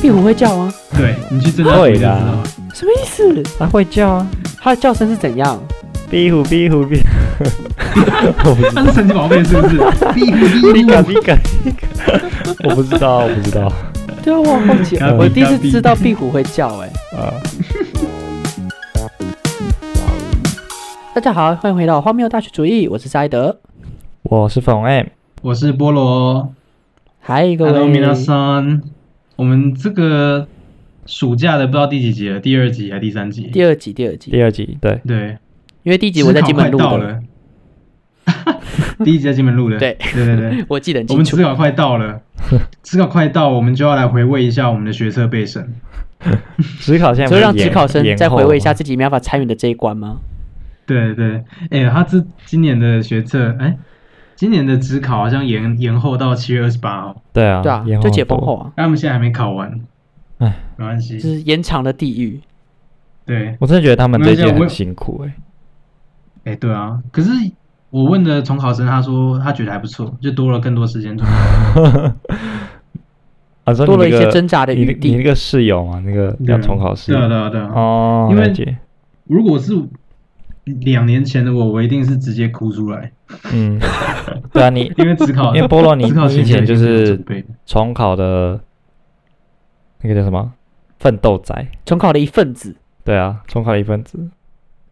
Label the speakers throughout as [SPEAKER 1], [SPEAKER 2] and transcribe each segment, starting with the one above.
[SPEAKER 1] 壁虎会叫吗？
[SPEAKER 2] 对你去正大
[SPEAKER 3] 会
[SPEAKER 2] 读就知
[SPEAKER 3] 啦
[SPEAKER 2] 道了。
[SPEAKER 1] 什么意思？
[SPEAKER 3] 它会叫啊，
[SPEAKER 1] 它的叫声是怎样？
[SPEAKER 3] 壁虎壁虎 壁虎，我不知
[SPEAKER 2] 那是神奇宝贝是不 是？壁虎壁
[SPEAKER 3] 皮卡
[SPEAKER 2] 虎，
[SPEAKER 3] 皮卡皮卡， 我不知道，我不知 道
[SPEAKER 1] 对啊，我很 好奇，
[SPEAKER 2] 嗯
[SPEAKER 1] 我第一次知道壁虎会叫、哎，
[SPEAKER 3] 啊。
[SPEAKER 1] 大家好，欢迎回到荒谬大学主义，我是塞德。
[SPEAKER 3] 我是粉红 M，
[SPEAKER 2] 我是菠萝。
[SPEAKER 1] 嗨，各
[SPEAKER 2] Hello，
[SPEAKER 1] 位，
[SPEAKER 2] 皆さん。我们这个暑假的不知道第几集了，第二集还是第三集？
[SPEAKER 1] 第二集，第二集，
[SPEAKER 3] 第二集对，
[SPEAKER 2] 对，
[SPEAKER 1] 因为第一集我在金门录
[SPEAKER 2] 思考快到
[SPEAKER 1] 的，
[SPEAKER 2] 了。 第一集在金门录的。
[SPEAKER 1] 对
[SPEAKER 2] 对 对对，
[SPEAKER 1] 我记得很
[SPEAKER 2] 我
[SPEAKER 1] 清
[SPEAKER 2] 们
[SPEAKER 1] 楚
[SPEAKER 2] 思。考快到了，思考快到，我们就要来回味一下我们的学测备审。
[SPEAKER 3] 职考现在
[SPEAKER 1] 所以让
[SPEAKER 3] 不是
[SPEAKER 1] 职
[SPEAKER 3] 延
[SPEAKER 1] 考生
[SPEAKER 3] 延
[SPEAKER 1] 再
[SPEAKER 3] 后
[SPEAKER 1] 回味一
[SPEAKER 3] 吗
[SPEAKER 1] 下自己没办法参与的这一关吗？
[SPEAKER 2] 对对，哎，他这今年的学测，哎，今年的职考好像延延后到七月二十八号，
[SPEAKER 3] 对啊，
[SPEAKER 1] 对啊
[SPEAKER 3] 延，
[SPEAKER 1] 就
[SPEAKER 3] 后
[SPEAKER 1] 解封
[SPEAKER 3] 多
[SPEAKER 1] 后。啊，
[SPEAKER 2] 那他们现在还没考完，
[SPEAKER 3] 唉，
[SPEAKER 2] 没关
[SPEAKER 1] 就
[SPEAKER 2] 系。
[SPEAKER 1] 是延长了地狱。
[SPEAKER 2] 对，
[SPEAKER 3] 我真的觉得他们
[SPEAKER 2] 没关
[SPEAKER 3] 最
[SPEAKER 2] 系
[SPEAKER 3] 近
[SPEAKER 2] 我
[SPEAKER 3] 很辛苦哎、
[SPEAKER 2] 哎，对啊，可是我问的重考生，他说他觉得还不错，就多了更多时间重考。
[SPEAKER 3] 啊，说
[SPEAKER 1] 多了
[SPEAKER 3] 你那
[SPEAKER 1] 一些
[SPEAKER 3] 个
[SPEAKER 1] 挣扎的
[SPEAKER 3] 你那
[SPEAKER 1] 余地
[SPEAKER 3] 你那个室友嘛，那个 要重考试
[SPEAKER 2] 对啊对啊对啊。
[SPEAKER 3] 哦，
[SPEAKER 2] 因为
[SPEAKER 3] 了解
[SPEAKER 2] 如果是两年前的我，我一定是直接哭出来，
[SPEAKER 3] 嗯，对啊， 你
[SPEAKER 2] 因为职考，
[SPEAKER 3] 因为菠萝你
[SPEAKER 2] 职考
[SPEAKER 3] 你以
[SPEAKER 2] 前
[SPEAKER 3] 前就
[SPEAKER 2] 已经有
[SPEAKER 3] 是
[SPEAKER 2] 准备了
[SPEAKER 3] 重考的那个叫什么奋斗仔，
[SPEAKER 1] 重考的一份子，
[SPEAKER 3] 对啊，重考的一份子，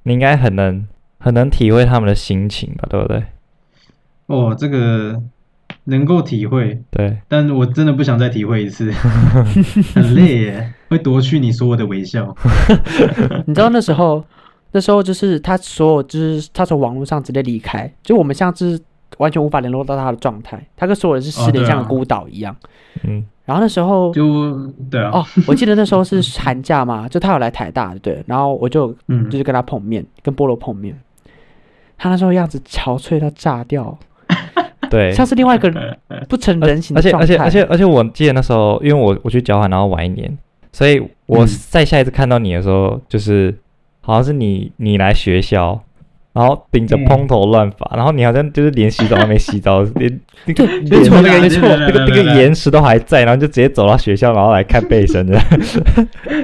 [SPEAKER 3] 你应该很能很能体会他们的心情吧，对不对？
[SPEAKER 2] 哦，这个能够体会，
[SPEAKER 3] 对，
[SPEAKER 2] 但我真的不想再体会一 次，很累耶，会夺去你所有的微笑。
[SPEAKER 1] 你知道那时候，那时候就是他所有，就是他从网络上直接离开，就我们像是完全无法联络到他的状态，他跟所有人是失
[SPEAKER 2] 哦对
[SPEAKER 1] 联，
[SPEAKER 2] 啊
[SPEAKER 1] 像个孤岛一样。
[SPEAKER 3] 嗯，
[SPEAKER 1] 然后那时候，
[SPEAKER 2] 就对啊，
[SPEAKER 1] 哦，我记得那时候是寒假嘛，就他有来台大，对，然后我就
[SPEAKER 2] 嗯
[SPEAKER 1] 就，是跟他碰面，跟菠萝碰面，他那时候样子憔悴到炸掉，
[SPEAKER 2] 哎
[SPEAKER 3] 对，
[SPEAKER 1] 啊像是另外一 个不成人形
[SPEAKER 3] 而
[SPEAKER 1] 的
[SPEAKER 3] 且
[SPEAKER 1] 状态，
[SPEAKER 3] 而且而且而且我记得那时候，因为我我去交换，然后晚一年，所以我
[SPEAKER 2] 嗯
[SPEAKER 3] 在下一次看到你的时候，就是好像是你你来学校，然后顶着
[SPEAKER 2] 嗯
[SPEAKER 3] 蓬头乱发，然后你好像就是连洗澡都没洗澡， 连那个
[SPEAKER 1] 对，
[SPEAKER 3] 脸
[SPEAKER 1] 没错
[SPEAKER 3] 上
[SPEAKER 2] 对
[SPEAKER 3] 那
[SPEAKER 2] 啊
[SPEAKER 3] 个
[SPEAKER 2] 没错
[SPEAKER 3] 那个那
[SPEAKER 2] 对对对
[SPEAKER 3] 个岩石都还在，然后就直接走到学校，然后来看背身的。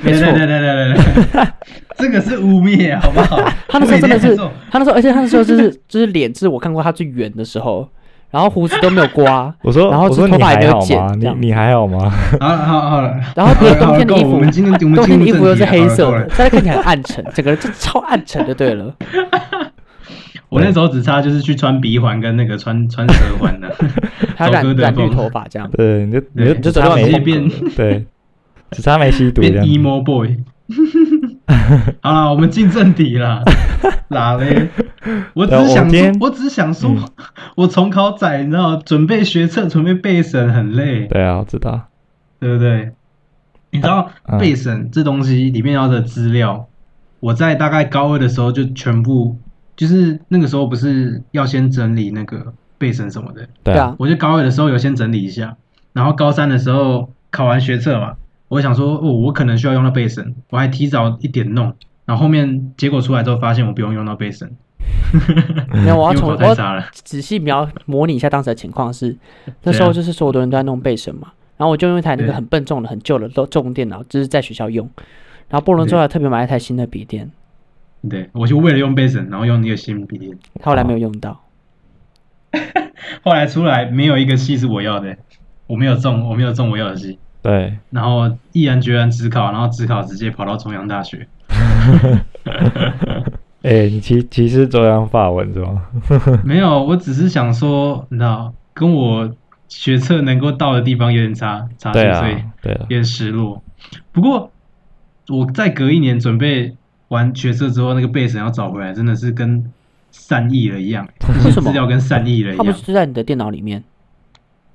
[SPEAKER 1] 没错
[SPEAKER 2] 来来来来来 来，这个是污蔑，好不好？
[SPEAKER 1] 他那时候真的是
[SPEAKER 2] 我每天还说
[SPEAKER 1] 他那时候，而且他那时候就是就是脸，是我看过他最圆的时候，然后胡子都没有刮，
[SPEAKER 3] 我说
[SPEAKER 1] 然后
[SPEAKER 3] 我
[SPEAKER 1] 就
[SPEAKER 3] 说
[SPEAKER 1] 头
[SPEAKER 3] 你
[SPEAKER 1] 发也没
[SPEAKER 3] 还
[SPEAKER 1] 有
[SPEAKER 3] 好
[SPEAKER 1] 剪
[SPEAKER 3] 吗？
[SPEAKER 1] 这
[SPEAKER 3] 你
[SPEAKER 1] 样
[SPEAKER 3] 你还好吗？
[SPEAKER 2] 好了好了好了，
[SPEAKER 1] 然后
[SPEAKER 2] 哎好了
[SPEAKER 1] 冬天的
[SPEAKER 2] 够
[SPEAKER 1] 衣
[SPEAKER 2] 了
[SPEAKER 1] 服
[SPEAKER 2] 我们今天我们
[SPEAKER 1] 冬天
[SPEAKER 2] 进
[SPEAKER 1] 的
[SPEAKER 2] 入
[SPEAKER 1] 衣服
[SPEAKER 2] 正
[SPEAKER 1] 又
[SPEAKER 2] 题
[SPEAKER 1] 是
[SPEAKER 2] 啊好
[SPEAKER 1] 黑
[SPEAKER 2] 了
[SPEAKER 1] 色
[SPEAKER 2] 够
[SPEAKER 1] 的
[SPEAKER 2] 了，
[SPEAKER 1] 但是看起来很暗沉， 整个人就超暗沉就对了。
[SPEAKER 2] 我那时候只差就是去穿鼻环跟那个穿穿舌环的，
[SPEAKER 1] 还有
[SPEAKER 2] 走
[SPEAKER 1] 染
[SPEAKER 2] 歌
[SPEAKER 1] 染
[SPEAKER 2] 德
[SPEAKER 1] 绿
[SPEAKER 2] 风
[SPEAKER 1] 头发这样，
[SPEAKER 3] 对，你就你
[SPEAKER 2] 对
[SPEAKER 3] 就
[SPEAKER 2] 你
[SPEAKER 1] 就
[SPEAKER 3] 只
[SPEAKER 1] 走
[SPEAKER 3] 差
[SPEAKER 1] 到
[SPEAKER 2] 直
[SPEAKER 3] 没
[SPEAKER 2] 接变
[SPEAKER 3] 对， 只差没吸毒这
[SPEAKER 2] 变
[SPEAKER 3] 样子。
[SPEAKER 2] emo boy。好了，我们进正题啦。哪嘞？我只
[SPEAKER 3] 对啊
[SPEAKER 2] 是
[SPEAKER 3] 我
[SPEAKER 2] 想
[SPEAKER 3] 今
[SPEAKER 2] 说
[SPEAKER 3] 天，
[SPEAKER 2] 我只是想说
[SPEAKER 3] 嗯，
[SPEAKER 2] 我重考仔，你知道，准备学测、准备备审很累，
[SPEAKER 3] 对啊，我知道。
[SPEAKER 2] 对不对？你知
[SPEAKER 1] 啊
[SPEAKER 2] 道
[SPEAKER 3] 嗯
[SPEAKER 2] 备审这东西里面要的资料，我在大概高二的时候就全部，就是那个时候不是要先整理那个备审什么的，
[SPEAKER 3] 对
[SPEAKER 1] 对啊，
[SPEAKER 2] 我就高二的时候有先整理一下，然后高三的时候考完学测嘛，我想说哦，我可能需要用到背审，我还提早一点弄，然后后面结果出来之后发现我不用用到背审，
[SPEAKER 1] 没有，我要
[SPEAKER 2] 因为
[SPEAKER 1] 从
[SPEAKER 2] 考
[SPEAKER 1] 我
[SPEAKER 2] 太
[SPEAKER 1] 要
[SPEAKER 2] 差了，
[SPEAKER 1] 仔细描模拟一下当时的情况是，那时候就是所有的人都在弄背审嘛，然后我就用一台那个
[SPEAKER 2] 对
[SPEAKER 1] 很笨重的、很旧的都重电脑，就是在学校用，然后波伦之后还特别买了一台新的笔电，
[SPEAKER 2] 对我就为了用背审，然后用那个新笔，
[SPEAKER 1] 他后来没有用
[SPEAKER 2] 哦
[SPEAKER 1] 到，
[SPEAKER 2] 后来出来没有一个系是我要的，我没有中，我没有中我要的系，
[SPEAKER 1] 啊
[SPEAKER 3] 对。
[SPEAKER 2] 然后毅然决然只考，然后只考直接跑到中央大学，
[SPEAKER 3] 哎、你歧歧视中央法文是吗？
[SPEAKER 2] 没有，我只是想说，你知道，跟我学测能够到的地方有点差差距，
[SPEAKER 3] 对
[SPEAKER 2] 所以。
[SPEAKER 3] 啊，对啊，
[SPEAKER 2] 也失落。不过我在隔一年准备完学测之后，那个背审要找回来，真的是跟善意了一样，
[SPEAKER 1] 为什么
[SPEAKER 2] 资料跟善意了一
[SPEAKER 1] 他不
[SPEAKER 2] 样，
[SPEAKER 1] 是就在你的电脑里面，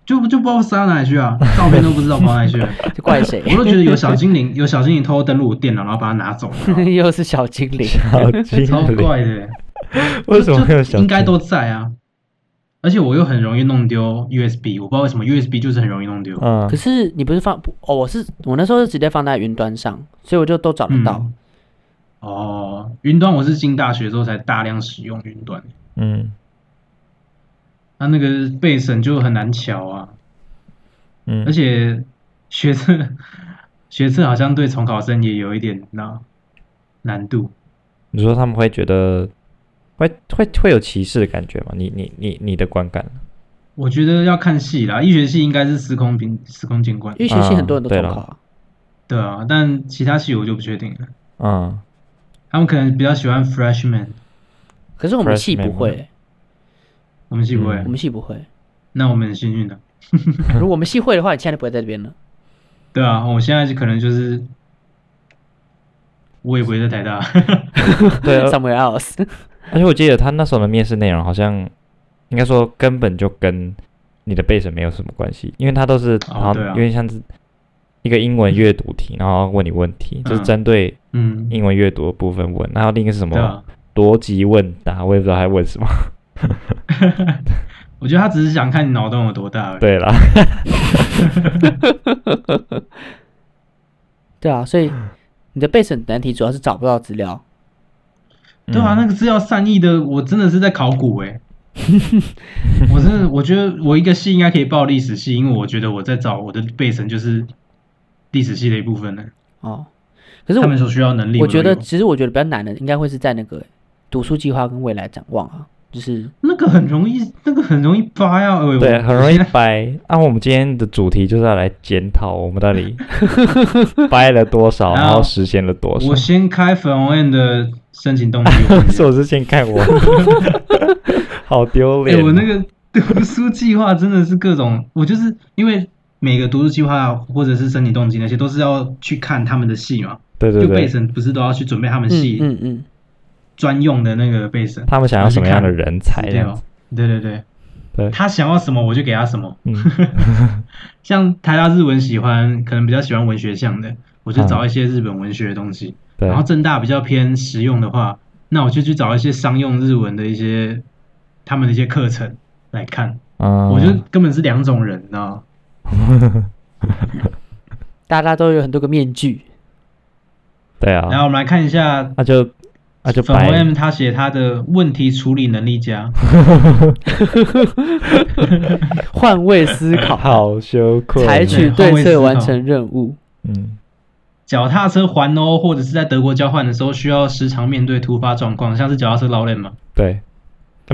[SPEAKER 2] 就就不知道塞到哪里去 啊，照片都不知道跑哪里去了。啊
[SPEAKER 1] 就怪谁？
[SPEAKER 2] 我都觉得有小精灵，有小精灵偷偷登录我电脑，然后把它拿 走，
[SPEAKER 1] 又是小精灵，
[SPEAKER 3] 好精
[SPEAKER 2] 超
[SPEAKER 3] 灵，
[SPEAKER 2] 怪的。
[SPEAKER 3] 为什么会有
[SPEAKER 2] 就
[SPEAKER 3] 小？
[SPEAKER 2] 应该都在啊。而且我又很容易弄丢 USB，我不知道为什么 USB 就是很容易弄丢。
[SPEAKER 3] 嗯
[SPEAKER 1] 可，是你不是放不哦？我是我那时候是直接放在云端上，所以我就都找得到。
[SPEAKER 2] 嗯哦，云端我是进大学之后才大量使用云端。
[SPEAKER 3] 嗯
[SPEAKER 2] 他那个背审就很难瞧啊，而
[SPEAKER 3] 嗯，
[SPEAKER 2] 且学测 学测好像对重考生也有一点那难度。
[SPEAKER 3] 你说他们会觉得会会会有歧视的感觉吗？你你你你的观感？
[SPEAKER 2] 我觉得要看系啦，医学系应该是司空平司空见惯
[SPEAKER 1] 因，为学习很多人都重
[SPEAKER 3] 嗯对了
[SPEAKER 1] 考啊，
[SPEAKER 2] 对啊，但其他系我就不确定了。
[SPEAKER 3] 嗯，
[SPEAKER 2] 他们可能比较喜欢 freshman，
[SPEAKER 1] 可是我们系
[SPEAKER 3] Freshman
[SPEAKER 1] 不会，
[SPEAKER 2] 我们系不会，
[SPEAKER 3] 嗯
[SPEAKER 1] 我们系不会。
[SPEAKER 2] 那我们很幸运的、
[SPEAKER 1] 如果我们系会的话，你现在就不会在这边了。
[SPEAKER 2] 对啊，我现在就可能就是，我也不会在台大，
[SPEAKER 3] 对，呃而
[SPEAKER 1] Somewhere else，
[SPEAKER 3] 而且我记得他那时候的面试内容好像应该说根本就跟你的背审没有什么关系，因为他都是好
[SPEAKER 2] 对啊
[SPEAKER 3] 像有点像是一个英文阅读题，然后问你问题，就是
[SPEAKER 2] 嗯
[SPEAKER 3] 针对
[SPEAKER 2] 嗯，
[SPEAKER 3] 英文阅读的部分问，然后另一个是什
[SPEAKER 2] 对
[SPEAKER 3] 么
[SPEAKER 2] 啊，
[SPEAKER 3] 逻辑问答，我也不知道他在问什么。
[SPEAKER 2] 我觉得他只是想看你脑洞有多大而已。
[SPEAKER 3] 对啦，
[SPEAKER 1] 对啊，所以你的备审难题主要是找不到资料，
[SPEAKER 2] 对啊，
[SPEAKER 3] 嗯
[SPEAKER 2] 那个资料善意的，我真的是在考古 哎、我真的，我觉得我一个系应该可以报历史系，因为我觉得我在找我的背神就是历史系的一部分呢。
[SPEAKER 1] 哦。可是
[SPEAKER 2] 他
[SPEAKER 1] 我
[SPEAKER 2] 们所需要的能力哎
[SPEAKER 1] 我
[SPEAKER 2] 都
[SPEAKER 1] 觉得，
[SPEAKER 2] 有
[SPEAKER 1] 其实我觉得比较难的，应该会是在那个读书计划跟未来展望啊，就是
[SPEAKER 2] 那个很容易，那个很容易扒呀、哎
[SPEAKER 3] 嗯对，
[SPEAKER 1] 啊
[SPEAKER 2] 我
[SPEAKER 3] 很容易
[SPEAKER 2] 我现在
[SPEAKER 3] 掰。按、我们今天的主题就是要来检讨我们 到底掰了多少，然
[SPEAKER 2] 然
[SPEAKER 3] 后
[SPEAKER 2] 后
[SPEAKER 3] 实现了多少。
[SPEAKER 2] 我。先开粉红 N 的申请动力
[SPEAKER 3] 是我是先看 我，好丢
[SPEAKER 2] 哎、
[SPEAKER 3] 脸哦。
[SPEAKER 2] 我那个读书计划真的是各种，我就是因为每个读书计划或者是申请动机那些都是要去看他们的系嘛，
[SPEAKER 3] 对对
[SPEAKER 2] 就备
[SPEAKER 3] 对，
[SPEAKER 2] 审不是都要去准备他们
[SPEAKER 1] 嗯
[SPEAKER 2] 系
[SPEAKER 1] 嗯嗯，
[SPEAKER 2] 专用的那个备审。
[SPEAKER 3] 他们想要什么样的人才这
[SPEAKER 2] 对
[SPEAKER 3] 样
[SPEAKER 2] 哦
[SPEAKER 3] 子？，
[SPEAKER 2] 对对对，
[SPEAKER 3] 对
[SPEAKER 2] 他想要什么我就给他什么。
[SPEAKER 3] 嗯，
[SPEAKER 2] 像台大日文喜欢，可能比较喜欢文学向的，我就找一些日本文学的东西。
[SPEAKER 3] 嗯对
[SPEAKER 2] 然后正大比较偏实用的话，那我就去找一些商用日文的一些他们的一些课程来看。
[SPEAKER 3] 嗯，
[SPEAKER 2] 我觉得根本是两种人，你知道吗？
[SPEAKER 1] 大家都有很多个面具，
[SPEAKER 3] 对
[SPEAKER 2] 然后
[SPEAKER 3] 啊，
[SPEAKER 2] 我们来看一下
[SPEAKER 3] 那就那就
[SPEAKER 2] 粉红
[SPEAKER 3] 掰
[SPEAKER 2] M 他写他的问题处理能力佳，
[SPEAKER 1] 换位思考，
[SPEAKER 3] 好羞愧，
[SPEAKER 1] 采取对
[SPEAKER 2] 换位思
[SPEAKER 1] 策
[SPEAKER 2] 考
[SPEAKER 1] 完成任务。
[SPEAKER 3] 嗯，
[SPEAKER 2] 脚踏车环欧或者是在德国交换的时候，需要时常面对突发状况，像是脚踏车劳累嘛。
[SPEAKER 3] 对，啊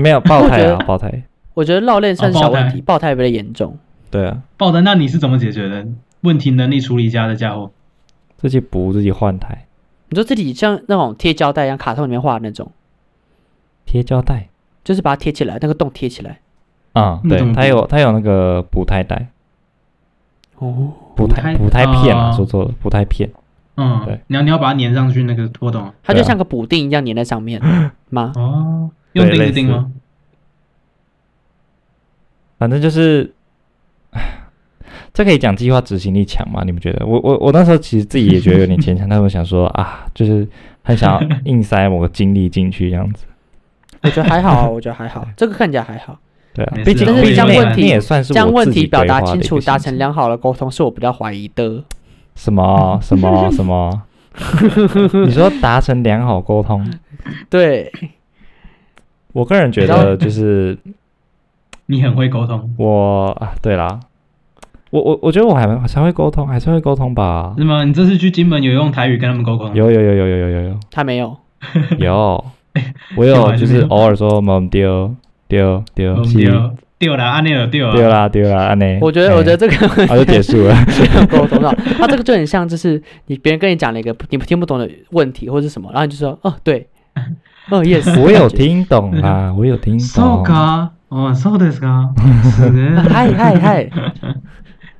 [SPEAKER 3] 没有爆胎
[SPEAKER 1] 我
[SPEAKER 3] 啊，
[SPEAKER 1] 觉得
[SPEAKER 3] 爆胎，
[SPEAKER 1] 我觉得绕链算是小
[SPEAKER 2] 哦爆胎
[SPEAKER 1] 问题，爆胎比较严重。
[SPEAKER 3] 对啊，
[SPEAKER 2] 爆的，那你是怎么解决的？问题能力处理佳的家伙，
[SPEAKER 3] 自己补自己换胎，
[SPEAKER 1] 你说自己像那种贴胶带一样，卡通里面画的那种，
[SPEAKER 3] 贴胶带
[SPEAKER 1] 就是把它贴起来，那个洞贴起来。
[SPEAKER 3] 啊，
[SPEAKER 2] 那怎
[SPEAKER 3] 对，
[SPEAKER 2] 么
[SPEAKER 3] 它
[SPEAKER 2] 补
[SPEAKER 3] 有它有那个补胎带，
[SPEAKER 1] 哦，
[SPEAKER 3] 补胎
[SPEAKER 2] 胎
[SPEAKER 3] 补胎片啊，
[SPEAKER 2] 哦
[SPEAKER 3] 说错了，补胎片，
[SPEAKER 2] 嗯
[SPEAKER 3] 对，
[SPEAKER 2] 你要你要把它粘上去那个拖动
[SPEAKER 1] 它就
[SPEAKER 3] 对啊
[SPEAKER 1] 像个补丁一样粘在上 面吗？
[SPEAKER 2] 哦，用
[SPEAKER 3] 对
[SPEAKER 2] 钉
[SPEAKER 3] 类
[SPEAKER 2] 子钉吗？
[SPEAKER 3] 反正就是，这可以讲计划执行力强吗？你们觉得？我我我那时候其实自己也觉得有 点牵强，但我想说啊，就是很想要硬塞某个精力进去这样子，
[SPEAKER 1] 我觉得还好啊，我觉得还好， 这个看起来还好。
[SPEAKER 3] 对啊
[SPEAKER 2] 没，事
[SPEAKER 3] 毕竟
[SPEAKER 1] 但是
[SPEAKER 3] 毕竟
[SPEAKER 1] 将
[SPEAKER 3] 那
[SPEAKER 1] 问题
[SPEAKER 3] 那也算是
[SPEAKER 1] 将
[SPEAKER 3] 我
[SPEAKER 1] 问
[SPEAKER 3] 自己
[SPEAKER 1] 题表达
[SPEAKER 3] 规划的
[SPEAKER 1] 清
[SPEAKER 3] 一个
[SPEAKER 1] 楚，达
[SPEAKER 3] 行
[SPEAKER 1] 成
[SPEAKER 3] 程
[SPEAKER 1] 良好的沟通，是我比较怀疑的。
[SPEAKER 3] 什么什么什么？你说达成良好沟通，
[SPEAKER 1] 对，
[SPEAKER 3] 我个人觉得就是
[SPEAKER 2] 你很会沟通
[SPEAKER 3] 我啊，对啦，我我我觉得我还蛮还会沟通，还是会沟通吧。
[SPEAKER 2] 是吗？你这次去金门有用台语跟他们沟
[SPEAKER 1] 嗯
[SPEAKER 2] 通？
[SPEAKER 3] 有有有有有有有 有。
[SPEAKER 1] 他没有，
[SPEAKER 3] 有，我
[SPEAKER 2] 干嘛
[SPEAKER 3] 有
[SPEAKER 2] 就没
[SPEAKER 3] 就是
[SPEAKER 2] 有
[SPEAKER 3] 偶尔说猛丢丢丢
[SPEAKER 2] 哦，
[SPEAKER 3] 是
[SPEAKER 2] 丢丢啦，安内尔丢
[SPEAKER 3] 丢
[SPEAKER 2] 哦啦，
[SPEAKER 3] 啦丢啦，安内。
[SPEAKER 1] 我觉得，我觉得
[SPEAKER 3] 得
[SPEAKER 1] 这个
[SPEAKER 3] 好就 结束了。
[SPEAKER 1] 沟通到，他这个就很像，就是你别人跟你讲了一个你听不懂的问题或者是什么，然后你就说，哦，对，哦，yes，
[SPEAKER 3] 我有听懂啦，我有听
[SPEAKER 2] そう
[SPEAKER 3] 懂。
[SPEAKER 2] か、哦，そうですか、
[SPEAKER 1] 啊，
[SPEAKER 2] 是 的，
[SPEAKER 1] 嗨嗨嗨，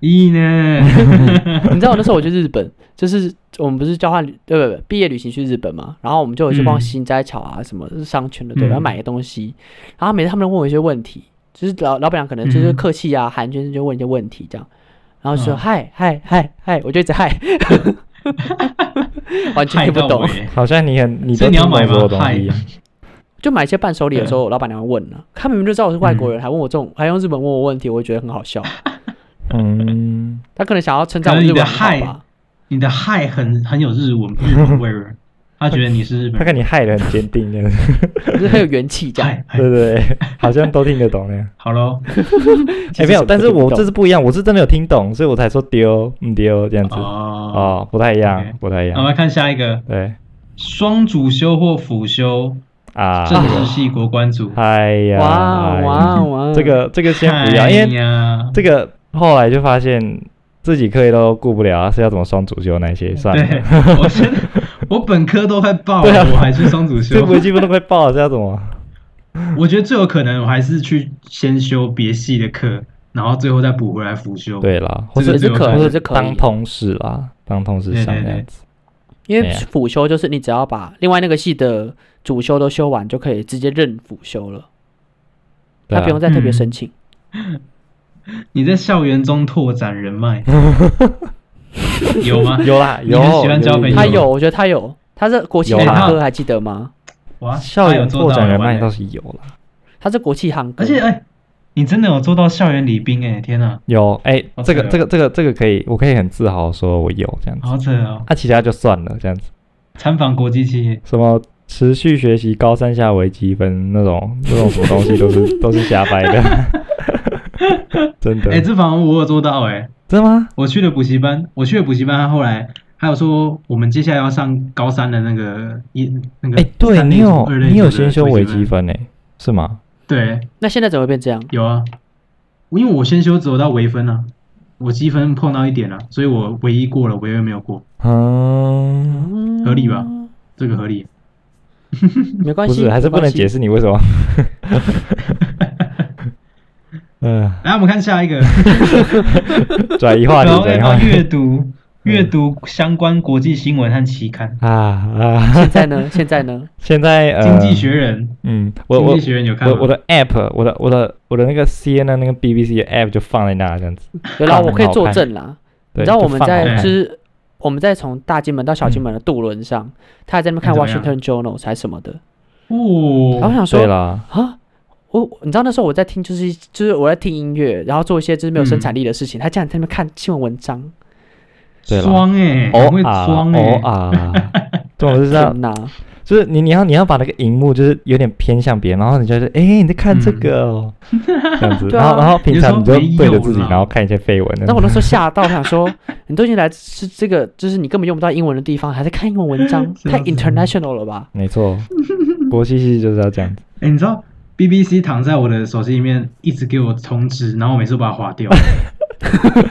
[SPEAKER 2] いいね。
[SPEAKER 1] 你知道我那时候我去日本，就是我们不是交换旅，对不对？毕业旅行去日本嘛，然后我们就有去逛
[SPEAKER 2] 嗯
[SPEAKER 1] 新斋桥啊，什么商圈的，对，
[SPEAKER 2] 嗯
[SPEAKER 1] 然后买个东西，然后每次他们都问我一些问题，就是老老板娘可能就是
[SPEAKER 2] 嗯
[SPEAKER 1] 客气啊，寒暄就问一些问题这样，然后说
[SPEAKER 2] 嗯
[SPEAKER 1] 嗨嗨嗨嗨，我就一直嗨， 完全
[SPEAKER 2] 嗨
[SPEAKER 1] 听不
[SPEAKER 2] 到
[SPEAKER 1] 懂，
[SPEAKER 2] 尾，
[SPEAKER 3] 好像你很，你
[SPEAKER 2] 所
[SPEAKER 3] 都
[SPEAKER 2] 以你要
[SPEAKER 3] 听懂
[SPEAKER 2] 买吗
[SPEAKER 3] 所有东
[SPEAKER 2] 嗨
[SPEAKER 3] 西一样。
[SPEAKER 1] 就买一些伴手礼的时
[SPEAKER 2] 嗯
[SPEAKER 1] 候，老板娘会问呢、他明明就知道我是外国人，还问我这种，还用日本问我问题，我会觉得很好笑。
[SPEAKER 3] 嗯，
[SPEAKER 1] 他可能想要称赞我
[SPEAKER 2] 可能
[SPEAKER 1] 日
[SPEAKER 2] 你的
[SPEAKER 1] 文很好吧？
[SPEAKER 2] 你的嗨很很有日文日文味儿，他觉得你是日本
[SPEAKER 3] 他
[SPEAKER 2] 人，
[SPEAKER 3] 看你害得很坚定， 这样子
[SPEAKER 1] 就是很有元气这样。
[SPEAKER 2] 嗨，嗨
[SPEAKER 3] 对对对，好像都听得懂那样。
[SPEAKER 2] 好喽，
[SPEAKER 1] 其 实
[SPEAKER 3] 哎，没
[SPEAKER 1] 什
[SPEAKER 3] 有，
[SPEAKER 1] 么
[SPEAKER 3] 但是
[SPEAKER 1] 都听
[SPEAKER 3] 我
[SPEAKER 1] 不
[SPEAKER 3] 这是不一样，我是真的有听懂，所以我才说丢嗯丢这样子。
[SPEAKER 2] 哦，
[SPEAKER 3] 哦，不太一样
[SPEAKER 2] OK，嗯
[SPEAKER 3] 不太一
[SPEAKER 2] 那我们
[SPEAKER 3] 样。
[SPEAKER 2] 来看下一个，
[SPEAKER 3] 对
[SPEAKER 2] 双主修或辅修，
[SPEAKER 3] 啊，
[SPEAKER 2] 政治系国关组，
[SPEAKER 3] 哎呀，
[SPEAKER 1] 哇
[SPEAKER 3] 哎呀
[SPEAKER 1] 哇哇，
[SPEAKER 3] 这个这个先不要，
[SPEAKER 2] 哎
[SPEAKER 3] 因为
[SPEAKER 2] 呀
[SPEAKER 3] 这个后来就发现自己课业都顾不了，啊是要怎么双主修那些算
[SPEAKER 2] 对
[SPEAKER 3] 了，，
[SPEAKER 2] 我真的我本科都快爆
[SPEAKER 3] 对啊
[SPEAKER 2] 了，我还去双主
[SPEAKER 3] 这
[SPEAKER 2] 修
[SPEAKER 3] 微，积分都快爆了，是要怎么？
[SPEAKER 2] 我觉得最有可能我还是去先修别系的课，然后最后再补回来辅修。
[SPEAKER 3] 对啦，或
[SPEAKER 2] 这
[SPEAKER 1] 也
[SPEAKER 2] 个
[SPEAKER 3] 者
[SPEAKER 2] 只
[SPEAKER 1] 是
[SPEAKER 2] 有
[SPEAKER 1] 可
[SPEAKER 2] 在
[SPEAKER 1] 以，是可
[SPEAKER 3] 当
[SPEAKER 1] 以，
[SPEAKER 3] 通识啦，当通识上
[SPEAKER 2] 对对
[SPEAKER 3] 这
[SPEAKER 2] 对
[SPEAKER 3] 样子。
[SPEAKER 1] 因为
[SPEAKER 3] 哎呀
[SPEAKER 1] 辅修就是你只要把另外那个系的主修都修完，就可以直接认辅修了，
[SPEAKER 3] 对
[SPEAKER 1] 他
[SPEAKER 3] 啊
[SPEAKER 1] 不用再特别申请。
[SPEAKER 2] 你在校园中拓展人 脉，有吗？
[SPEAKER 3] 啊有啦，
[SPEAKER 2] 你
[SPEAKER 3] 有
[SPEAKER 2] 很喜欢交朋友
[SPEAKER 1] 他
[SPEAKER 2] 嗯有
[SPEAKER 1] 有，我觉得他有，他是国际
[SPEAKER 3] 有啦
[SPEAKER 1] 航科，还记得吗？
[SPEAKER 2] 哇，
[SPEAKER 3] 校
[SPEAKER 2] 啊他有
[SPEAKER 3] 园
[SPEAKER 2] 做
[SPEAKER 3] 拓
[SPEAKER 2] 到
[SPEAKER 3] 展人
[SPEAKER 2] 完
[SPEAKER 3] 脉
[SPEAKER 2] 欸
[SPEAKER 3] 倒是有啦，
[SPEAKER 1] 他是国际航科，
[SPEAKER 2] 而且哎、你真的有做到校园礼宾哎，天哪，
[SPEAKER 3] 有哎，
[SPEAKER 2] 哦
[SPEAKER 3] 这个
[SPEAKER 2] 对啊
[SPEAKER 3] 这个这个这个可以，我可以很自豪地说我有这样子。
[SPEAKER 2] 好扯哦！
[SPEAKER 3] 啊，其他就算了这样子，
[SPEAKER 2] 参访国际企业，
[SPEAKER 3] 什么持续学习高三下微积分那种那种什么东西都是 都是瞎掰的，真的
[SPEAKER 2] 哎、。这访我有做到哎、
[SPEAKER 3] 真的吗？
[SPEAKER 2] 我去了补习班，我去了补习班，他后来还有说我们接下来要上高三的那个一那个
[SPEAKER 3] 哎、对
[SPEAKER 2] 三类
[SPEAKER 3] 你
[SPEAKER 2] 组
[SPEAKER 3] 有
[SPEAKER 2] 二类
[SPEAKER 3] 你
[SPEAKER 2] 组
[SPEAKER 3] 有
[SPEAKER 2] 的
[SPEAKER 3] 先修微积
[SPEAKER 2] 积，
[SPEAKER 3] 分诶、是吗？
[SPEAKER 2] 对，
[SPEAKER 1] 那现在怎么会变这样？
[SPEAKER 2] 有啊，因为我先修只有到微分啊，我积分碰到一点啊，所以我唯一过了，唯二没有过，
[SPEAKER 3] 啊嗯，
[SPEAKER 1] 嗯
[SPEAKER 2] 合理吧这个合理。
[SPEAKER 1] 没关
[SPEAKER 3] 不
[SPEAKER 1] 系，
[SPEAKER 3] 是，还是不能解
[SPEAKER 1] 释。
[SPEAKER 3] 释你为什 么。嗯，
[SPEAKER 2] 来，我们看下一个，
[SPEAKER 3] 转移话 题
[SPEAKER 2] 然，后
[SPEAKER 3] 转移
[SPEAKER 2] 然
[SPEAKER 3] 话
[SPEAKER 2] 后
[SPEAKER 3] 题
[SPEAKER 2] 阅读阅读相关国际新闻和期刊，
[SPEAKER 3] 啊啊！
[SPEAKER 1] 现在呢？ 现在呢？
[SPEAKER 3] 现在
[SPEAKER 2] 《
[SPEAKER 3] 呃，
[SPEAKER 2] 经济学人
[SPEAKER 3] 嗯，》我
[SPEAKER 2] 经
[SPEAKER 3] 我
[SPEAKER 2] 济学人有看吗
[SPEAKER 3] 我我的 app，我的我的我的那个 CNN 那个 BBC 的 app 就放在那这样子。
[SPEAKER 1] 有啦，
[SPEAKER 3] 看
[SPEAKER 1] 我可以
[SPEAKER 3] 很好
[SPEAKER 1] 作
[SPEAKER 3] 看
[SPEAKER 1] 证啦。
[SPEAKER 3] 对
[SPEAKER 1] 你知道
[SPEAKER 3] 就
[SPEAKER 1] 我们
[SPEAKER 3] 放好
[SPEAKER 1] 在
[SPEAKER 3] 看嗯
[SPEAKER 1] 就是我们在从大金门到小金门的渡轮上，他还在那边看
[SPEAKER 2] 你怎么
[SPEAKER 1] Washington Journal 还什么的，然后我
[SPEAKER 2] 哦，
[SPEAKER 1] 想
[SPEAKER 3] 对
[SPEAKER 1] 说
[SPEAKER 3] 啦，
[SPEAKER 1] 啊。我你知道那时候我在听，就是就是我在听音乐，然后做一些就是没有生产力的事
[SPEAKER 2] 嗯
[SPEAKER 1] 情。他竟然在那边看新闻文章，
[SPEAKER 3] 对啦哦
[SPEAKER 2] 装哎、
[SPEAKER 3] 偶
[SPEAKER 2] 很会
[SPEAKER 3] 尔
[SPEAKER 2] 装哎、
[SPEAKER 3] 偶尔，这种就是这样
[SPEAKER 1] 天哪！
[SPEAKER 2] 嗯
[SPEAKER 3] 就是你你要你要把那个荧幕就是有点偏向别人，然后你就是哎、诶你在看这个、哦，这样 子，
[SPEAKER 1] 对啊
[SPEAKER 3] 然后然后平常你就
[SPEAKER 2] 嗯你就
[SPEAKER 3] 对
[SPEAKER 2] 说
[SPEAKER 3] 着自己，
[SPEAKER 2] 没有啦
[SPEAKER 3] 然后看一些绯闻。
[SPEAKER 1] 但我那时候吓到，我想说你都已经来是这个，就是你根本用不到英文的地方，还在看英文文章，
[SPEAKER 2] 是啊
[SPEAKER 1] 太
[SPEAKER 2] 是啊
[SPEAKER 1] international 了吧？
[SPEAKER 3] 没错， 国际戏就是要这样子。
[SPEAKER 2] 哎、你知道 BBC 躺在我的手机里面，一直给我通知，然后我每次都把它划 掉。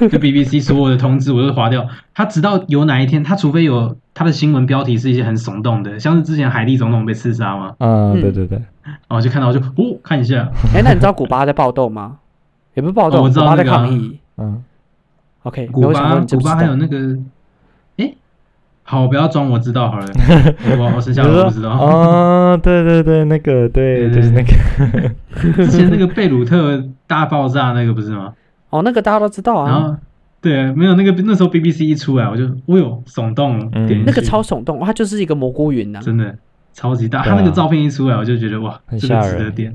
[SPEAKER 2] 就 BBC 所有的通知我都划掉，它直到有哪一天，它除非有它的新闻标题是一些很耸动的，像是之前海地总统被刺杀嘛，
[SPEAKER 3] 嗯，
[SPEAKER 1] 嗯
[SPEAKER 3] 对对对，
[SPEAKER 2] 然后我就看到我就哦看一下，
[SPEAKER 1] 哎，那你知道古巴在暴动吗？也不是暴
[SPEAKER 2] 哦
[SPEAKER 1] 动，
[SPEAKER 2] 我知
[SPEAKER 1] 古
[SPEAKER 2] 道
[SPEAKER 1] 巴在
[SPEAKER 2] 那个啊
[SPEAKER 1] 抗议。
[SPEAKER 3] 嗯，
[SPEAKER 1] OK，
[SPEAKER 2] 古
[SPEAKER 1] 我想
[SPEAKER 2] 巴
[SPEAKER 1] 问你知
[SPEAKER 2] 古
[SPEAKER 1] 不知
[SPEAKER 2] 巴还
[SPEAKER 1] 道
[SPEAKER 2] 有那个， 哎、好，我不要装我知道好了，我我剩
[SPEAKER 3] 比
[SPEAKER 2] 下
[SPEAKER 3] 如
[SPEAKER 2] 我不知
[SPEAKER 3] 说
[SPEAKER 2] 道。
[SPEAKER 3] 哦，对对对，那个
[SPEAKER 2] 对
[SPEAKER 3] 对，
[SPEAKER 2] 对
[SPEAKER 3] 就是那个，
[SPEAKER 2] 之前那个贝鲁特大爆炸那个不是吗？
[SPEAKER 1] 哦，那个大家都知道
[SPEAKER 2] 然
[SPEAKER 1] 啊，
[SPEAKER 2] 后对，没有那个那时候 BBC 一出来，我就我有耸动了，
[SPEAKER 3] 嗯
[SPEAKER 2] 点进去
[SPEAKER 1] 那个超耸动，它就是一个蘑菇云呐、啊
[SPEAKER 2] 真的超级大，
[SPEAKER 3] 对
[SPEAKER 2] 他
[SPEAKER 3] 啊
[SPEAKER 2] 那个照片一出来，我就觉得哇，
[SPEAKER 3] 很
[SPEAKER 2] 这个
[SPEAKER 3] 吓
[SPEAKER 2] 值得
[SPEAKER 3] 人
[SPEAKER 2] 点。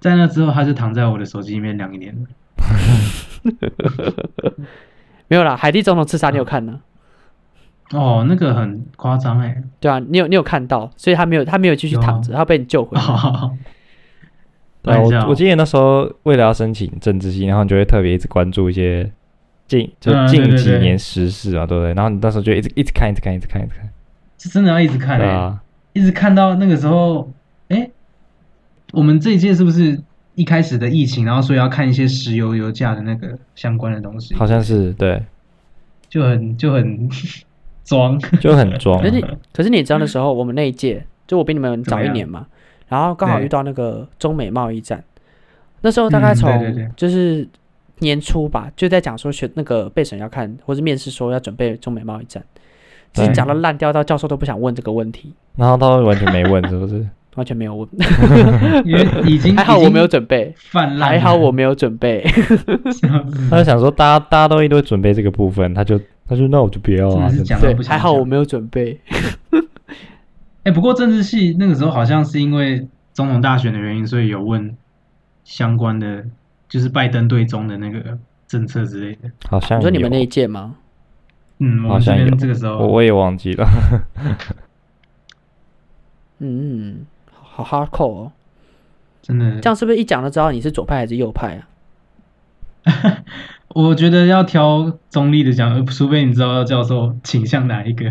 [SPEAKER 2] 在那之后，他就躺在我的手机里面两年了。
[SPEAKER 1] 没有啦，海地总统刺杀你有
[SPEAKER 2] 嗯
[SPEAKER 1] 看呢、
[SPEAKER 2] 哦，那个很夸张哎、
[SPEAKER 1] 对啊，你有你有看到，所以他没有他没有继续
[SPEAKER 2] 有啊
[SPEAKER 1] 躺着，他被你救 回来。
[SPEAKER 2] 哦，
[SPEAKER 3] 对啊，
[SPEAKER 2] 等一下
[SPEAKER 3] 我
[SPEAKER 2] 哦
[SPEAKER 3] 我记得那时候为了要申请政治系，然后你就会特别一直关注一些近就
[SPEAKER 2] 嗯对
[SPEAKER 3] 近
[SPEAKER 2] 对
[SPEAKER 3] 几
[SPEAKER 2] 对
[SPEAKER 3] 年时事啊，对不对？然后你那时候就一直一直看，一直看，一直看，一直看，
[SPEAKER 2] 是真的要一直看
[SPEAKER 3] 对
[SPEAKER 2] 哎、
[SPEAKER 3] 啊，
[SPEAKER 2] 一直看到那个时候，哎、我们这一届是不是一开始的疫情，然后所以要看一些石油油价的那个相关的东西，
[SPEAKER 3] 好像是 对，
[SPEAKER 2] 就很就很 装。
[SPEAKER 3] 就很
[SPEAKER 2] 哦
[SPEAKER 3] 装啊
[SPEAKER 1] 可。是
[SPEAKER 2] 嗯
[SPEAKER 1] 你可是你知道那时候我们那一届，就我比你们早一年
[SPEAKER 2] 嗯
[SPEAKER 1] 嘛，然后刚好
[SPEAKER 2] 对
[SPEAKER 1] 遇到那个中美贸易战，那时候大概
[SPEAKER 2] 嗯对对
[SPEAKER 1] 从
[SPEAKER 2] 对
[SPEAKER 1] 就是年初吧，就在讲说学那个备审要看，或是面试说要准备中美贸易战，只是
[SPEAKER 3] 对
[SPEAKER 1] 讲到烂掉到教授都不想问这个问题，
[SPEAKER 3] 然后他完全没问，是 不是？
[SPEAKER 1] 完全没有问，
[SPEAKER 2] 因为已经
[SPEAKER 1] 还好我没有
[SPEAKER 2] 已经
[SPEAKER 1] 准备，
[SPEAKER 2] 泛滥了，
[SPEAKER 1] 还好 我没有准备。
[SPEAKER 3] 他就想说，大家大家都一堆准备这个部分，他就他就那我就不要
[SPEAKER 2] 真
[SPEAKER 3] 啊
[SPEAKER 2] 的，是
[SPEAKER 3] 这
[SPEAKER 2] 讲
[SPEAKER 3] 样
[SPEAKER 2] 到
[SPEAKER 1] 对
[SPEAKER 2] 不，想
[SPEAKER 1] 还好
[SPEAKER 2] 讲
[SPEAKER 1] 我没有准备。
[SPEAKER 2] 哎、不过政治系那个时候好像是因为总统大选的原因，所以有问相关的，就是拜登对中的那个政策之类的。
[SPEAKER 3] 好像
[SPEAKER 1] 你说你们
[SPEAKER 3] 有
[SPEAKER 1] 那一届吗？
[SPEAKER 2] 嗯，我
[SPEAKER 3] 好
[SPEAKER 2] 们这
[SPEAKER 3] 像有
[SPEAKER 2] 边这个时
[SPEAKER 3] 我
[SPEAKER 2] 候，
[SPEAKER 3] 我也忘记了。
[SPEAKER 1] 嗯嗯，好好 hardcore 哦。
[SPEAKER 2] 真的
[SPEAKER 1] 这样是不是一讲就知道你是左派还是右派啊？
[SPEAKER 2] 我觉得要挑中立的讲，呃除非你知道教授倾向哪一个。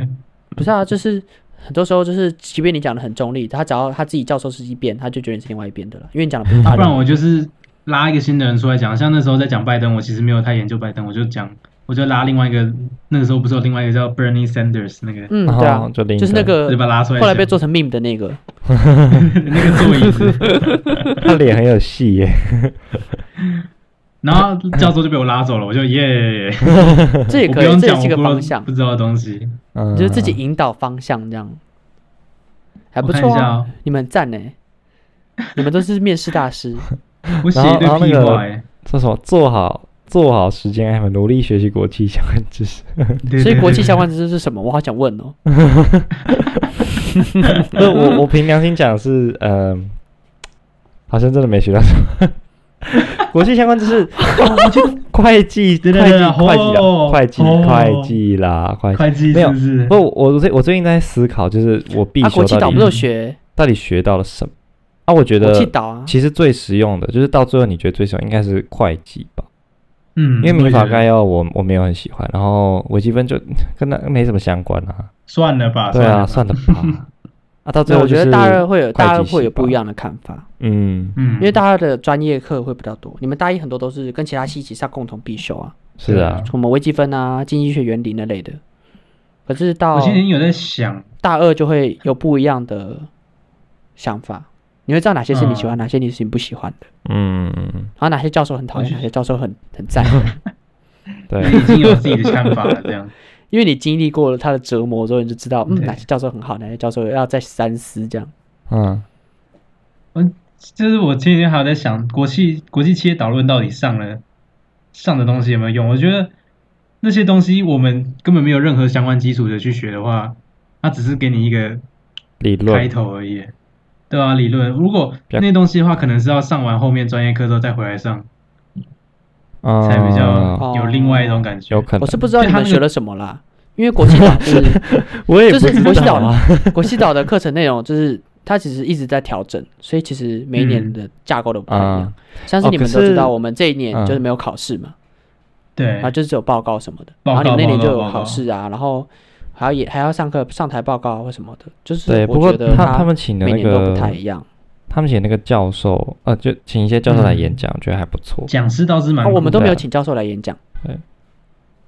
[SPEAKER 1] 不是啊，就是很多时候就是，即便你讲的很中立，他只要他自己教授是一边，他就觉得你是另外一边的了，因为你讲的不是他
[SPEAKER 2] 啊， 不然
[SPEAKER 1] 的。
[SPEAKER 2] 我就是拉一个新的人出来讲，像那时候在讲拜登，我其实没有太研究拜登，我就讲，我就拉另外一个，那个时候不是有另外一个叫 Bernie Sanders 那个，
[SPEAKER 1] 嗯，
[SPEAKER 3] 然
[SPEAKER 1] 对啊
[SPEAKER 3] 后，就另一
[SPEAKER 1] 就是那
[SPEAKER 2] 直接
[SPEAKER 1] 个
[SPEAKER 2] 把他拉出来讲，
[SPEAKER 1] 后来被做成 meme 的那 个，
[SPEAKER 2] 那个座椅 子，
[SPEAKER 3] 他脸很有戏耶，
[SPEAKER 2] 然后教授就被我拉走了，我就耶，
[SPEAKER 1] 这也
[SPEAKER 2] 我
[SPEAKER 1] 可以，
[SPEAKER 2] 不用
[SPEAKER 1] 这也
[SPEAKER 2] 讲
[SPEAKER 1] 是一个
[SPEAKER 2] 我不
[SPEAKER 1] 方
[SPEAKER 2] 知道
[SPEAKER 1] 向
[SPEAKER 2] 不，知道的东西，
[SPEAKER 3] 嗯，
[SPEAKER 1] 就是自己引导方向这样，还
[SPEAKER 2] 我
[SPEAKER 1] 不
[SPEAKER 2] 看
[SPEAKER 1] 错
[SPEAKER 2] 一下
[SPEAKER 1] 啊，
[SPEAKER 2] 哦，
[SPEAKER 1] 你们很 赞呢，你们都是面试大师，
[SPEAKER 2] 我写一堆
[SPEAKER 3] 然后
[SPEAKER 2] 屁话
[SPEAKER 3] 然后那个
[SPEAKER 2] 哎，
[SPEAKER 3] 做什么做好做好时间安排，努力学习国际相关知识。
[SPEAKER 2] 对
[SPEAKER 1] 所以
[SPEAKER 2] 对
[SPEAKER 1] 国际
[SPEAKER 2] 对
[SPEAKER 1] 相关知识是什么？我好想问哦。
[SPEAKER 3] 不是我我凭良心讲是，呃，好像真的没学到什么。 国际相关知识，会计、会计、会
[SPEAKER 2] 对
[SPEAKER 3] 计
[SPEAKER 2] 对对
[SPEAKER 3] 啦、
[SPEAKER 2] 哦
[SPEAKER 3] 会计、
[SPEAKER 2] 哦
[SPEAKER 3] 会计啦、会计。
[SPEAKER 2] 会计
[SPEAKER 3] 没
[SPEAKER 2] 是
[SPEAKER 3] 有
[SPEAKER 2] 不是？
[SPEAKER 3] 不，我最我最近在思考，就是我必
[SPEAKER 1] 啊，
[SPEAKER 3] 修
[SPEAKER 1] 国际
[SPEAKER 3] 到
[SPEAKER 1] 岛
[SPEAKER 3] 底
[SPEAKER 1] 不是有学
[SPEAKER 3] 到底学到了什么？啊，我觉
[SPEAKER 1] 国际
[SPEAKER 3] 得
[SPEAKER 1] 岛啊？
[SPEAKER 3] 其实最实用的，就是到最后你觉得最实用应该是会计吧，
[SPEAKER 2] 嗯，
[SPEAKER 3] 因为民法概
[SPEAKER 2] 要
[SPEAKER 3] 要我我没有很喜欢，然后微积分就 跟那没什么相关啊。
[SPEAKER 2] 算了吧，
[SPEAKER 3] 对啊，
[SPEAKER 2] 了吧，
[SPEAKER 3] 算了吧。啊，到最
[SPEAKER 1] 对，
[SPEAKER 3] 后
[SPEAKER 1] 我觉
[SPEAKER 3] 就
[SPEAKER 1] 得
[SPEAKER 3] 是
[SPEAKER 1] 大二会有
[SPEAKER 3] 会计
[SPEAKER 1] 大二会
[SPEAKER 3] 系
[SPEAKER 1] 有不
[SPEAKER 3] 吧
[SPEAKER 1] 一样的看法。
[SPEAKER 3] 嗯，
[SPEAKER 2] 嗯，
[SPEAKER 1] 因为大家的专业课会比较多，你们大一很多都是跟其他系一起上共同必修啊，
[SPEAKER 3] 是
[SPEAKER 2] 对
[SPEAKER 3] 啊
[SPEAKER 2] 啊，
[SPEAKER 1] 什么微积分啊、经济学原理那类的。可是到
[SPEAKER 2] 我今天有在想，
[SPEAKER 1] 大二就会有不一样的想法，你会知道哪些
[SPEAKER 2] 嗯
[SPEAKER 1] 是你喜欢，哪些你是你不喜欢的，
[SPEAKER 3] 嗯，
[SPEAKER 1] 然后哪些教授很讨厌，哪些教授很很赞，
[SPEAKER 3] 对，
[SPEAKER 2] 已经有自己的看法了，这样。
[SPEAKER 1] 因为你经历过了他的折磨之后，你就知道，嗯，
[SPEAKER 2] 对
[SPEAKER 1] 哪些教授很好，哪些教授要再三思这样。
[SPEAKER 3] 嗯，
[SPEAKER 2] 就是我前几天还有在想，国际国际企业导论到底上了上的东西有没有用？我觉得那些东西我们根本没有任何相关基础的去学的话，它只是给你一个
[SPEAKER 3] 理
[SPEAKER 2] 开
[SPEAKER 3] 论
[SPEAKER 2] 头而已，对啊，理论，如果
[SPEAKER 3] 比较
[SPEAKER 2] 那东西的话，可能是要上完后面专业课之后再回来上，
[SPEAKER 3] 啊
[SPEAKER 2] 才比
[SPEAKER 1] 哦
[SPEAKER 2] 较有另外一种感觉
[SPEAKER 3] 有。可能
[SPEAKER 1] 我是不知道
[SPEAKER 2] 就
[SPEAKER 1] 你
[SPEAKER 2] 他
[SPEAKER 1] 们
[SPEAKER 2] 那
[SPEAKER 1] 学
[SPEAKER 2] 个
[SPEAKER 1] 了什么啦，因为国际导是。
[SPEAKER 3] 我也
[SPEAKER 1] 就
[SPEAKER 3] 不
[SPEAKER 1] 是国
[SPEAKER 3] 知
[SPEAKER 1] 际
[SPEAKER 3] 道
[SPEAKER 1] 岛
[SPEAKER 3] 啊，
[SPEAKER 1] 国际岛的课程内容就是它其实一直在调整，所以其实每一年的架构都不太一样。
[SPEAKER 3] 嗯
[SPEAKER 1] 像是
[SPEAKER 3] 哦
[SPEAKER 1] 你们
[SPEAKER 3] 可
[SPEAKER 1] 都知
[SPEAKER 3] 是
[SPEAKER 1] 道，我们这一年
[SPEAKER 3] 嗯
[SPEAKER 1] 就是没有考试嘛，
[SPEAKER 2] 对
[SPEAKER 1] 然后，就是只有报告什么的。
[SPEAKER 2] 报
[SPEAKER 1] 然
[SPEAKER 2] 告
[SPEAKER 1] 后你们那年就有
[SPEAKER 2] 报告
[SPEAKER 1] 考试啊，然后还要也还要上课上台报告或什么的，就是
[SPEAKER 3] 对，不
[SPEAKER 1] 我
[SPEAKER 3] 过
[SPEAKER 1] 觉得
[SPEAKER 3] 他他们请的
[SPEAKER 1] 每
[SPEAKER 3] 那
[SPEAKER 1] 年都不太
[SPEAKER 3] 个
[SPEAKER 1] 一样。
[SPEAKER 3] 他们请那个教授，呃，就请一些教授来
[SPEAKER 2] 嗯
[SPEAKER 3] 演讲，我觉得还不错，
[SPEAKER 2] 讲师倒是蛮
[SPEAKER 1] 哦，我们都没有
[SPEAKER 3] 对啊
[SPEAKER 1] 请教授来演讲，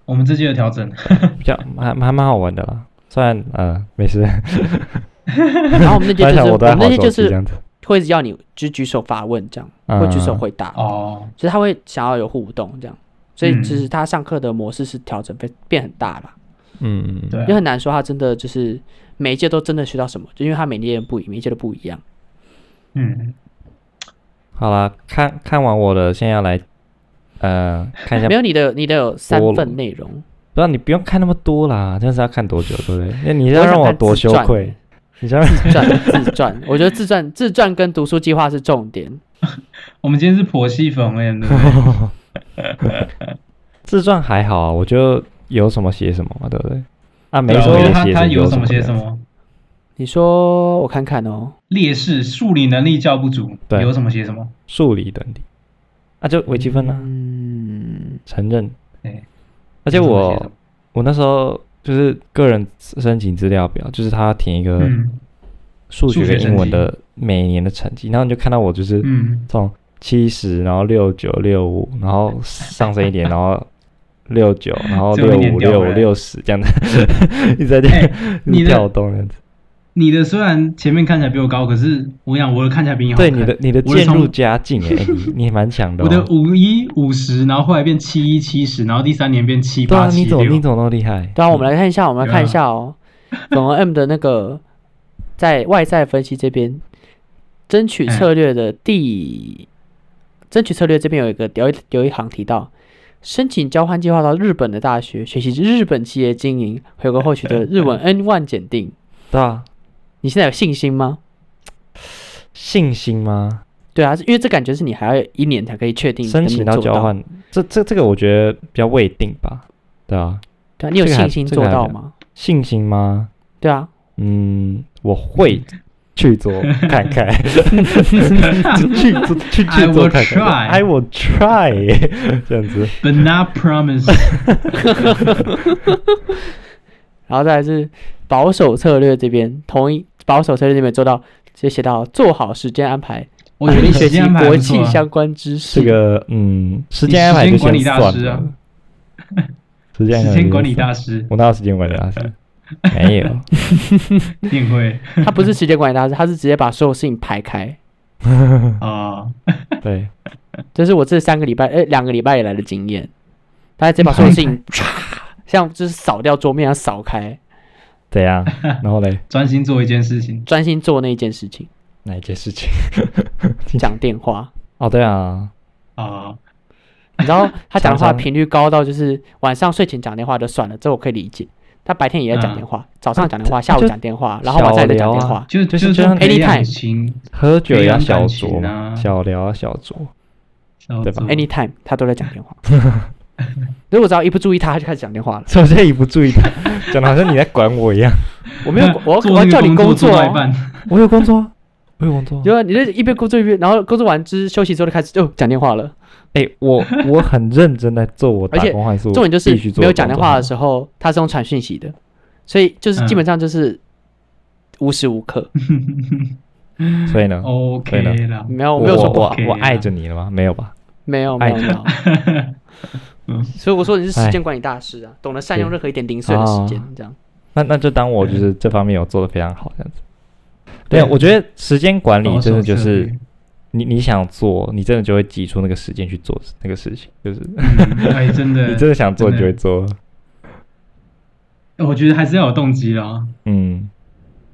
[SPEAKER 2] 我们这届的调整，
[SPEAKER 1] 嗯
[SPEAKER 3] 比较还还蛮好玩的啦。虽然呃没事，
[SPEAKER 1] 然后我们那 届
[SPEAKER 3] 发
[SPEAKER 1] 就
[SPEAKER 3] 现
[SPEAKER 1] 是
[SPEAKER 3] 我
[SPEAKER 1] 我
[SPEAKER 3] 都在
[SPEAKER 1] 们
[SPEAKER 3] 好
[SPEAKER 1] 那届
[SPEAKER 3] 手
[SPEAKER 1] 就
[SPEAKER 3] 机这
[SPEAKER 1] 是
[SPEAKER 3] 样子，
[SPEAKER 1] 会一直要你举举手发问这样，或举手
[SPEAKER 3] 嗯
[SPEAKER 1] 回答，
[SPEAKER 2] 哦，
[SPEAKER 1] 所以他会想要有互动这样。所以
[SPEAKER 2] 嗯
[SPEAKER 1] 其实他上课的模式是调整变变很大了。
[SPEAKER 3] 嗯嗯，
[SPEAKER 2] 对啊
[SPEAKER 1] 也很难说他真的就是每一届都真的学到什么，就因为他每届不一，每一届都不一样。
[SPEAKER 2] 嗯，
[SPEAKER 3] 好啦，看看完我的，现在要来呃看一下
[SPEAKER 1] 没，有你的，你的有三
[SPEAKER 3] 菠萝
[SPEAKER 1] 份内容，
[SPEAKER 3] 不要你不用看那么多啦，这样是要看多久，对不对？那你
[SPEAKER 1] 你
[SPEAKER 3] 要让我多羞愧，你想让
[SPEAKER 1] 自传，自传，我觉得自传、自传跟读书计划是重点。
[SPEAKER 2] 我们今天是婆媳粉红对不对
[SPEAKER 3] 自传还好啊，我就有什么写什么嘛，对不对？啊， 没
[SPEAKER 2] 对啊
[SPEAKER 3] 说
[SPEAKER 2] 我觉
[SPEAKER 3] 没
[SPEAKER 2] 得他
[SPEAKER 3] 写
[SPEAKER 2] 他
[SPEAKER 3] 有
[SPEAKER 2] 有什么
[SPEAKER 3] 写
[SPEAKER 2] 写什。么。
[SPEAKER 1] 你说，我看看哦，
[SPEAKER 2] 劣势，数理能力较不足，
[SPEAKER 3] 对
[SPEAKER 2] 有什么写什么。
[SPEAKER 3] 数理等理，啊，就微积分啊，
[SPEAKER 1] 嗯，
[SPEAKER 3] 承认
[SPEAKER 2] 对。
[SPEAKER 3] 而且
[SPEAKER 2] 有什么写什
[SPEAKER 3] 我
[SPEAKER 2] 么
[SPEAKER 3] 我那时候就是个人申请资料表，就是他填一个
[SPEAKER 2] 嗯
[SPEAKER 3] 数学
[SPEAKER 2] 数学
[SPEAKER 3] 跟英文
[SPEAKER 2] 成绩
[SPEAKER 3] 的每年的成绩，然后你就看到我就是
[SPEAKER 2] 嗯，
[SPEAKER 3] 从七十，然后六九六五，然后上升一点，然后六九，然 后
[SPEAKER 2] 最后
[SPEAKER 3] 六
[SPEAKER 2] 一年
[SPEAKER 3] 五
[SPEAKER 2] 掉
[SPEAKER 3] 六
[SPEAKER 2] 回来嗯哎
[SPEAKER 3] 六十这样子， 一直在这样一直
[SPEAKER 2] 你的
[SPEAKER 3] 跳动这样子。
[SPEAKER 2] 你的虽然前面看起来比我高，可是我想我的看起来比你好
[SPEAKER 3] 对
[SPEAKER 2] 看。
[SPEAKER 3] 你的你的
[SPEAKER 2] 我的
[SPEAKER 3] 渐入
[SPEAKER 2] 从
[SPEAKER 3] 佳境哎、欸你你蛮强的、
[SPEAKER 2] 我
[SPEAKER 3] 哦。
[SPEAKER 2] 的五一五十，然后后来变七一七十，然后第三年变七
[SPEAKER 3] 对啊
[SPEAKER 2] 八，七
[SPEAKER 3] 你怎么你
[SPEAKER 2] 六。
[SPEAKER 3] 怎么那么厉害？
[SPEAKER 1] 对啊，我们来看一下，我们来
[SPEAKER 2] 有啊
[SPEAKER 1] 看一下哦，粉红 M 的那个在外在分析这边，争取
[SPEAKER 3] 哎
[SPEAKER 1] 策略的第，争取策略这边有一个有一有一行提到，申请交换计划到日本的大学学习日本企业经营，回国后取得日 文 N one 检定。
[SPEAKER 3] 对啊，
[SPEAKER 1] 你现在有信心吗？
[SPEAKER 3] 信心吗？
[SPEAKER 1] 对啊，因为这感觉是你还要一年才可以确定
[SPEAKER 3] 申
[SPEAKER 1] 嗯
[SPEAKER 3] 请
[SPEAKER 1] 能不能做
[SPEAKER 3] 交
[SPEAKER 1] 到
[SPEAKER 3] 换，这这这个我觉得比较未定吧。对啊，
[SPEAKER 1] 对对啊，你有
[SPEAKER 3] 这个还
[SPEAKER 1] 信心
[SPEAKER 3] 这个
[SPEAKER 1] 做
[SPEAKER 3] 还
[SPEAKER 1] 到
[SPEAKER 3] 比较
[SPEAKER 1] 吗？
[SPEAKER 3] 信心吗？
[SPEAKER 1] 对啊，
[SPEAKER 3] 嗯，我会去 做看看，去做去
[SPEAKER 2] I
[SPEAKER 3] 去做
[SPEAKER 2] will
[SPEAKER 3] 看看
[SPEAKER 2] try.
[SPEAKER 3] ，I will try，这 样子。
[SPEAKER 2] But not promise，
[SPEAKER 1] 然后再来是保守策略这边，同一保守策略这边做到，直接写到做好时间安排，
[SPEAKER 2] 我觉得你
[SPEAKER 1] 学
[SPEAKER 2] 时
[SPEAKER 1] 习
[SPEAKER 2] 间安排
[SPEAKER 1] 国
[SPEAKER 2] 不错
[SPEAKER 1] 际
[SPEAKER 2] 啊
[SPEAKER 1] 相关知识。
[SPEAKER 3] 这个嗯，时
[SPEAKER 2] 你
[SPEAKER 3] 间安
[SPEAKER 2] 时
[SPEAKER 3] 排
[SPEAKER 2] 间
[SPEAKER 3] 就
[SPEAKER 2] 管
[SPEAKER 3] 先
[SPEAKER 2] 理大
[SPEAKER 3] 算
[SPEAKER 2] 师啊
[SPEAKER 3] 了。 时间安排
[SPEAKER 2] 时间
[SPEAKER 3] 就先
[SPEAKER 2] 管理
[SPEAKER 3] 算
[SPEAKER 2] 大师，
[SPEAKER 3] 我哪有时间管理 大师？没有，
[SPEAKER 2] 定会
[SPEAKER 1] 他不是时间管理大师，他是直接把所有事情排开。
[SPEAKER 3] 嗯
[SPEAKER 2] 啊，
[SPEAKER 3] 对，
[SPEAKER 1] 这是我这三个礼拜，哎，两个礼拜以来的经验。他直接把所有事 情唰，像就是扫掉桌面，扫开，
[SPEAKER 3] 怎样？然后嘞，
[SPEAKER 2] 专心做一件事情。
[SPEAKER 1] 专心做那一件事 情，
[SPEAKER 3] 哪一件事情？
[SPEAKER 1] 讲电话。
[SPEAKER 3] 哦，对啊，
[SPEAKER 2] 啊，
[SPEAKER 1] 你知道他讲话
[SPEAKER 3] 常常
[SPEAKER 1] 频率高到就是晚上睡前讲电话就算了，这我可以理解。他白天也要讲电
[SPEAKER 2] 啊
[SPEAKER 1] 话，早上讲电话，下午
[SPEAKER 3] 就
[SPEAKER 1] 讲电话，然后晚上也在讲电
[SPEAKER 3] 小聊
[SPEAKER 1] 话
[SPEAKER 3] 啊。
[SPEAKER 2] 就
[SPEAKER 3] 就是
[SPEAKER 2] 是
[SPEAKER 3] 这
[SPEAKER 2] 说
[SPEAKER 3] 样
[SPEAKER 2] 培
[SPEAKER 1] anytime
[SPEAKER 2] 养情，
[SPEAKER 3] 喝酒也要
[SPEAKER 2] 培养
[SPEAKER 3] 小
[SPEAKER 2] 感
[SPEAKER 3] 酌
[SPEAKER 2] 情
[SPEAKER 3] 嘛，
[SPEAKER 2] 啊
[SPEAKER 3] 小聊啊小酌，
[SPEAKER 2] 嗯
[SPEAKER 3] 对吧哎
[SPEAKER 1] anytime 他都在讲电话。如果只要一不注意他，他就开始讲电话了。
[SPEAKER 3] 是不是一不注意他， 讲的好像你在管我一样。
[SPEAKER 1] 我没有，我要
[SPEAKER 2] 做
[SPEAKER 1] 我要
[SPEAKER 2] 那个
[SPEAKER 1] 叫你
[SPEAKER 2] 工
[SPEAKER 1] 工
[SPEAKER 2] 做
[SPEAKER 1] 作
[SPEAKER 2] 到一
[SPEAKER 1] 哦。
[SPEAKER 2] 半，
[SPEAKER 3] 我有工作啊， 我有工作啊。
[SPEAKER 1] 因为你这一边工作一边，然后工作完之休息之后就开始就讲电话了。
[SPEAKER 3] 哎、我我很认真在做我
[SPEAKER 1] 而
[SPEAKER 3] 打
[SPEAKER 1] 且
[SPEAKER 3] 工换宿，
[SPEAKER 1] 重点就是
[SPEAKER 3] 必嗯须做
[SPEAKER 1] 没有
[SPEAKER 3] 的
[SPEAKER 1] 讲
[SPEAKER 3] 工
[SPEAKER 1] 电
[SPEAKER 3] 作
[SPEAKER 1] 话的时候，他是用传讯息的，所以就是基本上就是无时无刻
[SPEAKER 3] 所以呢，
[SPEAKER 2] OK
[SPEAKER 3] 嗯对
[SPEAKER 2] 了，
[SPEAKER 1] 没有
[SPEAKER 3] 我
[SPEAKER 1] 哦没有说不
[SPEAKER 3] 我
[SPEAKER 1] 好
[SPEAKER 2] ，OK
[SPEAKER 3] 我
[SPEAKER 2] 啊
[SPEAKER 3] 爱着你了吗？没有吧？
[SPEAKER 1] 没有没
[SPEAKER 3] 爱
[SPEAKER 1] 有没有。所以我说你是时间管理大师啊，懂得善用任何一点零碎的时间，这样
[SPEAKER 3] 那那就当我就是这方面有做的非常好这样子。对，啊我觉得时间管理
[SPEAKER 2] 保
[SPEAKER 3] 真
[SPEAKER 2] 守
[SPEAKER 3] 的就
[SPEAKER 2] 策
[SPEAKER 3] 是
[SPEAKER 2] 略
[SPEAKER 3] 你你想做，你真的就会挤出那个时间去做那个事情，就是
[SPEAKER 2] 嗯哎，真的，
[SPEAKER 3] 你真的想做你
[SPEAKER 2] 真
[SPEAKER 3] 就
[SPEAKER 2] 的
[SPEAKER 3] 会做。
[SPEAKER 2] 哎我觉得还是要有动机啦，
[SPEAKER 3] 嗯，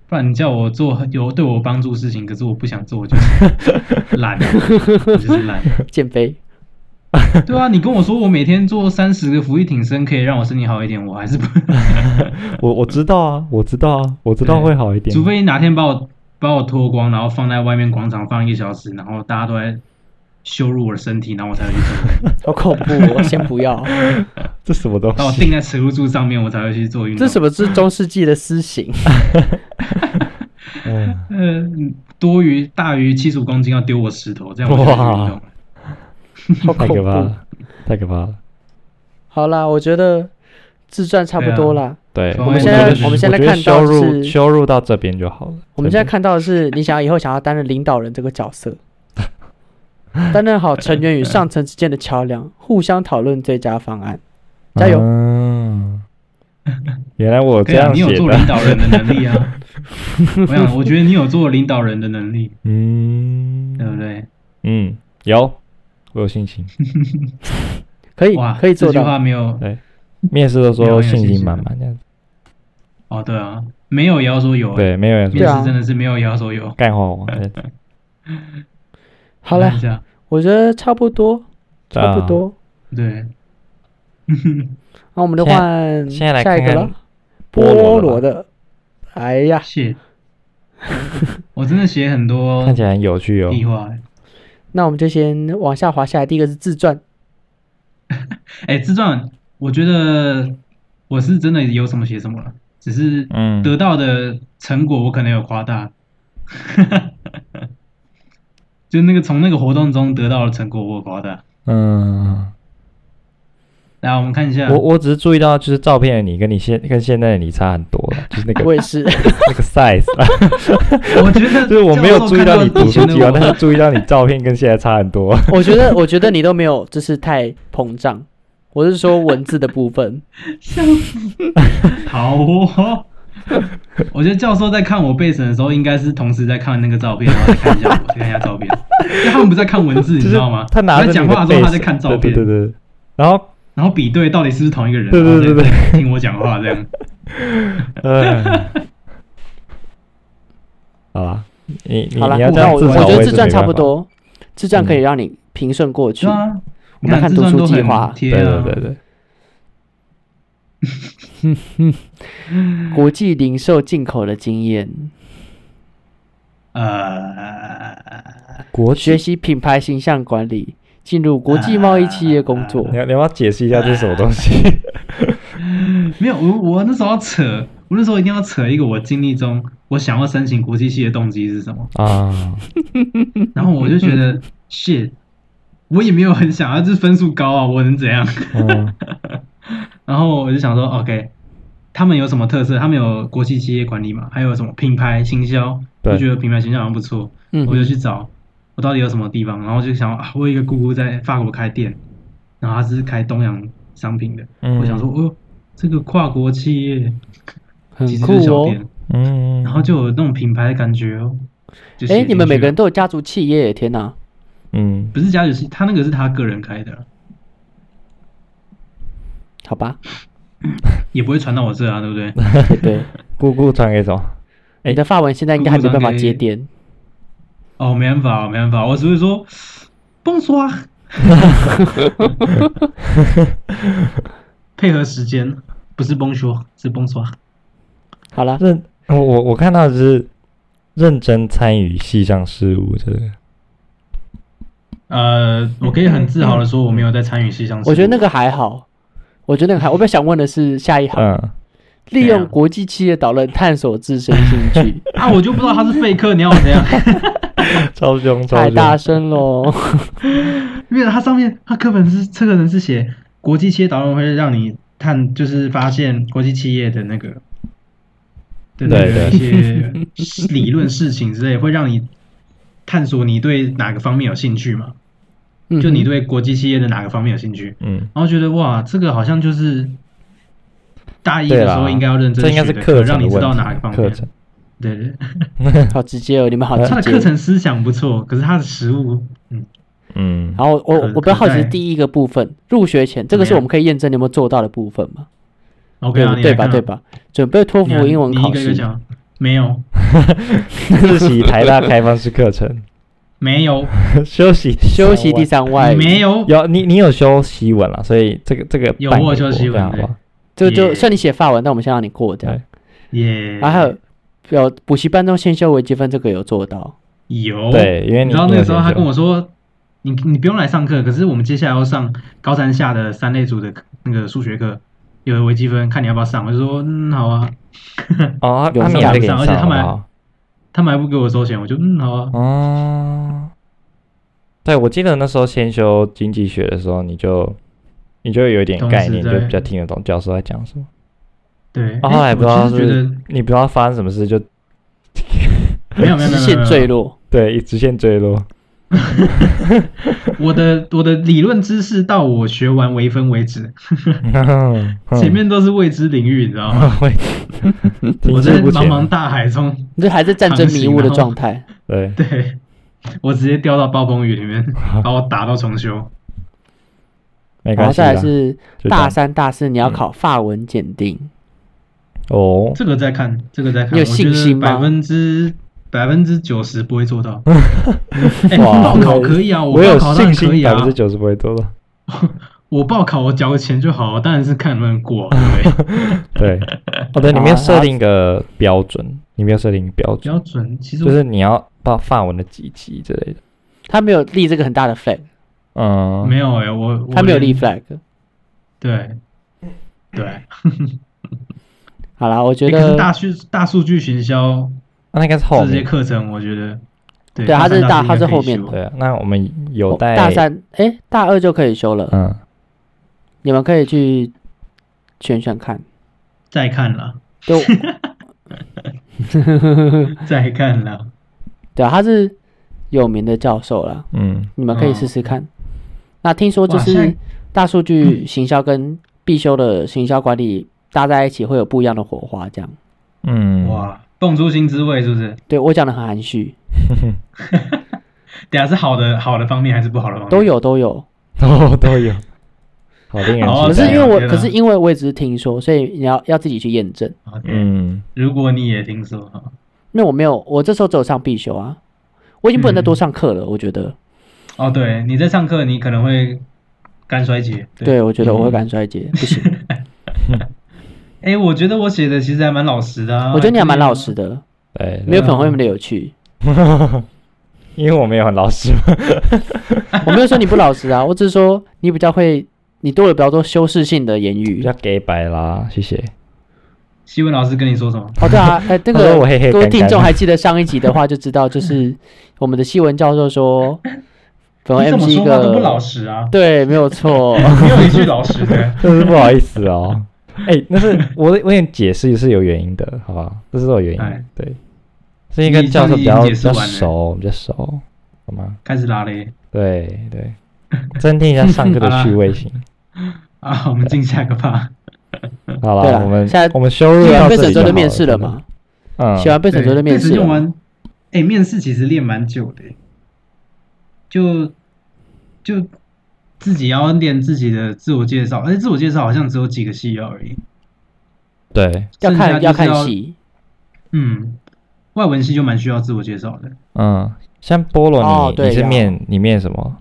[SPEAKER 2] 不然你叫我做有对我有帮助的事情，可是我不想做，我就是 懒，啊我就是懒。啊
[SPEAKER 1] 减肥。
[SPEAKER 2] 对啊，你跟我说我每天做三十个伏地挺身可以让我身体好一点，我还是 不，
[SPEAKER 3] 我我知道啊，我知道啊，我知道
[SPEAKER 2] 对
[SPEAKER 3] 会好一 点。
[SPEAKER 2] 除非你哪天把我把我脱光，然后放在外面广场放一个小时，然后大家都在羞辱我的身体，然后我才会去
[SPEAKER 1] 好
[SPEAKER 2] 做。
[SPEAKER 1] 恐怖、哦！先不要，
[SPEAKER 3] 这什么东
[SPEAKER 2] 把我
[SPEAKER 3] 西？
[SPEAKER 2] 定在耻辱柱上面，我才会去做运
[SPEAKER 1] 这
[SPEAKER 2] 动。
[SPEAKER 1] 什么是中世纪的私刑？
[SPEAKER 3] 嗯，
[SPEAKER 2] 呃，多于大于七十五公斤要丢我石头，这样我才会去运动
[SPEAKER 3] 哇。
[SPEAKER 1] 好
[SPEAKER 3] 太
[SPEAKER 1] 恐
[SPEAKER 3] 可怕
[SPEAKER 1] 怖！
[SPEAKER 3] 了，太可怕了。
[SPEAKER 1] 好啦，我觉得自传差不多啦。
[SPEAKER 3] 对，啊
[SPEAKER 2] 我们现
[SPEAKER 3] 觉得
[SPEAKER 2] 在
[SPEAKER 3] 是
[SPEAKER 2] 我
[SPEAKER 1] 们现在
[SPEAKER 3] 觉得
[SPEAKER 1] 看到
[SPEAKER 3] 羞辱
[SPEAKER 1] 是
[SPEAKER 3] 羞辱到这边就好了。
[SPEAKER 1] 我们现在
[SPEAKER 3] 真的
[SPEAKER 1] 看到的是，你想要以后想要担任领导人这个角色，担任好成员与上层之间的桥梁，互相讨论最佳方案。加油
[SPEAKER 3] 嗯，原来我
[SPEAKER 2] 可
[SPEAKER 3] 这
[SPEAKER 2] 以啊，
[SPEAKER 3] 样
[SPEAKER 2] 你有
[SPEAKER 3] 写
[SPEAKER 2] 做
[SPEAKER 3] 的，
[SPEAKER 2] 领导人的能力啊。 我想，我觉得你有做领导人的能力，对不
[SPEAKER 3] 嗯
[SPEAKER 2] 对？
[SPEAKER 3] 嗯，有，我有信 心。
[SPEAKER 1] 可以
[SPEAKER 2] 哇，，
[SPEAKER 1] 可以做
[SPEAKER 2] 这句
[SPEAKER 1] 到。
[SPEAKER 2] 话没有
[SPEAKER 3] 对，面试都
[SPEAKER 2] 有
[SPEAKER 3] 说
[SPEAKER 2] 有
[SPEAKER 3] 信
[SPEAKER 2] 信
[SPEAKER 3] 心
[SPEAKER 2] 心
[SPEAKER 3] 满满这样子，
[SPEAKER 2] 哦，对啊，没有也要说有、欸。
[SPEAKER 3] 对，没有人
[SPEAKER 1] 对
[SPEAKER 2] 面
[SPEAKER 1] 啊
[SPEAKER 3] 说
[SPEAKER 2] 试真的是没有也要说有。
[SPEAKER 3] 干话啊王这样子，
[SPEAKER 1] 好
[SPEAKER 2] 了
[SPEAKER 1] 了，，我觉得差不
[SPEAKER 3] 嗯
[SPEAKER 1] 多，差不多。
[SPEAKER 2] 对，
[SPEAKER 1] 那我们就
[SPEAKER 3] 现在
[SPEAKER 1] 换
[SPEAKER 3] 现在来
[SPEAKER 1] 下一个
[SPEAKER 3] 看看
[SPEAKER 1] 了，
[SPEAKER 3] 菠萝
[SPEAKER 1] 菠
[SPEAKER 3] 了吧
[SPEAKER 1] 萝的。哎呀，
[SPEAKER 2] 谢。我真的写很多
[SPEAKER 3] 看起来很有趣哦。
[SPEAKER 2] 屁话、欸。
[SPEAKER 1] 那我们就先往下滑下来。第一个是自传，
[SPEAKER 2] 哎、自传，我觉得我是真的有什么写什么了，只是
[SPEAKER 3] 嗯，
[SPEAKER 2] 得到的成果我可能有夸大， 就那个从那个活动中得到的成果我有夸大。
[SPEAKER 3] 嗯，
[SPEAKER 2] 来，我们看一下，
[SPEAKER 3] 我我只是注意到，就是照片的你跟你现跟现在的你差很多了，就是那个
[SPEAKER 1] 我也是。
[SPEAKER 3] 那个 size， 啊
[SPEAKER 2] 我觉 得
[SPEAKER 3] 就是我没有注意到你读书
[SPEAKER 2] 教授看
[SPEAKER 3] 计
[SPEAKER 2] 到
[SPEAKER 3] 划，
[SPEAKER 2] 以前的
[SPEAKER 3] 但
[SPEAKER 2] 我
[SPEAKER 3] 是注意到你照片跟现在差很多。
[SPEAKER 1] 我觉得，我觉得你都没有，就是太膨胀。我是说文字的部分，
[SPEAKER 2] 好哦。 我觉得教授在看我背审的时候，应该是同时在看那个照片，然后再看一下我，再看一下照片。 因为他们不在看文字，你
[SPEAKER 3] 就是
[SPEAKER 2] 知道吗？
[SPEAKER 3] 他拿
[SPEAKER 2] 我
[SPEAKER 3] 着
[SPEAKER 2] 在
[SPEAKER 3] 你
[SPEAKER 2] 讲话
[SPEAKER 3] 的
[SPEAKER 2] 的时候，他在
[SPEAKER 3] face，
[SPEAKER 2] 看照
[SPEAKER 3] 对对
[SPEAKER 2] 片，
[SPEAKER 3] 对对，然后
[SPEAKER 2] 然后比对到底是不是同一个人，
[SPEAKER 3] 对对对对
[SPEAKER 2] 然后再听我讲话这 样。
[SPEAKER 3] 呃，好吧，你你
[SPEAKER 1] 好了，
[SPEAKER 3] 你要这
[SPEAKER 1] 那
[SPEAKER 3] 样
[SPEAKER 1] 我
[SPEAKER 3] 自
[SPEAKER 1] 我
[SPEAKER 3] 嘲，
[SPEAKER 1] 觉
[SPEAKER 3] 也
[SPEAKER 1] 得
[SPEAKER 3] 是
[SPEAKER 1] 自传
[SPEAKER 3] 没
[SPEAKER 1] 差
[SPEAKER 3] 办
[SPEAKER 1] 不
[SPEAKER 3] 法。
[SPEAKER 1] 多，自传可以让你平顺过去
[SPEAKER 2] 对。啊，
[SPEAKER 1] 我
[SPEAKER 2] 你
[SPEAKER 1] 们来
[SPEAKER 2] 看
[SPEAKER 1] 看
[SPEAKER 2] 自
[SPEAKER 1] 读
[SPEAKER 2] 传
[SPEAKER 1] 书
[SPEAKER 2] 都
[SPEAKER 1] 计
[SPEAKER 2] 很
[SPEAKER 1] 划
[SPEAKER 2] 贴
[SPEAKER 3] 对对
[SPEAKER 2] 啊
[SPEAKER 3] 对对，
[SPEAKER 1] 国际零售进口的经验，
[SPEAKER 2] 呃，
[SPEAKER 3] 国
[SPEAKER 1] 学
[SPEAKER 3] 际，
[SPEAKER 1] 习品牌形象管理，进入国际贸易企业工作
[SPEAKER 3] 你。要你要不要解释一下这是什么东西？
[SPEAKER 2] 没有，我我那时候要扯，我那时候一定要扯一个我经历中我想要申请国际系的动机是什么。
[SPEAKER 3] 啊，
[SPEAKER 2] 然后我就觉
[SPEAKER 1] 嗯
[SPEAKER 2] 得 shit，我也没有很想要，就是分数高啊，我能怎样？
[SPEAKER 3] 嗯
[SPEAKER 2] 然后我就想说，OK，他们有什么特色？他们有国际企业管理嘛，还有什么品牌行销？
[SPEAKER 3] 对
[SPEAKER 2] 我觉得品牌行销好像不错，
[SPEAKER 1] 嗯
[SPEAKER 2] 我就去找我到底有什么地方。然后就想，啊，我有一个姑姑在法国开店，然后她是开东洋商品的，
[SPEAKER 3] 嗯
[SPEAKER 2] 我想说，哦，这个跨国企业其
[SPEAKER 1] 很
[SPEAKER 2] 实
[SPEAKER 1] 酷
[SPEAKER 2] 就是小
[SPEAKER 1] 哦。
[SPEAKER 2] 店，
[SPEAKER 3] 嗯，
[SPEAKER 2] 然后就有那种品牌的感觉哦。就
[SPEAKER 1] 哎、
[SPEAKER 2] 写
[SPEAKER 1] 你们
[SPEAKER 2] 进
[SPEAKER 1] 每
[SPEAKER 2] 去
[SPEAKER 1] 个人
[SPEAKER 2] 了
[SPEAKER 1] 都有家族企业，天哪！
[SPEAKER 3] 嗯，
[SPEAKER 2] 不是家酒是他那个是他个人开的，啊
[SPEAKER 1] 好吧，
[SPEAKER 2] 也不会传到我这啊，对不对？
[SPEAKER 1] 对 对，
[SPEAKER 3] 姑姑传给什么？
[SPEAKER 1] 你的发文现在应该还没办法接
[SPEAKER 2] 嗯
[SPEAKER 1] 电，
[SPEAKER 2] 哦，没办法，没办法，我只会说蹦刷，配合时间，不是蹦说，啊是蹦刷。
[SPEAKER 1] 好
[SPEAKER 2] 嗯
[SPEAKER 1] 了，
[SPEAKER 3] 认我我我看到的是认真参与系上事务，这个
[SPEAKER 2] 呃，我可以很自豪的说，我没有在参与西乡。
[SPEAKER 1] 我觉得那个还好，我觉得那 个还，我比较想问的是下一行，
[SPEAKER 3] 嗯，
[SPEAKER 1] 利
[SPEAKER 2] 怎
[SPEAKER 1] 用
[SPEAKER 2] 样
[SPEAKER 1] 国际企业导论探索自身兴趣，
[SPEAKER 2] 啊，我就不知道他是废客，你要我怎样？
[SPEAKER 3] 超凶 超
[SPEAKER 1] 太
[SPEAKER 3] 凶，
[SPEAKER 1] 大声喽！
[SPEAKER 2] 因为它上面它课本是这个人是写国际企业导论会让你探，就是发现国际企业的那个的那
[SPEAKER 3] 对
[SPEAKER 2] 个一些理论事情之类，会让你探索你对哪个方面有兴趣嘛？ 就你对国际企业的哪个方面有兴趣？
[SPEAKER 3] 嗯，
[SPEAKER 2] 然后觉得哇，这个好像就是大一的时候应该要认真
[SPEAKER 3] 这应该是
[SPEAKER 2] 学的
[SPEAKER 3] 课程
[SPEAKER 2] 让
[SPEAKER 3] 的
[SPEAKER 2] 你知道
[SPEAKER 3] 问
[SPEAKER 2] 哪个方
[SPEAKER 3] 题，课
[SPEAKER 2] 面。
[SPEAKER 3] 程
[SPEAKER 2] 对对，
[SPEAKER 1] 嗯哼好直接哦，你们好
[SPEAKER 2] 他的
[SPEAKER 1] 直
[SPEAKER 2] 课
[SPEAKER 1] 接。
[SPEAKER 2] 程思想不错，可是他的实物，嗯，
[SPEAKER 3] 嗯，
[SPEAKER 1] 然后我我
[SPEAKER 2] 可
[SPEAKER 1] 我比较好奇是
[SPEAKER 2] 可待
[SPEAKER 1] 第一个部分，入学前这个是
[SPEAKER 2] 怎么
[SPEAKER 1] 我
[SPEAKER 2] 样
[SPEAKER 1] 们可以验证你有没有做到的部分嘛？
[SPEAKER 2] ，OK
[SPEAKER 1] 对
[SPEAKER 2] 啊，你
[SPEAKER 1] 对
[SPEAKER 2] 来
[SPEAKER 1] 吧？
[SPEAKER 2] 看啊
[SPEAKER 1] 对？吧？准备托福
[SPEAKER 2] 你来
[SPEAKER 1] 英文
[SPEAKER 2] 你一
[SPEAKER 1] 考
[SPEAKER 2] 个一个
[SPEAKER 1] 试，
[SPEAKER 2] 讲，没有。
[SPEAKER 3] 自习台大开放式 课程，
[SPEAKER 2] 没有，
[SPEAKER 3] 休息第
[SPEAKER 1] 休息
[SPEAKER 3] 三
[SPEAKER 1] 第
[SPEAKER 3] 晚
[SPEAKER 1] 三外语，
[SPEAKER 2] 没有，
[SPEAKER 3] 有你你有修西文了，所以这个这个
[SPEAKER 2] 有
[SPEAKER 3] 半
[SPEAKER 2] 我有
[SPEAKER 3] 给
[SPEAKER 2] 修
[SPEAKER 3] 过
[SPEAKER 2] 西
[SPEAKER 3] 这
[SPEAKER 2] 文
[SPEAKER 3] 样好不好？
[SPEAKER 1] 就就
[SPEAKER 2] 也
[SPEAKER 1] 算你写法文，但我们先让你过这样。
[SPEAKER 2] 耶。
[SPEAKER 3] 啊
[SPEAKER 1] 然后还有有补习班中先修微积分，这个有做到。
[SPEAKER 2] 有，
[SPEAKER 3] 对，因
[SPEAKER 2] 你
[SPEAKER 3] 为你
[SPEAKER 2] 知道那
[SPEAKER 3] 你
[SPEAKER 2] 个
[SPEAKER 3] 有
[SPEAKER 2] 时候
[SPEAKER 3] 先
[SPEAKER 2] 他
[SPEAKER 3] 修
[SPEAKER 2] 跟我说，你你不用来上课，可是我们接下来要上高三下的三类组的那个数学课，有微积分，看你要不要上。我就说，嗯，好啊。
[SPEAKER 3] 哦，
[SPEAKER 1] 有
[SPEAKER 3] 他们也
[SPEAKER 1] 上
[SPEAKER 3] 会
[SPEAKER 2] 有
[SPEAKER 3] 给你
[SPEAKER 2] 上而且他
[SPEAKER 3] 好不
[SPEAKER 2] 们还
[SPEAKER 3] 好？
[SPEAKER 2] 他们还不给我收钱，我就嗯，好啊。
[SPEAKER 3] 哦，对，我记得那时候先修经济学的时候，你就你就有一点
[SPEAKER 2] 同
[SPEAKER 3] 概
[SPEAKER 2] 时
[SPEAKER 3] 念，就
[SPEAKER 2] 在
[SPEAKER 3] 比较听得懂教授在讲什么。
[SPEAKER 2] 对，哎
[SPEAKER 3] 哦后来不知道
[SPEAKER 2] 我其实觉
[SPEAKER 3] 是
[SPEAKER 2] 得
[SPEAKER 3] 你不知道发生什么事就，
[SPEAKER 2] 没有没
[SPEAKER 1] 直
[SPEAKER 2] 有没有没有
[SPEAKER 1] 线
[SPEAKER 2] 没有
[SPEAKER 1] 坠落，
[SPEAKER 3] 对一直线坠落。
[SPEAKER 2] 我的我的理论知识到我学完微分为止，
[SPEAKER 3] 嗯
[SPEAKER 2] 前面都是未知领域，你知道吗？
[SPEAKER 3] 会停
[SPEAKER 2] 我
[SPEAKER 3] 滞
[SPEAKER 2] 在
[SPEAKER 3] 不
[SPEAKER 2] 茫
[SPEAKER 3] 前，
[SPEAKER 2] 茫大海中，
[SPEAKER 1] 你这还在战争迷雾的状态。
[SPEAKER 3] 对，
[SPEAKER 2] 对我直接掉到暴风雨里 面，把我打到重修。
[SPEAKER 3] 没
[SPEAKER 1] 然
[SPEAKER 3] 关
[SPEAKER 1] 后
[SPEAKER 3] 系啦。
[SPEAKER 1] 再来是
[SPEAKER 3] 就这
[SPEAKER 1] 大
[SPEAKER 3] 样
[SPEAKER 1] 三、大四你要考法文检定，
[SPEAKER 3] 哦，
[SPEAKER 2] 这个再看，这个再看，
[SPEAKER 1] 你有
[SPEAKER 2] 我
[SPEAKER 1] 信心吗
[SPEAKER 2] 百分之百分之九十不会 做到。哎报考可以啊，
[SPEAKER 3] 有
[SPEAKER 2] 报考当
[SPEAKER 3] 信
[SPEAKER 2] 然可
[SPEAKER 3] 心
[SPEAKER 2] 以
[SPEAKER 3] 百
[SPEAKER 2] 啊
[SPEAKER 3] 分。之九十不会多了。
[SPEAKER 2] 我报考我交个钱就好，当然是看能不能过、啊，对不对？
[SPEAKER 3] 对，哦对，你
[SPEAKER 1] 好
[SPEAKER 3] 们
[SPEAKER 1] 啊
[SPEAKER 3] 要设定一个标准，你们要设定一个标
[SPEAKER 2] 比
[SPEAKER 3] 准，
[SPEAKER 2] 较准，其实我
[SPEAKER 3] 就是你要报法文的几级之类的。
[SPEAKER 1] 他没有立这个很大的 flag，
[SPEAKER 3] 嗯，
[SPEAKER 2] 没有哎、我
[SPEAKER 1] 他没有立
[SPEAKER 2] 力。
[SPEAKER 1] flag。
[SPEAKER 2] 对对，
[SPEAKER 1] 好啦，我觉
[SPEAKER 2] 哎可是
[SPEAKER 1] 得
[SPEAKER 2] 大数大数据行销
[SPEAKER 3] 那应该是后
[SPEAKER 2] 这些
[SPEAKER 3] 面。
[SPEAKER 2] 课程，我觉得对
[SPEAKER 1] 对
[SPEAKER 2] 它
[SPEAKER 1] 它是大
[SPEAKER 2] 它
[SPEAKER 1] 它是后面
[SPEAKER 3] 对啊，那我们有
[SPEAKER 1] 我
[SPEAKER 3] 待
[SPEAKER 1] 哦大三哎大二就可以修了，
[SPEAKER 3] 嗯，
[SPEAKER 1] 你们可以去选选看。
[SPEAKER 2] 再看了，
[SPEAKER 1] 就
[SPEAKER 2] 再看了。
[SPEAKER 1] 对啊，他是有名的教授啦，
[SPEAKER 3] 嗯
[SPEAKER 1] 你们可以
[SPEAKER 2] 哦
[SPEAKER 1] 试试看。那听说就
[SPEAKER 2] 哇现
[SPEAKER 1] 是
[SPEAKER 2] 在
[SPEAKER 1] 大数据行销跟必修的行销管理搭在一起，会有不一样的火花。这样，
[SPEAKER 3] 嗯，
[SPEAKER 2] 哇，蹦出新滋味是不是？
[SPEAKER 1] 对我讲的很含蓄，
[SPEAKER 2] 等下是好的好的方面还是不好的方面？
[SPEAKER 1] 都有都有。
[SPEAKER 3] 都哦都有，好令人
[SPEAKER 2] 好
[SPEAKER 1] 可
[SPEAKER 3] 期
[SPEAKER 1] 是
[SPEAKER 3] 待
[SPEAKER 1] 因为
[SPEAKER 3] 哦。
[SPEAKER 1] 我，
[SPEAKER 2] 天啊
[SPEAKER 1] 可是因为我也只是听说，所以你要要自己去验证。
[SPEAKER 2] OK
[SPEAKER 3] 嗯，
[SPEAKER 2] 如果你也听说哈，
[SPEAKER 1] 因为我没有，我这时候只有上必修啊，我已经不能再多上课了。我觉得，
[SPEAKER 2] 哦，对，你在上课，你可能会肝衰竭。
[SPEAKER 1] 对，我觉得
[SPEAKER 2] 嗯
[SPEAKER 1] 我会感衰竭，不行。
[SPEAKER 2] 哎，我觉得我写的其实还蛮老实的、 啊。
[SPEAKER 1] 我觉得你还蛮老实
[SPEAKER 2] 的。
[SPEAKER 1] 的，
[SPEAKER 3] 对，
[SPEAKER 1] 没有粉红那么的有趣。
[SPEAKER 3] 因为我们也很老实嘛。
[SPEAKER 1] 我没有说你不老实啊，我只是说你比较会你多了比较多修饰性的言
[SPEAKER 3] 比
[SPEAKER 1] 语
[SPEAKER 3] 较。给白啦，谢 谢。
[SPEAKER 2] 希文老师跟你说什么？
[SPEAKER 1] 哦，对啊，哎，这
[SPEAKER 3] 他
[SPEAKER 1] 个
[SPEAKER 3] 说我嘿嘿
[SPEAKER 1] 各位
[SPEAKER 3] 干
[SPEAKER 1] 听
[SPEAKER 3] 干
[SPEAKER 1] 众还记得上一集的话，就知道就是 我们的西文教授说，粉红
[SPEAKER 2] 你
[SPEAKER 1] M
[SPEAKER 2] 怎么
[SPEAKER 1] 是一
[SPEAKER 2] 说话都不
[SPEAKER 1] 个
[SPEAKER 2] 老实啊？
[SPEAKER 1] 对，没有 错。
[SPEAKER 2] 没有一句老实的。
[SPEAKER 3] 真是不好意思哦。哎、那是我我也解释是有原因的，好吧？这是有原因，
[SPEAKER 2] 哎
[SPEAKER 3] 对，是因为跟教授比较
[SPEAKER 2] 你
[SPEAKER 3] 比
[SPEAKER 2] 已经解释
[SPEAKER 3] 较
[SPEAKER 2] 完了
[SPEAKER 3] 熟，比较熟，好吗？
[SPEAKER 2] 开始拉嘞
[SPEAKER 3] 对 对，增添一下上课的趣味性。
[SPEAKER 2] 啊！我们进下个吧。
[SPEAKER 3] 好
[SPEAKER 1] 对啦
[SPEAKER 3] 了，我们
[SPEAKER 1] 现在
[SPEAKER 3] 我们修入
[SPEAKER 1] 写
[SPEAKER 3] 到
[SPEAKER 1] 完备
[SPEAKER 3] 这里
[SPEAKER 1] 审之
[SPEAKER 3] 就
[SPEAKER 1] 后
[SPEAKER 3] 好
[SPEAKER 1] 就面试了嘛？
[SPEAKER 3] 嗯，
[SPEAKER 1] 写完备审之后就
[SPEAKER 2] 对
[SPEAKER 1] 面
[SPEAKER 2] 备
[SPEAKER 1] 试
[SPEAKER 2] 审用
[SPEAKER 1] 了。
[SPEAKER 2] 完，哎，面试其实练蛮久的，就就自己要练自己的自我介绍，而且自我介绍好像只有几个戏要而已。
[SPEAKER 3] 对，
[SPEAKER 1] 要
[SPEAKER 2] 剩下
[SPEAKER 1] 看
[SPEAKER 2] 就是
[SPEAKER 1] 要看戏，
[SPEAKER 2] 嗯，外文系就蛮需要自我介绍的。
[SPEAKER 3] 嗯，像菠
[SPEAKER 1] 哦
[SPEAKER 3] 萝你、
[SPEAKER 1] 对
[SPEAKER 3] 你是
[SPEAKER 1] 呀
[SPEAKER 3] 面你面什么？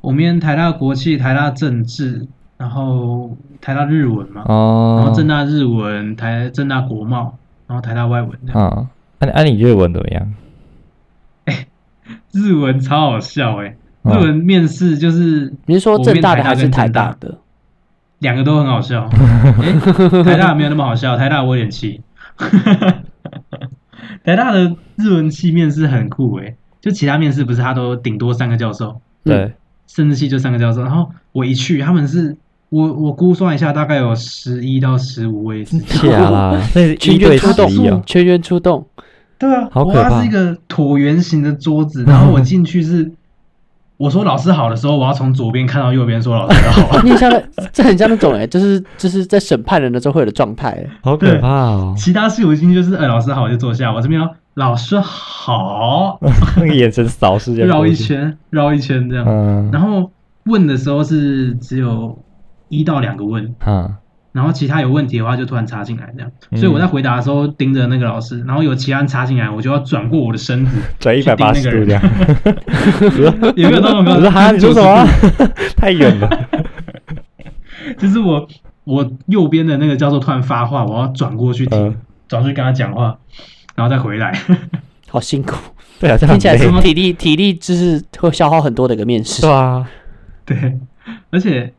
[SPEAKER 2] 我们台大国际、台大政治，然后台大日文嘛，然
[SPEAKER 3] 哦
[SPEAKER 2] 后，政大日文、台政大国贸，然后台大外文这样。
[SPEAKER 3] 嗯，那你、啊、你日文怎么样？
[SPEAKER 2] 日文超好笑哎、
[SPEAKER 3] 嗯
[SPEAKER 2] 日文面试就是
[SPEAKER 1] 你是说
[SPEAKER 2] 我
[SPEAKER 1] 正
[SPEAKER 2] 面
[SPEAKER 1] 大
[SPEAKER 2] 台
[SPEAKER 1] 的
[SPEAKER 2] 大
[SPEAKER 1] 还是
[SPEAKER 2] 跟
[SPEAKER 1] 台
[SPEAKER 2] 政大
[SPEAKER 1] 大的？
[SPEAKER 2] 两个都很好 笑，诶台大没有那么好笑，台大我有点气。 台大的日文系面试很酷诶、就其他面试不是他都顶多三个教授，
[SPEAKER 3] 对，
[SPEAKER 2] 政治系就三个教授，然后我一去，他们是我我估算一下，大概有十一到十五位之间。
[SPEAKER 3] 假 啊啦，这是
[SPEAKER 1] 全
[SPEAKER 3] 一
[SPEAKER 1] 员
[SPEAKER 3] 对
[SPEAKER 1] 出
[SPEAKER 3] 十
[SPEAKER 1] 动
[SPEAKER 3] 一哦，，
[SPEAKER 1] 全员出动，
[SPEAKER 2] 对啊，
[SPEAKER 3] 好
[SPEAKER 2] 我
[SPEAKER 3] 可
[SPEAKER 2] 它
[SPEAKER 3] 怕嗯
[SPEAKER 2] 是一个椭圆形的桌子，然后我进去是，我说老师好的时候，我要从左边看到右边说老师 好。，
[SPEAKER 1] 你很像那，这很像那种哎，就是就是在审判人的时候会有的状态欸。
[SPEAKER 3] 好可怕哦
[SPEAKER 2] 其他事我进去就是，呃，老师好我就坐下，我这边要老师 好，
[SPEAKER 3] 那个眼神扫视这样
[SPEAKER 2] 绕一
[SPEAKER 3] 过去，
[SPEAKER 2] 圈，绕一圈这样。
[SPEAKER 3] 嗯，
[SPEAKER 2] 然后问的时候是只有一到两个问，
[SPEAKER 3] 嗯，
[SPEAKER 2] 然后其他有问题的话就突然插进来这样。
[SPEAKER 3] 嗯
[SPEAKER 2] 所以我在回答的时候盯着那个老师，然后有其他人插进来，我就要转过我的身 子，
[SPEAKER 3] 转一百八十度这样。
[SPEAKER 2] 有没有那种
[SPEAKER 3] 我说哈，你说什么？ 太远了。
[SPEAKER 2] 就是我我右边的那个教授突然发话，我要转过去听，
[SPEAKER 3] 嗯，
[SPEAKER 2] 转过去跟他讲话，然后再回来。
[SPEAKER 1] 好辛苦，
[SPEAKER 3] 对啊，这样
[SPEAKER 1] 听起来是
[SPEAKER 3] 很累
[SPEAKER 1] 体力体力就是会消耗很多的一个面试
[SPEAKER 3] 对。啊，
[SPEAKER 2] 对，而且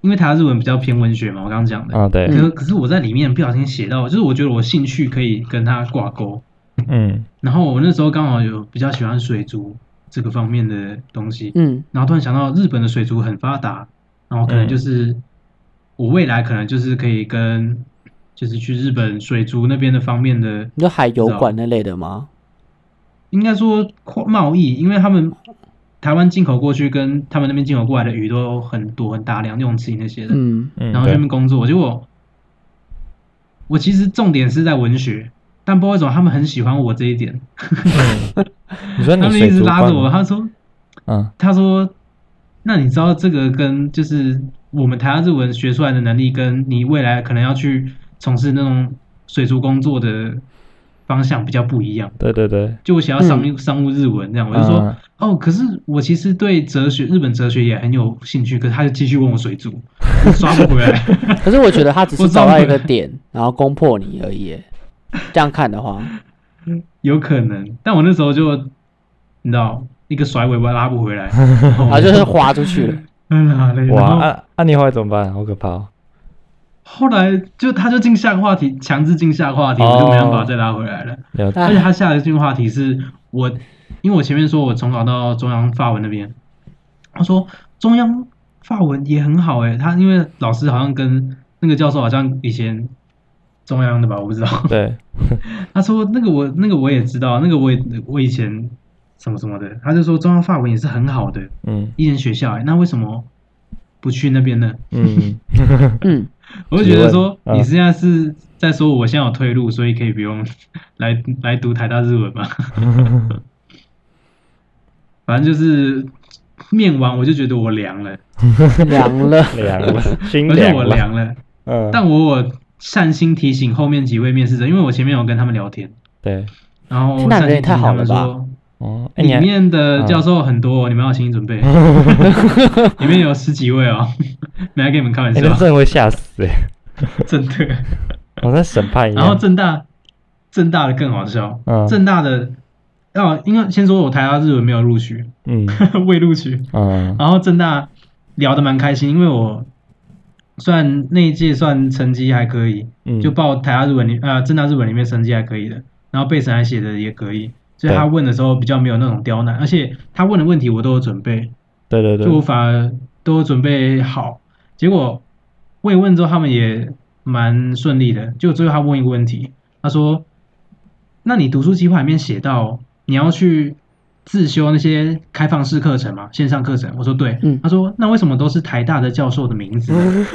[SPEAKER 2] 因为台湾日文比较偏文学嘛，我刚刚讲的。
[SPEAKER 3] 啊对
[SPEAKER 2] 可，是可是我在里面不小心写到，就是我觉得我兴趣可以跟它挂钩，
[SPEAKER 3] 嗯，
[SPEAKER 2] 然后我那时候刚好有比较喜欢水族这个方面的东西，
[SPEAKER 1] 嗯，
[SPEAKER 2] 然后突然想到日本的水族很发达，然后可能
[SPEAKER 3] 嗯
[SPEAKER 2] 就是、我未来可能就是可以跟就是去日本水族那边的方面的，
[SPEAKER 1] 你说海油馆那类的吗？
[SPEAKER 2] 应该说跨贸易，因为他们台湾进口过去跟他们那边进口过来的鱼都很多很大量，用吃那些的，
[SPEAKER 1] 嗯，
[SPEAKER 3] 嗯
[SPEAKER 2] 然后去那边工作。结果我其实重点是在文学，但不知道为什么他们很喜欢我这一点，
[SPEAKER 3] 对你说
[SPEAKER 2] 他
[SPEAKER 3] 你
[SPEAKER 2] 们一
[SPEAKER 3] 水
[SPEAKER 2] 直
[SPEAKER 3] 族
[SPEAKER 2] 拉着我，
[SPEAKER 3] 馆
[SPEAKER 2] 他说
[SPEAKER 3] 嗯，
[SPEAKER 2] 他说，那你知道这个跟就是我们台湾日文学出来的能力，跟你未来可能要去从事那种水族工作的方向比较不一样。
[SPEAKER 3] 对对对，
[SPEAKER 2] 就我想要商务、
[SPEAKER 3] 嗯
[SPEAKER 2] 商务日文这样，我就说、哦，可是我其实对哲学日本哲学也很有兴趣，可是他就继续问我 水族，我刷不回来。
[SPEAKER 1] 可是我觉得他只
[SPEAKER 2] 我
[SPEAKER 1] 是
[SPEAKER 2] 知道
[SPEAKER 1] 找到一
[SPEAKER 2] 了
[SPEAKER 1] 个点，然后攻破你而已耶。这样看的话，
[SPEAKER 2] 有可能，但我那时候就，你知道，一个甩尾巴拉不回来，哦然 后
[SPEAKER 1] 啊，就是滑出去了。
[SPEAKER 2] 嗯啊嘞，
[SPEAKER 3] 嗯
[SPEAKER 2] 然
[SPEAKER 3] 哇，
[SPEAKER 2] 后
[SPEAKER 3] 按按你后来怎么办？好可怕哦！
[SPEAKER 2] 后来就他就进下个话题，强制进下个话题，
[SPEAKER 3] 哦
[SPEAKER 2] 我就没办法再拉回来了。
[SPEAKER 3] 了解
[SPEAKER 1] 哎
[SPEAKER 2] 而且他下一句话题是我，因为我前面说我从小到中央法文那边，他说中央法文也很好诶、他因为老师好像跟那个教授好像以前中央的吧，我不知道。
[SPEAKER 3] 对，
[SPEAKER 2] 他说那个我那个我也知道，那个我也我以前什么什么的，他就说中央法文也是很好的
[SPEAKER 3] 嗯
[SPEAKER 2] 一间学校、欸，那为什么不去那边呢？
[SPEAKER 3] 嗯，
[SPEAKER 1] 嗯，
[SPEAKER 2] 我就觉得说
[SPEAKER 3] 提问嗯
[SPEAKER 2] 你现在是在说我现在有退路，所以可以不用 来来读台大日文嘛。反正就是面完我就觉得我凉了，
[SPEAKER 1] 凉了。
[SPEAKER 3] 凉 了，啊心
[SPEAKER 2] 而且
[SPEAKER 3] 凉
[SPEAKER 2] 我
[SPEAKER 3] 了，
[SPEAKER 2] 凉了，
[SPEAKER 3] 嗯，
[SPEAKER 2] 但我我善心提醒后面几位面试者，因为我前面有跟他们聊天，
[SPEAKER 3] 对，
[SPEAKER 2] 然后
[SPEAKER 1] 天
[SPEAKER 2] 我
[SPEAKER 1] 哪
[SPEAKER 2] 善心
[SPEAKER 1] 人也
[SPEAKER 2] 提
[SPEAKER 1] 太
[SPEAKER 2] 醒他
[SPEAKER 1] 好了
[SPEAKER 2] 们
[SPEAKER 1] 吧
[SPEAKER 2] 说。
[SPEAKER 3] 哦，哎，你
[SPEAKER 2] 里
[SPEAKER 3] 还
[SPEAKER 2] 面的教授很多、哦，你们要有心理准备。 里面有十几位哦， 没来跟你们开玩
[SPEAKER 3] 哎，
[SPEAKER 2] 笑
[SPEAKER 3] 那，真的会吓死哎！
[SPEAKER 2] 真的。
[SPEAKER 3] 我在审判一
[SPEAKER 2] 然后
[SPEAKER 3] 样，
[SPEAKER 2] 正大，正大的更好笑，
[SPEAKER 3] 嗯
[SPEAKER 2] 正大的，哦，因为先说我台大日文没有录取，
[SPEAKER 3] 嗯
[SPEAKER 2] 未录取。
[SPEAKER 3] 嗯
[SPEAKER 2] 然后正大聊得蛮开心，因为我算那一届算成绩还可以，
[SPEAKER 3] 嗯，
[SPEAKER 2] 就报台大日文里呃正大日文里面成绩还可以的，然后背审还写的也可以，所以他
[SPEAKER 3] 对
[SPEAKER 2] 问的时候比较没有那种刁难，而且他问的问题我都有准备，
[SPEAKER 3] 对对
[SPEAKER 2] 就我
[SPEAKER 3] 对，
[SPEAKER 2] 反而都准备好，结果慰问之后他们也蛮顺利的。就最后他问一个问题，他说：“那你读书计划里面写到你要去自修那些开放式课程嘛，线上课程？”我说：“对。
[SPEAKER 1] 嗯
[SPEAKER 2] 他说：“那为什么都是台大的教授的名字呢？”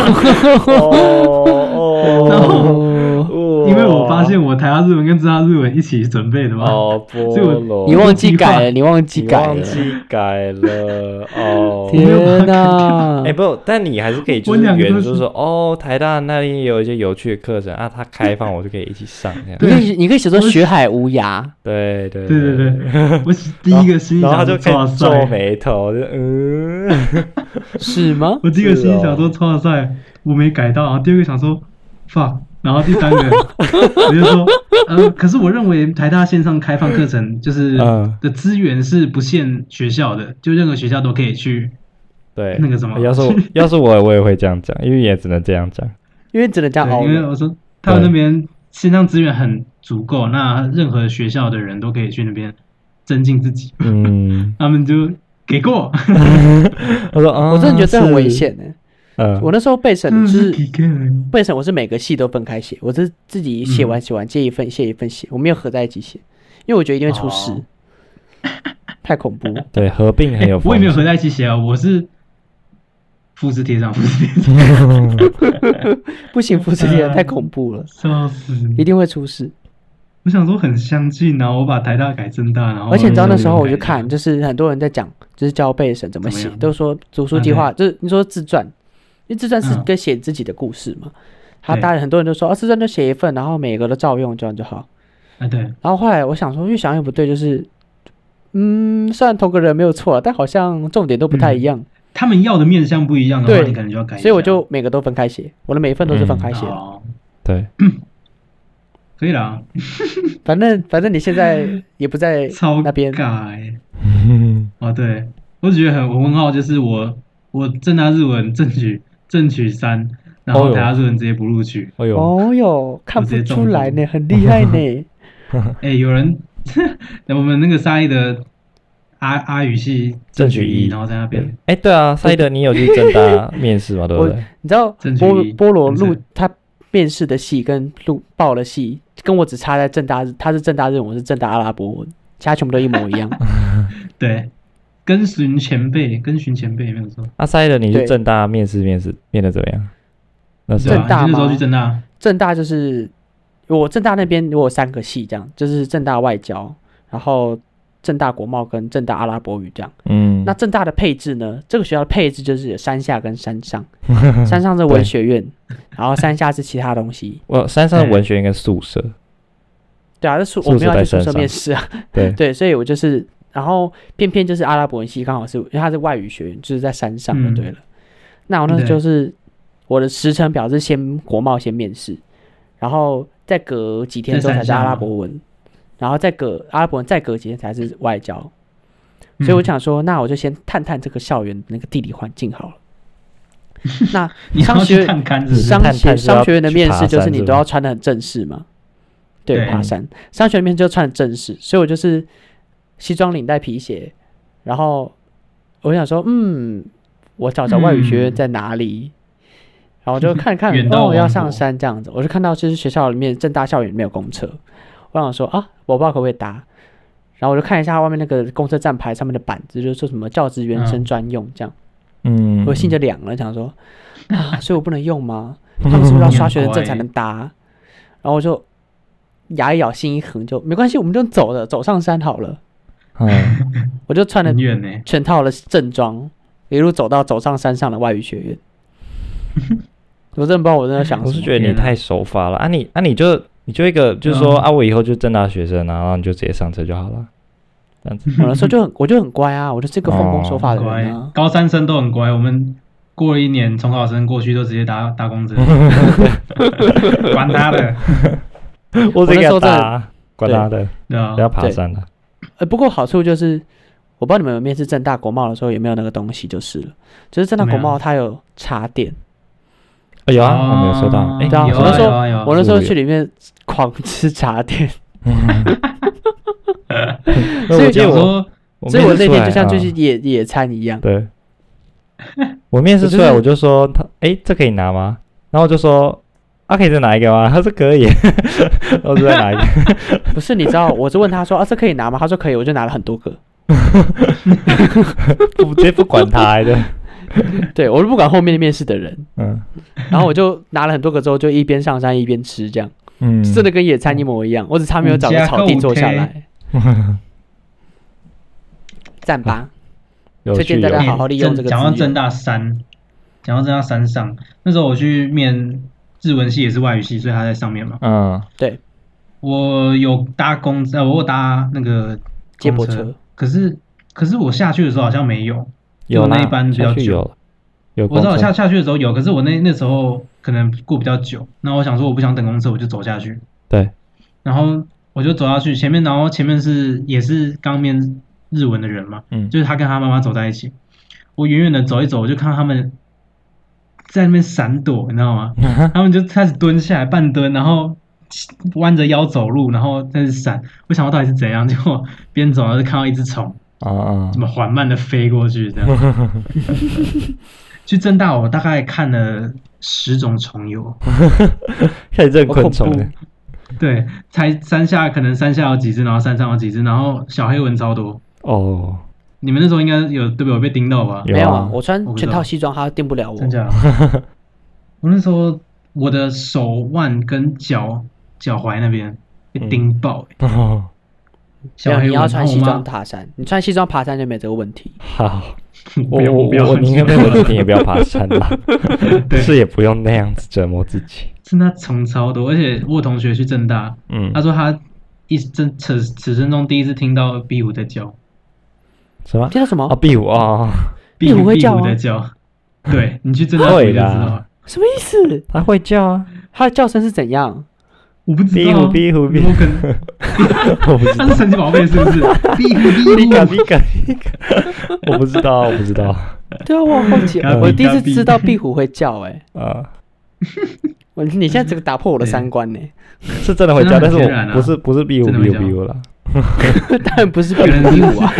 [SPEAKER 3] 哦
[SPEAKER 2] 然后
[SPEAKER 1] 哦，
[SPEAKER 3] 因
[SPEAKER 2] 因为我发现我台大日文跟正大日文一起准备的嘛。
[SPEAKER 3] 哦，所
[SPEAKER 2] 所以 我
[SPEAKER 1] 你忘记改了，你忘记
[SPEAKER 3] 你
[SPEAKER 1] 改
[SPEAKER 3] 忘
[SPEAKER 1] 了，
[SPEAKER 3] 记改了 哦。
[SPEAKER 1] 天哪
[SPEAKER 3] 哎、！不，但你还是可以，
[SPEAKER 2] 啊
[SPEAKER 3] 就
[SPEAKER 2] 我
[SPEAKER 3] 是
[SPEAKER 2] 两个
[SPEAKER 3] 原
[SPEAKER 2] 都
[SPEAKER 3] 就是是说，哦，台大那里也有一些有趣的课程啊，它开放，我就可以一起上这样。
[SPEAKER 1] 你
[SPEAKER 2] 对
[SPEAKER 1] 可以你可以写作学海无涯，
[SPEAKER 3] 对对
[SPEAKER 2] 对对 对，我第一个心里
[SPEAKER 3] 然后
[SPEAKER 2] 想
[SPEAKER 3] 他就
[SPEAKER 2] 说：“
[SPEAKER 3] 开
[SPEAKER 2] 哇
[SPEAKER 3] 始皱
[SPEAKER 2] 塞！”
[SPEAKER 3] 眉头，就嗯，
[SPEAKER 1] 是啊吗？
[SPEAKER 2] 我第一个心里想说，哇塞，我没改到。然后第二个想说，fuck，然后第三个 我就说，呃，可是我认为台大线上开放课程就是
[SPEAKER 3] 嗯
[SPEAKER 2] 的资源是不限学校的，就任何学校都可以去。
[SPEAKER 3] 对，
[SPEAKER 2] 那个什么
[SPEAKER 3] 要是我要是我，我也会这样讲，因为也只能这样讲。
[SPEAKER 1] 因为只能这样
[SPEAKER 2] 对，
[SPEAKER 1] 熬
[SPEAKER 2] 因为
[SPEAKER 1] 了。
[SPEAKER 2] 我说他们那边线上资源很足够，那任何学校的人都可以去那边增进自己。
[SPEAKER 3] 嗯，
[SPEAKER 2] 他们就给过，
[SPEAKER 3] 我说，啊、
[SPEAKER 1] 我真的觉得这很危
[SPEAKER 3] 是。
[SPEAKER 1] 险呢。
[SPEAKER 3] 嗯，
[SPEAKER 1] 我那时候备审就是
[SPEAKER 2] 给过
[SPEAKER 1] 备审，我是每个系都分开写，我是自己写
[SPEAKER 2] 嗯
[SPEAKER 1] 完写完借一份写一份写，我没有合在一起写，因为我觉得一定会出事
[SPEAKER 2] 哦，
[SPEAKER 1] 太恐怖。
[SPEAKER 3] 对合并很
[SPEAKER 2] 哎
[SPEAKER 3] 有，
[SPEAKER 2] 我也没有
[SPEAKER 3] 风
[SPEAKER 2] 合在一起写啊，我是复制贴上，复制 贴上，
[SPEAKER 3] 险
[SPEAKER 1] 不行，复制贴上
[SPEAKER 2] 嗯
[SPEAKER 1] 太恐怖了，
[SPEAKER 2] 笑死！
[SPEAKER 1] 一定会出事。
[SPEAKER 2] 我想说很相近啊，我把台大改正大，然后
[SPEAKER 1] 而且你知道那时候我就
[SPEAKER 2] 改
[SPEAKER 1] 看，就是很多人在讲，就是教备审怎么
[SPEAKER 2] 怎
[SPEAKER 1] 写
[SPEAKER 2] 么，样
[SPEAKER 1] 都说读书
[SPEAKER 2] 啊
[SPEAKER 1] 计划，就是你说自传，因为自传是
[SPEAKER 2] 嗯
[SPEAKER 1] 跟写自己的故事嘛。他
[SPEAKER 2] 对
[SPEAKER 1] 当然很多人都说，啊，自传就写一份，然后每个都照用，这样就好。
[SPEAKER 2] 啊，对，
[SPEAKER 1] 然后后来我想说，越想越不对，就是，嗯，虽然同个人没有错，啊但好像重点都不
[SPEAKER 2] 嗯
[SPEAKER 1] 太一样，
[SPEAKER 2] 他们要的面向不一样的话，
[SPEAKER 1] 对
[SPEAKER 2] 你可能就要改一下。
[SPEAKER 1] 所以我就每个都分开写，我的每一份都是分开写的。
[SPEAKER 2] 哦，
[SPEAKER 3] 对，
[SPEAKER 2] 可以啦，
[SPEAKER 1] 反正反正你现 在也不在
[SPEAKER 2] 超
[SPEAKER 1] 那边，
[SPEAKER 2] 改哦，对，我只觉得很我问号，就是我我正大日文正取正取三，然
[SPEAKER 3] 哦
[SPEAKER 2] 后
[SPEAKER 3] 哟
[SPEAKER 2] 台大日文直接不录取。
[SPEAKER 3] 哎呦，
[SPEAKER 1] 哦哟，看不出来呢，很厉害 呢。
[SPEAKER 2] 哎，有人， 我们那个沙一的阿阿语系
[SPEAKER 3] 正取
[SPEAKER 2] 取
[SPEAKER 3] 一
[SPEAKER 2] 然后在那边
[SPEAKER 3] 哎，对啊，赛德，你有去正大面 试吗？对不对？
[SPEAKER 1] 你知道
[SPEAKER 2] 正确
[SPEAKER 1] 菠
[SPEAKER 2] 一
[SPEAKER 1] 菠萝录
[SPEAKER 2] 正确
[SPEAKER 1] 他面试的戏跟录报的戏，跟我只差在正大日，他是正大日文，我是正大阿拉伯文，其他全部都一模一 样。
[SPEAKER 2] 对跟循前辈，跟循前辈没有错。
[SPEAKER 3] 啊，赛德，你去
[SPEAKER 1] 对
[SPEAKER 3] 正大面试，面试面的怎么样？那时
[SPEAKER 2] 对
[SPEAKER 3] 候
[SPEAKER 2] 啊
[SPEAKER 1] 正大
[SPEAKER 2] 你那时候
[SPEAKER 1] 吗
[SPEAKER 2] 去正大，
[SPEAKER 1] 正大就是我正大那边我有三个系，这样就是正大外交，然后正大国贸跟正大阿拉伯语这样。
[SPEAKER 3] 嗯，
[SPEAKER 1] 那正大的配置呢？这个学校的配置就是有山下跟山 上，山上是文学院，然后山下是其他东西。
[SPEAKER 3] 我山上的
[SPEAKER 2] 哎
[SPEAKER 3] 文学应该宿舍，
[SPEAKER 1] 对啊，这宿
[SPEAKER 3] 宿舍
[SPEAKER 1] 我没有要去宿
[SPEAKER 3] 在山
[SPEAKER 1] 舍
[SPEAKER 3] 上
[SPEAKER 1] 面试啊，
[SPEAKER 3] 对，
[SPEAKER 1] 对，所以我就是，然后偏偏就是阿拉伯文系刚好是因为它是外语学院，就是在山上
[SPEAKER 2] 嗯
[SPEAKER 1] 就对了。那我那时候
[SPEAKER 2] 对
[SPEAKER 1] 就是我的时程表是先国贸先面试，然后再隔几天之后才是
[SPEAKER 2] 在山
[SPEAKER 1] 阿
[SPEAKER 2] 下
[SPEAKER 1] 拉
[SPEAKER 2] 吗
[SPEAKER 1] 伯文，然后再隔阿拉伯文再隔几天才是外交。所以我
[SPEAKER 2] 嗯
[SPEAKER 1] 想说，那我就先探探这个校园的那个地理环境好了。那
[SPEAKER 2] 你要
[SPEAKER 1] 商学
[SPEAKER 2] 去看刊是不是？
[SPEAKER 1] 商
[SPEAKER 3] 探
[SPEAKER 1] 学
[SPEAKER 3] 探是要
[SPEAKER 1] 商学院的
[SPEAKER 3] 去
[SPEAKER 1] 面
[SPEAKER 3] 爬
[SPEAKER 1] 试就是
[SPEAKER 3] 山
[SPEAKER 1] 你
[SPEAKER 3] 是
[SPEAKER 1] 都
[SPEAKER 3] 吗
[SPEAKER 1] 要穿的很正式嘛，对，
[SPEAKER 2] 对
[SPEAKER 1] 爬山商学院面试就穿的正式，所以我就是西装领带皮鞋，然后我想说，嗯，我找找外语学院
[SPEAKER 2] 嗯
[SPEAKER 1] 在
[SPEAKER 2] 在
[SPEAKER 1] 哪里，然后我就看看
[SPEAKER 2] 远，道
[SPEAKER 1] 哦，我要
[SPEAKER 2] 王
[SPEAKER 1] 上
[SPEAKER 2] 国
[SPEAKER 1] 山这样子，我就看到就是学校里面正大校园里面有公车，我想说啊，我不知道可不可以搭。然后我就看一下外面那个公车站牌上面的板子，就是说什么教职员生
[SPEAKER 2] 嗯
[SPEAKER 1] 专用这样，
[SPEAKER 3] 嗯，
[SPEAKER 1] 我心就凉了，想 说啊，所以我不能用吗？他们是不是要刷学生证才
[SPEAKER 3] 啊
[SPEAKER 1] 能搭？然后我就牙一咬，心一横就，没关系，我们就走了，走上山好了。
[SPEAKER 3] 嗯，
[SPEAKER 1] 我就穿了
[SPEAKER 2] 很远欸呢。
[SPEAKER 1] 全套的正装，一路走到走上山上的外语学 院。我真的不知道我在想
[SPEAKER 3] 我
[SPEAKER 1] 什
[SPEAKER 3] 是
[SPEAKER 1] 么。
[SPEAKER 3] 觉得你
[SPEAKER 2] 天啊
[SPEAKER 3] 太手法了啊，你啊你就你就一个就是说
[SPEAKER 2] 嗯
[SPEAKER 3] 啊，我以后就正大学生啊，然后你就直接上车就好了，这样子，
[SPEAKER 1] 我那时候就很，我就很乖啊，我就是一个奉
[SPEAKER 3] 哦
[SPEAKER 1] 公守法的
[SPEAKER 2] 乖
[SPEAKER 1] 人啊，。
[SPEAKER 2] 高三生都很乖。我们过了一年，重考生过去都直接搭搭公车， 管他的，
[SPEAKER 3] 我
[SPEAKER 1] 那
[SPEAKER 3] 直接给
[SPEAKER 1] 时候
[SPEAKER 3] 他
[SPEAKER 1] 真的
[SPEAKER 3] 打啊，管他的，
[SPEAKER 2] 对啊
[SPEAKER 3] 不要爬
[SPEAKER 1] 对
[SPEAKER 3] 山了，
[SPEAKER 1] 呃，不过好处就是我不知道你们有面试正大国贸的时候有没有那个东西，就是了。就是正大
[SPEAKER 2] 没
[SPEAKER 1] 国
[SPEAKER 2] 有
[SPEAKER 1] 贸它有插电，
[SPEAKER 3] 哦有啊，我没有收到。哎，
[SPEAKER 1] 对啊
[SPEAKER 2] 有
[SPEAKER 1] 我那时候
[SPEAKER 2] 有啊有啊
[SPEAKER 1] 我那时候
[SPEAKER 3] 我有
[SPEAKER 1] 去里面狂吃茶点，
[SPEAKER 3] 啊 那我记得
[SPEAKER 2] 想
[SPEAKER 3] 我，
[SPEAKER 2] 说
[SPEAKER 1] 所以我
[SPEAKER 3] 面试
[SPEAKER 1] 那
[SPEAKER 3] 出
[SPEAKER 1] 天
[SPEAKER 3] 来
[SPEAKER 1] 就像就
[SPEAKER 3] 啊
[SPEAKER 1] 是野、野餐一样。
[SPEAKER 3] 对， 我面试出来我就说他，哎、这可以拿吗？然后我就说，啊，可以再拿一个吗？ 他说可以，我就再拿一个。
[SPEAKER 1] 不是，你知道，我就问他说啊，这可以拿吗？他说可以，我就拿了很多个。
[SPEAKER 3] 不直接不管他、 欸，对，
[SPEAKER 1] 对我就不管后面的面试的 人，
[SPEAKER 3] 嗯
[SPEAKER 1] 然后我就拿了很多个之后，就一边上山一边吃，这样、
[SPEAKER 3] 嗯，
[SPEAKER 1] 真的跟野餐一模一样。我只差没有找个草地坐下
[SPEAKER 2] 嗯
[SPEAKER 1] 来。赞
[SPEAKER 2] 哦
[SPEAKER 1] 吧，
[SPEAKER 3] 有
[SPEAKER 1] 推荐
[SPEAKER 3] 趣
[SPEAKER 1] 大家
[SPEAKER 3] 有
[SPEAKER 1] 好好利用这个资源
[SPEAKER 2] 讲到正大山，讲到正大山上，那时候我去面日文系也是外语系，所以他在上面嘛。
[SPEAKER 3] 嗯
[SPEAKER 1] 对，
[SPEAKER 2] 我有搭公呃，我有搭那个
[SPEAKER 1] 接驳
[SPEAKER 2] 公
[SPEAKER 1] 车，
[SPEAKER 2] 可是可是我下去的时候好像没有，
[SPEAKER 3] 有
[SPEAKER 2] 那
[SPEAKER 3] 啦
[SPEAKER 2] 一班比
[SPEAKER 3] 下
[SPEAKER 2] 较
[SPEAKER 3] 去
[SPEAKER 2] 久
[SPEAKER 3] 有有
[SPEAKER 2] 我
[SPEAKER 3] 公
[SPEAKER 2] 知道我
[SPEAKER 3] 车
[SPEAKER 2] 下下去的时候有，可是我那那时候可能过比较久，那我想说我不想等公车，我就走下去，
[SPEAKER 3] 对，
[SPEAKER 2] 然后我就走下去前面，然后前面是也是刚面日文的人嘛，
[SPEAKER 3] 嗯
[SPEAKER 2] 就是他跟他妈妈走在一起，我远远的走一走，我就看到他们在那边闪躲，你知道 吗？他们就开始蹲下来半蹲，然后弯着腰走路，然后在那闪，我想我到底是怎样，结果边走然后就看到一只虫，
[SPEAKER 1] 哦
[SPEAKER 3] 啊啊
[SPEAKER 2] 怎么缓慢的飞过去这样。 去正大我大概看了十种虫蛹，
[SPEAKER 3] 开始认
[SPEAKER 1] 好
[SPEAKER 3] 昆
[SPEAKER 1] 恐
[SPEAKER 3] 虫
[SPEAKER 1] 怖
[SPEAKER 3] 了，
[SPEAKER 2] 对，才山下可能山下有几只，然后山上有几只，然后小黑蚊超多。
[SPEAKER 3] 哦，
[SPEAKER 2] 你们那时候应该有对不对？有被叮到吧？
[SPEAKER 3] 有
[SPEAKER 1] 没有
[SPEAKER 3] 啊
[SPEAKER 1] 啊，我穿
[SPEAKER 2] 我不知
[SPEAKER 1] 全
[SPEAKER 2] 道
[SPEAKER 1] 套西装，他定不了我
[SPEAKER 2] 真。 假的？我那时候我的手腕跟脚脚踝那边被叮爆、欸
[SPEAKER 3] 哦
[SPEAKER 1] 没
[SPEAKER 2] 小
[SPEAKER 1] 有，
[SPEAKER 2] 黑
[SPEAKER 1] 你
[SPEAKER 2] 蚊
[SPEAKER 1] 要穿西，
[SPEAKER 2] 然后
[SPEAKER 1] 装爬山，你穿西装爬山就没这个问题。
[SPEAKER 2] 啊
[SPEAKER 3] 好，
[SPEAKER 2] 我妈
[SPEAKER 3] 我
[SPEAKER 2] 不要不要
[SPEAKER 3] 我我
[SPEAKER 2] 穿
[SPEAKER 3] 宁
[SPEAKER 2] 西
[SPEAKER 3] 愿被
[SPEAKER 2] 装
[SPEAKER 3] 我自己也不要爬山 啦，
[SPEAKER 2] 对
[SPEAKER 3] 是也不用那样子折磨自己，
[SPEAKER 2] 真的虫超多，而且我有同学去正大，
[SPEAKER 1] 啊
[SPEAKER 3] 嗯
[SPEAKER 2] 他，说他一真此此生中第一次听到壁虎在叫，
[SPEAKER 3] 什么？
[SPEAKER 1] 听到什
[SPEAKER 3] 哦，
[SPEAKER 2] 啊
[SPEAKER 1] 么？
[SPEAKER 3] 壁虎哦，
[SPEAKER 1] 壁虎会
[SPEAKER 2] 壁
[SPEAKER 1] 叫
[SPEAKER 2] 虎
[SPEAKER 1] 啊
[SPEAKER 2] 在叫， 对你去正大
[SPEAKER 3] 会
[SPEAKER 2] 你就知
[SPEAKER 3] 啦
[SPEAKER 2] 道，
[SPEAKER 1] 什么意思？
[SPEAKER 3] 它会叫 啊，
[SPEAKER 1] 它的叫声是怎 样？
[SPEAKER 2] 我不知
[SPEAKER 3] 壁
[SPEAKER 2] 道
[SPEAKER 3] 虎
[SPEAKER 2] 啊，
[SPEAKER 3] 壁虎壁
[SPEAKER 2] 我可能
[SPEAKER 3] 我不知道
[SPEAKER 2] 他。是神奇宝贝是不是？壁虎壁
[SPEAKER 3] 皮卡
[SPEAKER 2] 虎
[SPEAKER 3] 皮卡皮卡， 我不知道，我不知道
[SPEAKER 1] 对啊，我好好奇，
[SPEAKER 2] 嘎比
[SPEAKER 1] 我第一次
[SPEAKER 2] 嘎比
[SPEAKER 1] 知道壁虎会叫、欸，哎，
[SPEAKER 3] 啊，
[SPEAKER 1] 我你现在这个打破我的三观呢、
[SPEAKER 3] 是真的会叫，
[SPEAKER 2] 真的
[SPEAKER 3] 但
[SPEAKER 2] 很
[SPEAKER 3] 是
[SPEAKER 2] 天然
[SPEAKER 3] 我
[SPEAKER 2] 啊
[SPEAKER 3] 不是不是 B 五
[SPEAKER 2] 真的
[SPEAKER 3] B
[SPEAKER 2] 会
[SPEAKER 3] 五
[SPEAKER 2] 叫
[SPEAKER 3] B 五了，
[SPEAKER 1] 当然不是壁虎壁 虎啊，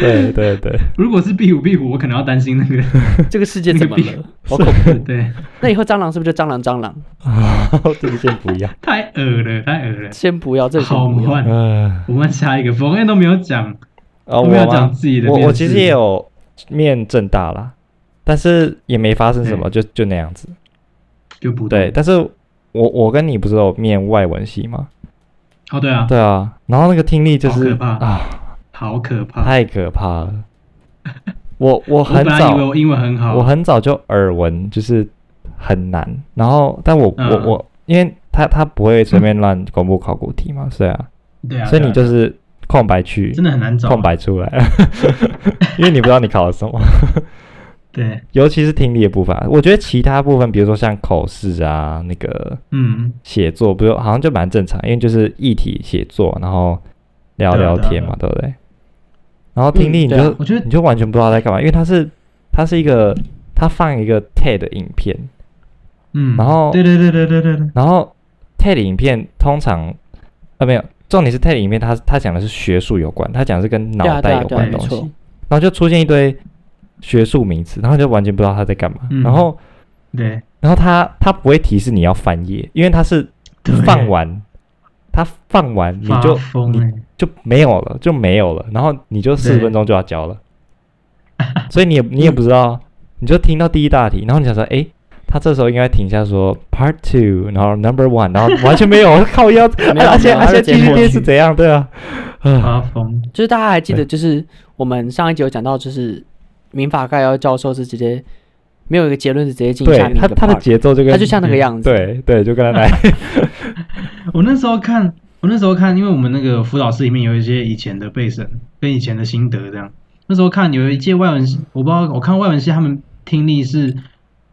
[SPEAKER 3] 对对对，
[SPEAKER 2] 如果是壁虎壁虎，我可能要担心那个，
[SPEAKER 1] 这个世界怎么了？
[SPEAKER 3] 好恐怖
[SPEAKER 2] 对，
[SPEAKER 1] 那以后蟑螂是不是就蟑螂蟑螂？
[SPEAKER 3] 啊！这个先不要，
[SPEAKER 2] 太恶了，太恶了，
[SPEAKER 1] 先不要，这个先
[SPEAKER 2] 好
[SPEAKER 1] 不要。
[SPEAKER 2] 慢。
[SPEAKER 3] 呃，
[SPEAKER 2] 我们下一个，冯燕都没有讲，
[SPEAKER 3] 啊
[SPEAKER 2] 都没有
[SPEAKER 3] 我
[SPEAKER 2] 讲
[SPEAKER 3] 吗？
[SPEAKER 2] 自己的
[SPEAKER 3] 我啊
[SPEAKER 2] 面
[SPEAKER 3] 我
[SPEAKER 2] 试
[SPEAKER 3] 其实也有面正大啦，但是也没发生什么，就就那样子。
[SPEAKER 2] 就不
[SPEAKER 3] 对，但是我我跟你不是有面外文系吗？
[SPEAKER 2] 哦对啊，
[SPEAKER 3] 对啊，然后那个听力就
[SPEAKER 2] 好
[SPEAKER 3] 是
[SPEAKER 2] 可怕
[SPEAKER 3] 啊，
[SPEAKER 2] 好可怕。
[SPEAKER 3] 太可怕了。我我
[SPEAKER 2] 我本
[SPEAKER 3] 很
[SPEAKER 2] 来
[SPEAKER 3] 早
[SPEAKER 2] 以为我英文很好，
[SPEAKER 3] 我很早就耳闻，就是很难。然后，但我、
[SPEAKER 2] 嗯
[SPEAKER 3] 我我，因为他他不会随便乱公布考古题嘛，是啊，
[SPEAKER 2] 对啊，
[SPEAKER 3] 所以
[SPEAKER 2] 对啊
[SPEAKER 3] 你就是空白区，
[SPEAKER 2] 真的很哦难找
[SPEAKER 3] 空白出来， 因为你不知道你考了什么。
[SPEAKER 2] 对，
[SPEAKER 3] 尤其是听力的部分啊，我觉得其他部分，比如说像口试啊，那个
[SPEAKER 2] 嗯，
[SPEAKER 3] 写作，不是好像就蛮正常，因为就是议题写作，然后聊
[SPEAKER 2] 对啊
[SPEAKER 3] 聊
[SPEAKER 2] 对啊
[SPEAKER 3] 天嘛，对不对？然后
[SPEAKER 1] 嗯
[SPEAKER 3] 听力你
[SPEAKER 1] 对
[SPEAKER 3] 就、
[SPEAKER 1] 啊
[SPEAKER 2] 我觉得
[SPEAKER 3] 你就完全不知道在干嘛，因为它是它是一个它放一个 TED 影片，
[SPEAKER 2] 嗯，
[SPEAKER 3] 然后
[SPEAKER 2] 对对对对对对对，
[SPEAKER 3] 然后 TED 影片通常呃没有，重点是 TED 影片它它讲的是学术有关，它讲的是跟
[SPEAKER 1] 对啊对
[SPEAKER 3] 脑袋
[SPEAKER 1] 啊
[SPEAKER 3] 有
[SPEAKER 1] 对啊
[SPEAKER 3] 关
[SPEAKER 2] 没
[SPEAKER 3] 的东西，
[SPEAKER 1] 错
[SPEAKER 3] 然后就出现一堆学术名词，然后就完全不知道他在干嘛，
[SPEAKER 2] 嗯
[SPEAKER 3] 然后
[SPEAKER 2] 对
[SPEAKER 3] 然后他他不会提示你要翻页，因为他是
[SPEAKER 2] 对
[SPEAKER 3] 放完。他放完你
[SPEAKER 2] 发
[SPEAKER 3] 就
[SPEAKER 2] 疯
[SPEAKER 3] 你
[SPEAKER 2] 欸
[SPEAKER 3] 就没有了，就没有了。然后你就四十
[SPEAKER 2] 对
[SPEAKER 3] 分钟就要交了，所以你也你也不知道，你就听到第一大题，然后你想说，诶，他这时候应该停下说 Part Two，然后 Number One，然后完全没有，靠腰，
[SPEAKER 1] 没有
[SPEAKER 3] 而且
[SPEAKER 1] 没有他
[SPEAKER 3] 而
[SPEAKER 1] 就直
[SPEAKER 3] 且继
[SPEAKER 1] 接
[SPEAKER 3] 续
[SPEAKER 1] 过
[SPEAKER 3] 念
[SPEAKER 1] 去
[SPEAKER 3] 是怎样？对啊，
[SPEAKER 2] 发疯，
[SPEAKER 1] 就是大家还记得，就是我们上一集有讲到，就是民法概要教授是直接没有一个结论，是直接进
[SPEAKER 3] 对
[SPEAKER 1] 下面一
[SPEAKER 3] 他
[SPEAKER 1] 个 part,
[SPEAKER 3] 他的节奏就跟
[SPEAKER 1] 他就像那个样子。
[SPEAKER 3] 对对，就跟他来
[SPEAKER 2] 我那时候看，我那时候看，因为我们那个辅导室里面有一些以前的备审跟以前的心得这样。那时候看有一届外文系，我不知道，我看外文系他们听力是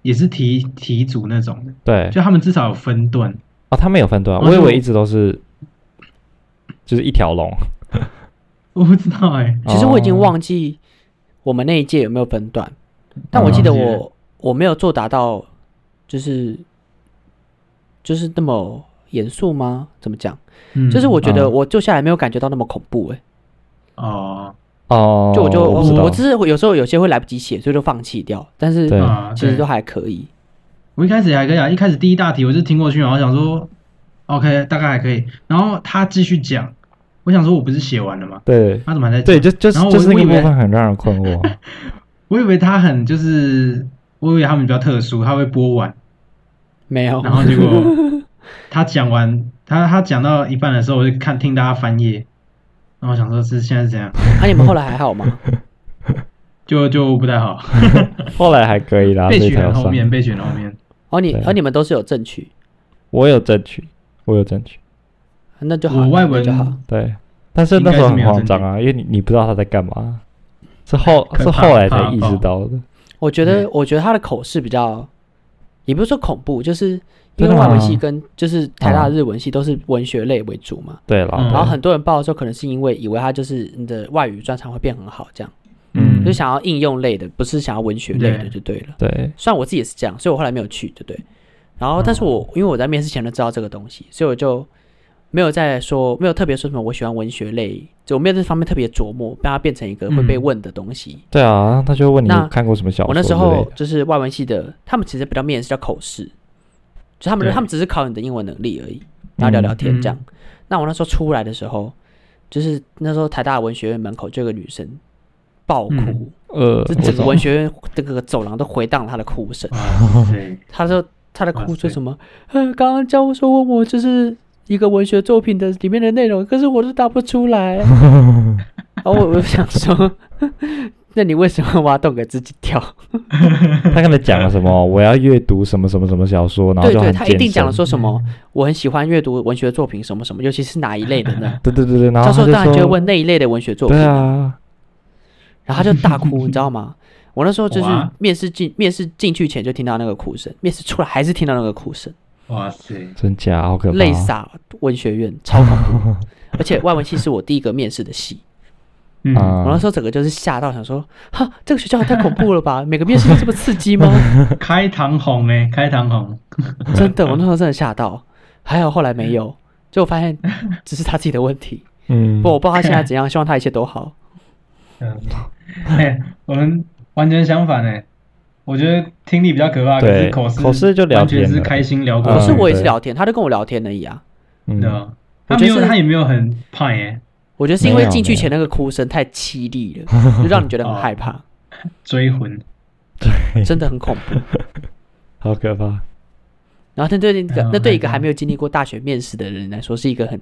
[SPEAKER 2] 也是题题组那种的，
[SPEAKER 3] 对
[SPEAKER 2] 就他们至少有分段。
[SPEAKER 3] 哦，他没有分段，
[SPEAKER 2] 然后
[SPEAKER 3] 我以
[SPEAKER 2] 就
[SPEAKER 3] 为一直都是就是一条龙，
[SPEAKER 2] 我不知道哎、
[SPEAKER 1] 其实我已经
[SPEAKER 3] 哦
[SPEAKER 1] 忘记我们那一届有没有分段，但我
[SPEAKER 3] 嗯
[SPEAKER 1] 记得
[SPEAKER 2] 了解
[SPEAKER 1] 我我没有做达到，就是就是那么严肃吗？怎么讲？
[SPEAKER 2] 嗯，
[SPEAKER 1] 就是我觉得
[SPEAKER 3] 嗯
[SPEAKER 1] 我坐下来没有感觉到那么恐怖、欸，
[SPEAKER 2] 哦，
[SPEAKER 3] 哦，
[SPEAKER 1] 就我就
[SPEAKER 3] 我
[SPEAKER 1] 我
[SPEAKER 3] 不知道
[SPEAKER 1] 我只是会有时候有些会来不及写，所以就放弃掉，但是
[SPEAKER 3] 对
[SPEAKER 2] 啊，
[SPEAKER 1] 其实
[SPEAKER 2] 对
[SPEAKER 1] 都还可以。
[SPEAKER 2] 我一开始也还可以啊，一开始第一大题我就听过去，然后想说 OK 大概还可以，然后他继续讲，我想说我不是写完了吗？
[SPEAKER 3] 对
[SPEAKER 2] 他怎么还在讲
[SPEAKER 3] 对，就就是
[SPEAKER 2] 然后我
[SPEAKER 3] 就是那
[SPEAKER 2] 我
[SPEAKER 3] 个
[SPEAKER 2] 以
[SPEAKER 3] 部
[SPEAKER 2] 为
[SPEAKER 3] 分很让人困惑。
[SPEAKER 2] 我以为他很就是，我以为他们比较特殊，他会播完，
[SPEAKER 1] 没有，
[SPEAKER 2] 然后结 果他讲完，他他讲到一半的时候，我就看听大家翻页，然后我想说是现在是怎样，
[SPEAKER 1] 啊，你们后来还好吗？
[SPEAKER 2] 就就不太好，
[SPEAKER 3] 后来还可以啦，
[SPEAKER 2] 被
[SPEAKER 3] 啊所以才
[SPEAKER 2] 选
[SPEAKER 3] 有
[SPEAKER 2] 后
[SPEAKER 3] 上。
[SPEAKER 2] 面，被选后面，
[SPEAKER 1] 哦，你
[SPEAKER 3] 对
[SPEAKER 1] 哦，你们都是有正取，
[SPEAKER 3] 我有争取，我有争取。
[SPEAKER 1] 那就好，
[SPEAKER 2] 我外
[SPEAKER 1] 那
[SPEAKER 2] 文
[SPEAKER 1] 就好。
[SPEAKER 3] 对，但是
[SPEAKER 2] 应
[SPEAKER 3] 那
[SPEAKER 2] 该
[SPEAKER 3] 时候
[SPEAKER 2] 是
[SPEAKER 3] 很
[SPEAKER 2] 没有
[SPEAKER 3] 慌
[SPEAKER 2] 证
[SPEAKER 3] 张啊，因为你你不知道他在干嘛，是后
[SPEAKER 2] 可
[SPEAKER 3] 是
[SPEAKER 2] 怕
[SPEAKER 3] 后来才
[SPEAKER 2] 怕
[SPEAKER 3] 意识
[SPEAKER 2] 爆
[SPEAKER 3] 到的。
[SPEAKER 1] 我觉得，
[SPEAKER 2] 嗯
[SPEAKER 1] 我觉得他的口试比较，也不是说恐怖，就是因
[SPEAKER 3] 真的
[SPEAKER 1] 为外文
[SPEAKER 3] 吗
[SPEAKER 1] 系跟就是台大
[SPEAKER 3] 啊
[SPEAKER 1] 的日文系都是文学类为主嘛，
[SPEAKER 3] 对啦，
[SPEAKER 2] 嗯
[SPEAKER 1] 然
[SPEAKER 3] 对
[SPEAKER 1] 后很多人报的时候，可能是因为以为他就是你的外语专长会变很好，这样
[SPEAKER 3] 嗯
[SPEAKER 1] 就想要应用类的，不是想要文学类的
[SPEAKER 2] 对
[SPEAKER 1] 就对了。
[SPEAKER 3] 对，
[SPEAKER 1] 虽然我自己也是这样，所以我后来没有去，对不对？然后，但是
[SPEAKER 2] 哦
[SPEAKER 1] 我因为我在面试前都知道这个东西，所以我就没有再说，没有特别说什么我喜欢文学类，就我没有这方面特别琢磨，把它变成一个会被
[SPEAKER 2] 嗯
[SPEAKER 1] 问的东西。
[SPEAKER 3] 对啊，他就问你
[SPEAKER 1] 那
[SPEAKER 3] 看过什么小
[SPEAKER 1] 我
[SPEAKER 3] 说
[SPEAKER 1] 那
[SPEAKER 3] 之
[SPEAKER 1] 时
[SPEAKER 3] 类
[SPEAKER 1] 候
[SPEAKER 3] 的。
[SPEAKER 1] 就是外文系的，他们其实比较面试叫口试，就他们
[SPEAKER 2] 对
[SPEAKER 1] 他们只是考你的英文能力而已，然后聊
[SPEAKER 3] 嗯
[SPEAKER 1] 聊天这样。
[SPEAKER 2] 嗯
[SPEAKER 1] 那我那时候出来的时候，就是那时候台大文学院门口就有个女生爆哭，
[SPEAKER 2] 嗯
[SPEAKER 3] 呃，
[SPEAKER 1] 就
[SPEAKER 3] 我
[SPEAKER 1] 整个
[SPEAKER 3] 懂
[SPEAKER 1] 文学院这个走廊都回荡她的哭声。
[SPEAKER 2] 哇塞，
[SPEAKER 1] 她说她
[SPEAKER 3] 啊
[SPEAKER 1] 的哭
[SPEAKER 2] 哇
[SPEAKER 1] 说
[SPEAKER 2] 塞
[SPEAKER 1] 什么？呃，刚刚教授问我就是一个文学作品的里面的内容，可是我都答不出 来。然后我我想说， 那你为什么挖洞给自己跳？
[SPEAKER 3] 他跟他讲了什么？ 我要阅读什么什么什么小说，然后
[SPEAKER 1] 对
[SPEAKER 3] 就
[SPEAKER 1] 对，
[SPEAKER 3] 很
[SPEAKER 1] 他一定
[SPEAKER 3] 艰
[SPEAKER 1] 讲了
[SPEAKER 3] 深
[SPEAKER 1] 说什么，我很喜欢阅读文学作品什么什么，尤其是哪一类的呢？
[SPEAKER 3] 对对对对，然
[SPEAKER 1] 教
[SPEAKER 3] 后他
[SPEAKER 1] 授
[SPEAKER 3] 就
[SPEAKER 1] 当然就会
[SPEAKER 3] 说
[SPEAKER 1] 问那一类的文学作品
[SPEAKER 3] 嗯对
[SPEAKER 1] 啊，
[SPEAKER 3] 啊，
[SPEAKER 1] 然后他就大哭，你知道吗？我那时候就是
[SPEAKER 2] 哇
[SPEAKER 1] 面试进面试进去前就听到那个哭声，面试出来还是听到那个哭声，
[SPEAKER 2] 哇塞，
[SPEAKER 3] 真假好可怕，
[SPEAKER 1] 泪洒文学 院，超恐怖。而且外文系是我第一个面试的系，
[SPEAKER 2] 嗯，
[SPEAKER 3] 啊！
[SPEAKER 1] 我那时候整个就是吓到，想说哈，这个学校也太恐怖了 吧？每个面试都这么刺激吗？
[SPEAKER 2] 开膛红哎、开膛红，
[SPEAKER 1] 真的，我那时候真的吓到，还好后来没有，就我发现只是他自己的问题。
[SPEAKER 3] 嗯，
[SPEAKER 1] 不，我不知道他现在怎样，希望他一切都 好。
[SPEAKER 2] 嗯， 哎，我们完全相反哎、我觉得听力比较可怕，可
[SPEAKER 3] 对
[SPEAKER 2] 是口试
[SPEAKER 3] 口试就聊
[SPEAKER 2] 完全
[SPEAKER 3] 天
[SPEAKER 2] 是
[SPEAKER 3] 了
[SPEAKER 2] 开心聊过
[SPEAKER 1] 可
[SPEAKER 3] 嗯
[SPEAKER 2] 去，
[SPEAKER 1] 是我也是
[SPEAKER 3] 对
[SPEAKER 1] 聊天，他就跟我聊天而已啊。
[SPEAKER 3] 嗯
[SPEAKER 2] 对啊，
[SPEAKER 1] 我
[SPEAKER 2] 他
[SPEAKER 1] 觉
[SPEAKER 2] 没
[SPEAKER 1] 得
[SPEAKER 2] 有
[SPEAKER 1] 是
[SPEAKER 2] 他也没有很哎胖耶，
[SPEAKER 1] 我觉得是因为
[SPEAKER 3] 没有
[SPEAKER 1] 进去
[SPEAKER 3] 没
[SPEAKER 1] 前那个哭声太凄厉 了，就让你觉得很害怕，
[SPEAKER 2] 追魂，
[SPEAKER 1] 真的很恐怖。
[SPEAKER 3] 好可怕，
[SPEAKER 1] 然后那对那个
[SPEAKER 2] 嗯
[SPEAKER 1] 那对一个
[SPEAKER 2] 害怕
[SPEAKER 1] 还没有经历过大学面试的人来说，是一个很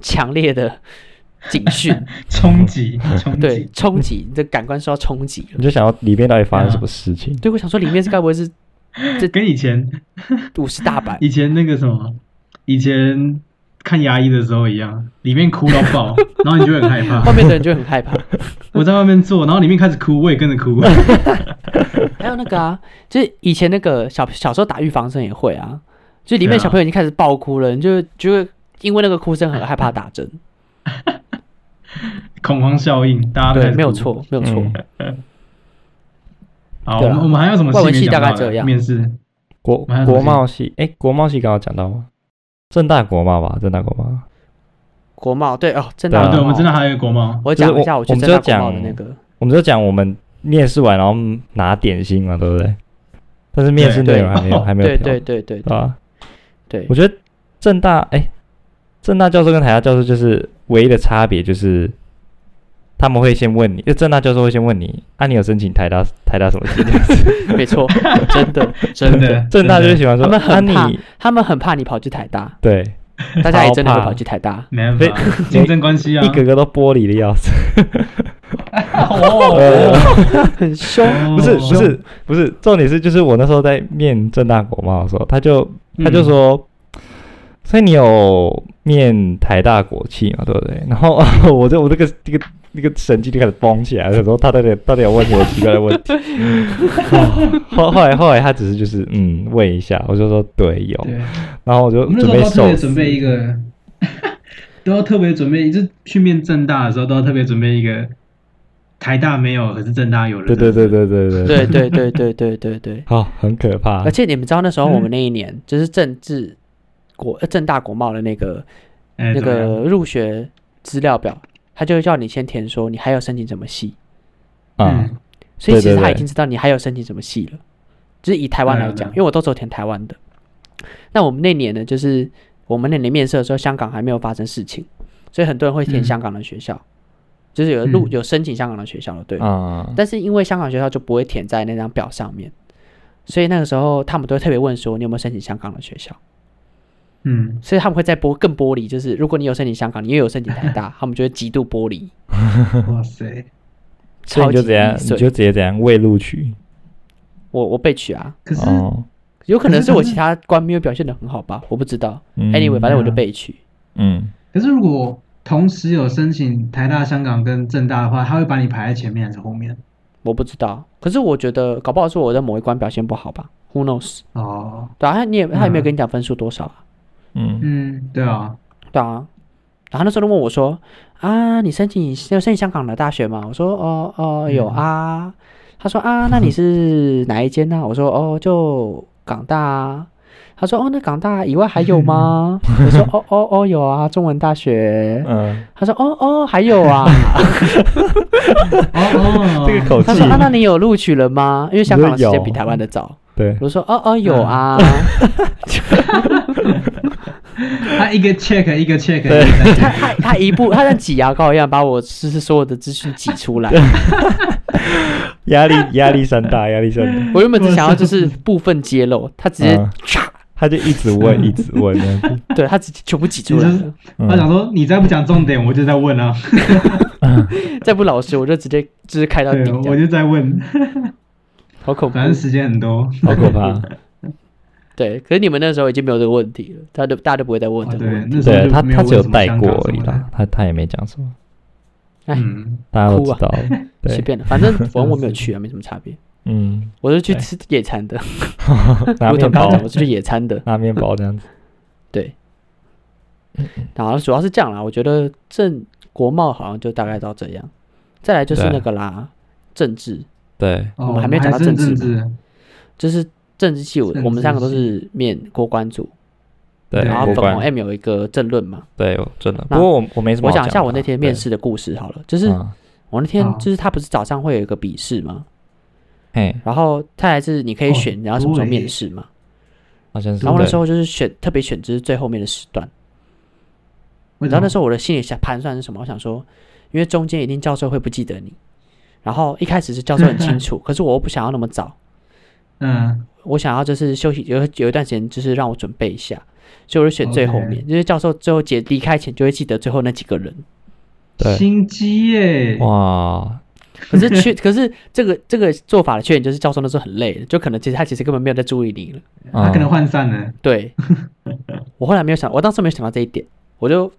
[SPEAKER 1] 强烈的 警 讯，
[SPEAKER 2] 冲击，
[SPEAKER 3] 嗯
[SPEAKER 2] 冲
[SPEAKER 1] 对
[SPEAKER 2] 击，
[SPEAKER 1] 冲击，你的感官受到冲击了。
[SPEAKER 3] 你就想要里面到底发生什么事情？
[SPEAKER 1] 对，我想说里面是该不会是
[SPEAKER 2] 跟以前
[SPEAKER 1] 五十大 板？
[SPEAKER 2] 以前那个什么，以前看牙医的时候一样，里面哭到 爆，然后你就会很害怕
[SPEAKER 1] 后。面的人就很害怕。
[SPEAKER 2] 我在外面坐，然后里面开始哭，我也跟着 哭。
[SPEAKER 1] 还有那个啊，就是以前那个小小时候打预防针也会啊，就里面
[SPEAKER 2] 对啊
[SPEAKER 1] 小朋友已经开始爆哭了，你就就会因为那个哭声很害怕打针。
[SPEAKER 2] 恐慌效应，大家啊都开
[SPEAKER 1] 对，
[SPEAKER 2] 始
[SPEAKER 1] 没有
[SPEAKER 2] 哭。
[SPEAKER 1] 错，没有错。
[SPEAKER 3] 嗯
[SPEAKER 2] 好，
[SPEAKER 1] 对
[SPEAKER 2] 我
[SPEAKER 1] 啊
[SPEAKER 2] 们我们还有什么
[SPEAKER 1] 外文
[SPEAKER 2] 系
[SPEAKER 1] 系
[SPEAKER 2] 没讲
[SPEAKER 1] 大概
[SPEAKER 2] 到的
[SPEAKER 1] 这样
[SPEAKER 2] 面试
[SPEAKER 3] 国
[SPEAKER 2] 我还有什么
[SPEAKER 3] 国
[SPEAKER 2] 系
[SPEAKER 3] 贸系，哎，国贸系刚刚讲到吗？正大国贸吧，正大国贸。
[SPEAKER 1] 国贸对哦，正
[SPEAKER 3] 对
[SPEAKER 1] 大
[SPEAKER 3] 啊
[SPEAKER 1] 国
[SPEAKER 2] 对，我们
[SPEAKER 1] 贸
[SPEAKER 2] 真的还有一个国 贸，
[SPEAKER 1] 我讲一下，
[SPEAKER 3] 我
[SPEAKER 1] 去
[SPEAKER 3] 我们
[SPEAKER 1] 正大
[SPEAKER 3] 就
[SPEAKER 1] 国贸的
[SPEAKER 3] 讲
[SPEAKER 1] 那个，
[SPEAKER 3] 我们就讲我们面试完然后拿点心嘛，对不对？但是面试内容还没有，
[SPEAKER 2] 对
[SPEAKER 3] 还没有
[SPEAKER 1] 对
[SPEAKER 3] 调，
[SPEAKER 1] 对对对
[SPEAKER 3] 对吧？
[SPEAKER 1] 对
[SPEAKER 3] 我，觉得正大哎，正大教授跟台大教授就是唯一的差别就是。他们会先问你，就正大教授会先问你，啊，你有申请台大台大什 么系？
[SPEAKER 1] 没错，真的真
[SPEAKER 2] 真
[SPEAKER 1] 的，
[SPEAKER 2] 的
[SPEAKER 3] 正大就
[SPEAKER 2] 真
[SPEAKER 3] 是
[SPEAKER 2] 的
[SPEAKER 3] 喜欢说，
[SPEAKER 1] 他们
[SPEAKER 3] 啊
[SPEAKER 1] 很怕
[SPEAKER 3] 你
[SPEAKER 1] 他们很怕你跑去台 大，
[SPEAKER 3] 对，
[SPEAKER 1] 大家也
[SPEAKER 3] 超
[SPEAKER 1] 真的会
[SPEAKER 3] 怕
[SPEAKER 1] 跑去台大。
[SPEAKER 2] 没办法，竞争关系啊
[SPEAKER 3] 一。个个都玻璃的要死。
[SPEAKER 2] 哦，
[SPEAKER 1] 很凶，
[SPEAKER 3] 嗯不是
[SPEAKER 2] 哦
[SPEAKER 3] 不是不是，重点是就是我那时候在面正大国贸的时候，他就他就说，所以你有面台大国企嘛，对不对？然后 我就我这个这个那个神经就开始绷起来了，说他到底到底有问什么奇怪的问 题？哦后后来后来他只是就是嗯问一下，我就说对有，
[SPEAKER 2] 对，
[SPEAKER 3] 然后我就
[SPEAKER 2] 我们那时候
[SPEAKER 3] 准备
[SPEAKER 2] 都特
[SPEAKER 3] 受
[SPEAKER 2] 哦别准备一个，都要特别准备，就是去面正大的时候都要特别准备一个台大没有，可是正大有人。啊
[SPEAKER 3] 对对对对对
[SPEAKER 1] 对对
[SPEAKER 3] 对，
[SPEAKER 1] 对对对对对。
[SPEAKER 3] 好，很可
[SPEAKER 2] 啊
[SPEAKER 3] 怕
[SPEAKER 1] 而。且你们知道那时候我们那一年、就是政治国呃政大国贸的那个
[SPEAKER 2] 哎，
[SPEAKER 1] 那
[SPEAKER 2] 怎么样
[SPEAKER 1] 个入学资料表，他就会叫你先填说你还有申请什么系，
[SPEAKER 3] 嗯，
[SPEAKER 2] 嗯，
[SPEAKER 1] 所以其实
[SPEAKER 3] 对对
[SPEAKER 1] 他
[SPEAKER 3] 对
[SPEAKER 1] 已经知道你还有申请什么系了。就是以台湾来
[SPEAKER 2] 对
[SPEAKER 1] 讲，
[SPEAKER 2] 对
[SPEAKER 1] 因为我都走填台湾的。那我们那年呢，就是我们那年面试的时候，香港还没有发生事情，所以很多人会填
[SPEAKER 2] 嗯
[SPEAKER 1] 香港的学校，就是有录
[SPEAKER 2] 嗯
[SPEAKER 1] 有申请香港的学校了，对。
[SPEAKER 3] 啊，
[SPEAKER 1] 嗯但是因为香港学校就不会填在那张表上面，所以那个时候他们都会特别问说你有没有申请香港的学校，
[SPEAKER 2] 嗯，
[SPEAKER 1] 所以他们会再剥更剥离，就是如果你有申请香港，你也有申请台 大，他们就会极度剥离，
[SPEAKER 2] 哇塞，
[SPEAKER 3] 所以
[SPEAKER 1] 超
[SPEAKER 3] 你
[SPEAKER 1] 级
[SPEAKER 3] 就怎样，
[SPEAKER 1] 易
[SPEAKER 3] 你
[SPEAKER 1] 碎
[SPEAKER 3] 就直接怎样未录取
[SPEAKER 1] 我我被取啊，
[SPEAKER 2] 可是
[SPEAKER 3] 哦。
[SPEAKER 1] 有可能是
[SPEAKER 2] 可是
[SPEAKER 1] 我其他关没有表现的很好吧，我不知道。
[SPEAKER 3] 嗯
[SPEAKER 1] Anyway，反正我就
[SPEAKER 2] 嗯
[SPEAKER 1] 被取，
[SPEAKER 3] 嗯，
[SPEAKER 2] 可是如果同时有申请台大、香港跟正大的话，他会把你排在前面还是后面？
[SPEAKER 1] 我不知道。可是我觉得搞不好是我在某一关表现不好吧，Who knows？
[SPEAKER 2] 哦，
[SPEAKER 1] 对啊，他你也他也没有
[SPEAKER 2] 嗯
[SPEAKER 1] 跟你讲分数多少啊，
[SPEAKER 3] 嗯，
[SPEAKER 2] 嗯，对啊，
[SPEAKER 1] 对啊。然后那时候就问我说：“啊，你申请你有申请香港的大学吗？”我说：“哦哦，有
[SPEAKER 2] 嗯
[SPEAKER 1] 啊。他说：“啊，那你是哪一间呢、我说：“哦，就港大啊。”他说：“哦，那港大以外还有吗？”我说：“哦哦哦，有啊，中文大学。
[SPEAKER 3] 嗯，
[SPEAKER 1] 他说：“哦哦，还有啊。
[SPEAKER 2] 哦哦
[SPEAKER 3] ，这个口气
[SPEAKER 1] 他说：“啊，那你有录取了吗？因为香港的时
[SPEAKER 3] 你
[SPEAKER 1] 间
[SPEAKER 3] 说
[SPEAKER 1] 比台湾的早。”
[SPEAKER 3] 对，
[SPEAKER 1] 我说：“哦哦，有啊。
[SPEAKER 2] 他一个 check 一个 check，
[SPEAKER 3] 对
[SPEAKER 2] 一个 check
[SPEAKER 1] 他他他一步，他像挤牙膏一样把我就是所有的资讯挤出来。
[SPEAKER 3] 压力压力山大，压力山大，
[SPEAKER 1] 我原本只想要就是部分揭露，他直接
[SPEAKER 3] 嗯
[SPEAKER 1] 唰，
[SPEAKER 3] 他就一直问，一直问这样子。
[SPEAKER 1] 对他直接全部挤出来
[SPEAKER 2] 你
[SPEAKER 1] 了。
[SPEAKER 3] 嗯
[SPEAKER 2] 他想说你再不讲重点，我就在问啊，
[SPEAKER 1] 再不老实，我就直接就是开到底
[SPEAKER 2] 对，
[SPEAKER 1] 这
[SPEAKER 2] 我
[SPEAKER 1] 样，
[SPEAKER 2] 就哎在问，
[SPEAKER 1] 好恐怖
[SPEAKER 2] 反。正时间很多，
[SPEAKER 3] 好可怕。
[SPEAKER 1] 对，可是你们那时候已经没有这个问题了，他就大家都不会再问这个
[SPEAKER 2] 哦啊对
[SPEAKER 1] 问，题。
[SPEAKER 2] 那时候
[SPEAKER 3] 对
[SPEAKER 2] 就
[SPEAKER 3] 他，
[SPEAKER 2] 没有
[SPEAKER 3] 他只
[SPEAKER 2] 问
[SPEAKER 3] 有
[SPEAKER 2] 什么
[SPEAKER 3] 带
[SPEAKER 2] 香
[SPEAKER 3] 过
[SPEAKER 2] 港
[SPEAKER 3] 而已
[SPEAKER 2] 什么的
[SPEAKER 3] 啦，他他也没讲什么，
[SPEAKER 1] 哎，
[SPEAKER 2] 嗯，
[SPEAKER 3] 大家都
[SPEAKER 1] 哭啊
[SPEAKER 3] 知道了。
[SPEAKER 1] 随
[SPEAKER 3] 对，
[SPEAKER 1] 便了，反正反正我没有去啊，没什么差别。
[SPEAKER 3] 嗯，
[SPEAKER 1] 我是去
[SPEAKER 3] 对
[SPEAKER 1] 吃野餐的，
[SPEAKER 3] 拿
[SPEAKER 1] 我怎么刚
[SPEAKER 3] 面包
[SPEAKER 1] 刚，讲我是去野餐的。
[SPEAKER 3] 拿面包这样子。
[SPEAKER 1] 对，然后主要是这样啦，我觉得政国贸好像就大概到这样，再来就是
[SPEAKER 3] 对
[SPEAKER 1] 那个啦，政治
[SPEAKER 3] 对，
[SPEAKER 2] 哦
[SPEAKER 1] 我们还没有讲到
[SPEAKER 2] 剩
[SPEAKER 1] 政
[SPEAKER 2] 政
[SPEAKER 1] 治
[SPEAKER 2] 治，
[SPEAKER 1] 就是政治系，我
[SPEAKER 2] 政
[SPEAKER 1] 我们三个
[SPEAKER 2] 治
[SPEAKER 1] 都是面国关组，
[SPEAKER 3] 对，
[SPEAKER 2] 对
[SPEAKER 1] 然后
[SPEAKER 3] 我
[SPEAKER 1] 粉红
[SPEAKER 3] 管，
[SPEAKER 1] M 有一个政论嘛，
[SPEAKER 3] 对，我真的。
[SPEAKER 1] 哎那
[SPEAKER 3] 不过我我没什么
[SPEAKER 1] 我
[SPEAKER 3] 好的啊。
[SPEAKER 1] 讲一下我那天面
[SPEAKER 3] 对，
[SPEAKER 1] 试的故事好了，就是
[SPEAKER 3] 嗯
[SPEAKER 1] 我那天
[SPEAKER 2] 好
[SPEAKER 1] 就是他不是早上会有一个笔试嘛，
[SPEAKER 3] 嘿，
[SPEAKER 1] 然后他还是你可以
[SPEAKER 2] 哦
[SPEAKER 1] 选你要什么时候
[SPEAKER 2] 对
[SPEAKER 1] 面试嘛，
[SPEAKER 3] 好像是。
[SPEAKER 1] 然后那时
[SPEAKER 3] 候，
[SPEAKER 1] 候就是选特别选就是最后面的时段。
[SPEAKER 2] 为什么
[SPEAKER 1] 然后那时候我的心里想盘算是什么？我想说，因为中间一定教授会不记得你，然后一开始是教授很清 楚，可是我又不想要那么早，
[SPEAKER 2] 嗯，
[SPEAKER 1] 我想要就是休息有有一段时间，就是让我准备一下，所以我就选最后
[SPEAKER 2] OK
[SPEAKER 1] 面因为教授最后解离开前就会记得最后那几个人。
[SPEAKER 3] 对
[SPEAKER 2] 心机耶，
[SPEAKER 3] 哇，
[SPEAKER 1] 可是缺， 可是这个这个做法的缺点就是教授那时候很累了，就可能其实他其实根本没有在注意你了。
[SPEAKER 2] 他可能
[SPEAKER 3] 嗯
[SPEAKER 2] 涣散了，
[SPEAKER 1] 对，我后来没有想，我当时没有想到这一点，我就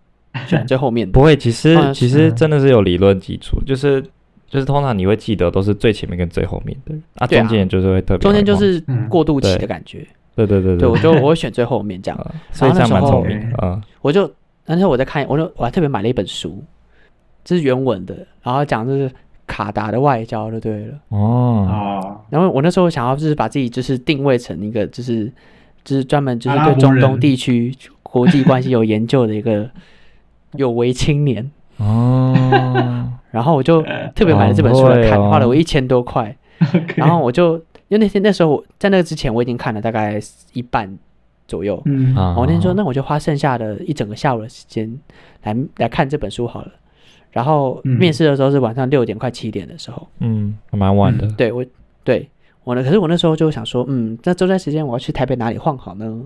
[SPEAKER 1] 选最后面的。
[SPEAKER 3] 不会，其实
[SPEAKER 1] 好像
[SPEAKER 3] 其
[SPEAKER 2] 是
[SPEAKER 3] 实真的是有理论基础，就是就是通常你会记得都是最前面跟最后面的，啊，
[SPEAKER 1] 对啊
[SPEAKER 3] 中间人就是会特别
[SPEAKER 1] 中间就
[SPEAKER 3] 容易忘记
[SPEAKER 1] 是
[SPEAKER 2] 嗯
[SPEAKER 1] 过渡期
[SPEAKER 3] 对
[SPEAKER 1] 的感觉，
[SPEAKER 3] 对对对
[SPEAKER 1] 对我 就我会选最后面这样，
[SPEAKER 3] 啊所以这样蛮聪明的啊，
[SPEAKER 1] 我就那时候我在看，我就我还特别买了一本书，这是原文的，然后讲就是卡达的外交就对了。
[SPEAKER 3] 哦，
[SPEAKER 2] 哦，
[SPEAKER 1] 然后我那时候想要就是把自己就是定位成一个就是就是专门就是
[SPEAKER 2] 阿
[SPEAKER 1] 对
[SPEAKER 2] 拉伯
[SPEAKER 1] 中东
[SPEAKER 2] 人
[SPEAKER 1] 地区国际关系有研究的一 个有为青年，
[SPEAKER 3] 哦，
[SPEAKER 1] 然后我就特别买了这本书来看，
[SPEAKER 3] 好会哦
[SPEAKER 1] 花了我一千多 块，然后我就因为那天那时候我在那之前我已经看了大概一半左右，
[SPEAKER 2] 嗯，
[SPEAKER 3] 啊
[SPEAKER 1] 我那天说，那我就花剩下的一整个下午的时间来来看这本书好了。然后
[SPEAKER 2] 嗯
[SPEAKER 1] 面试的时候是晚上六点快七点的时候，
[SPEAKER 3] 嗯，还蛮晚的，
[SPEAKER 1] 对我对我呢，可是我那时候就想说，嗯，那这段时间我要去台北哪里晃好呢？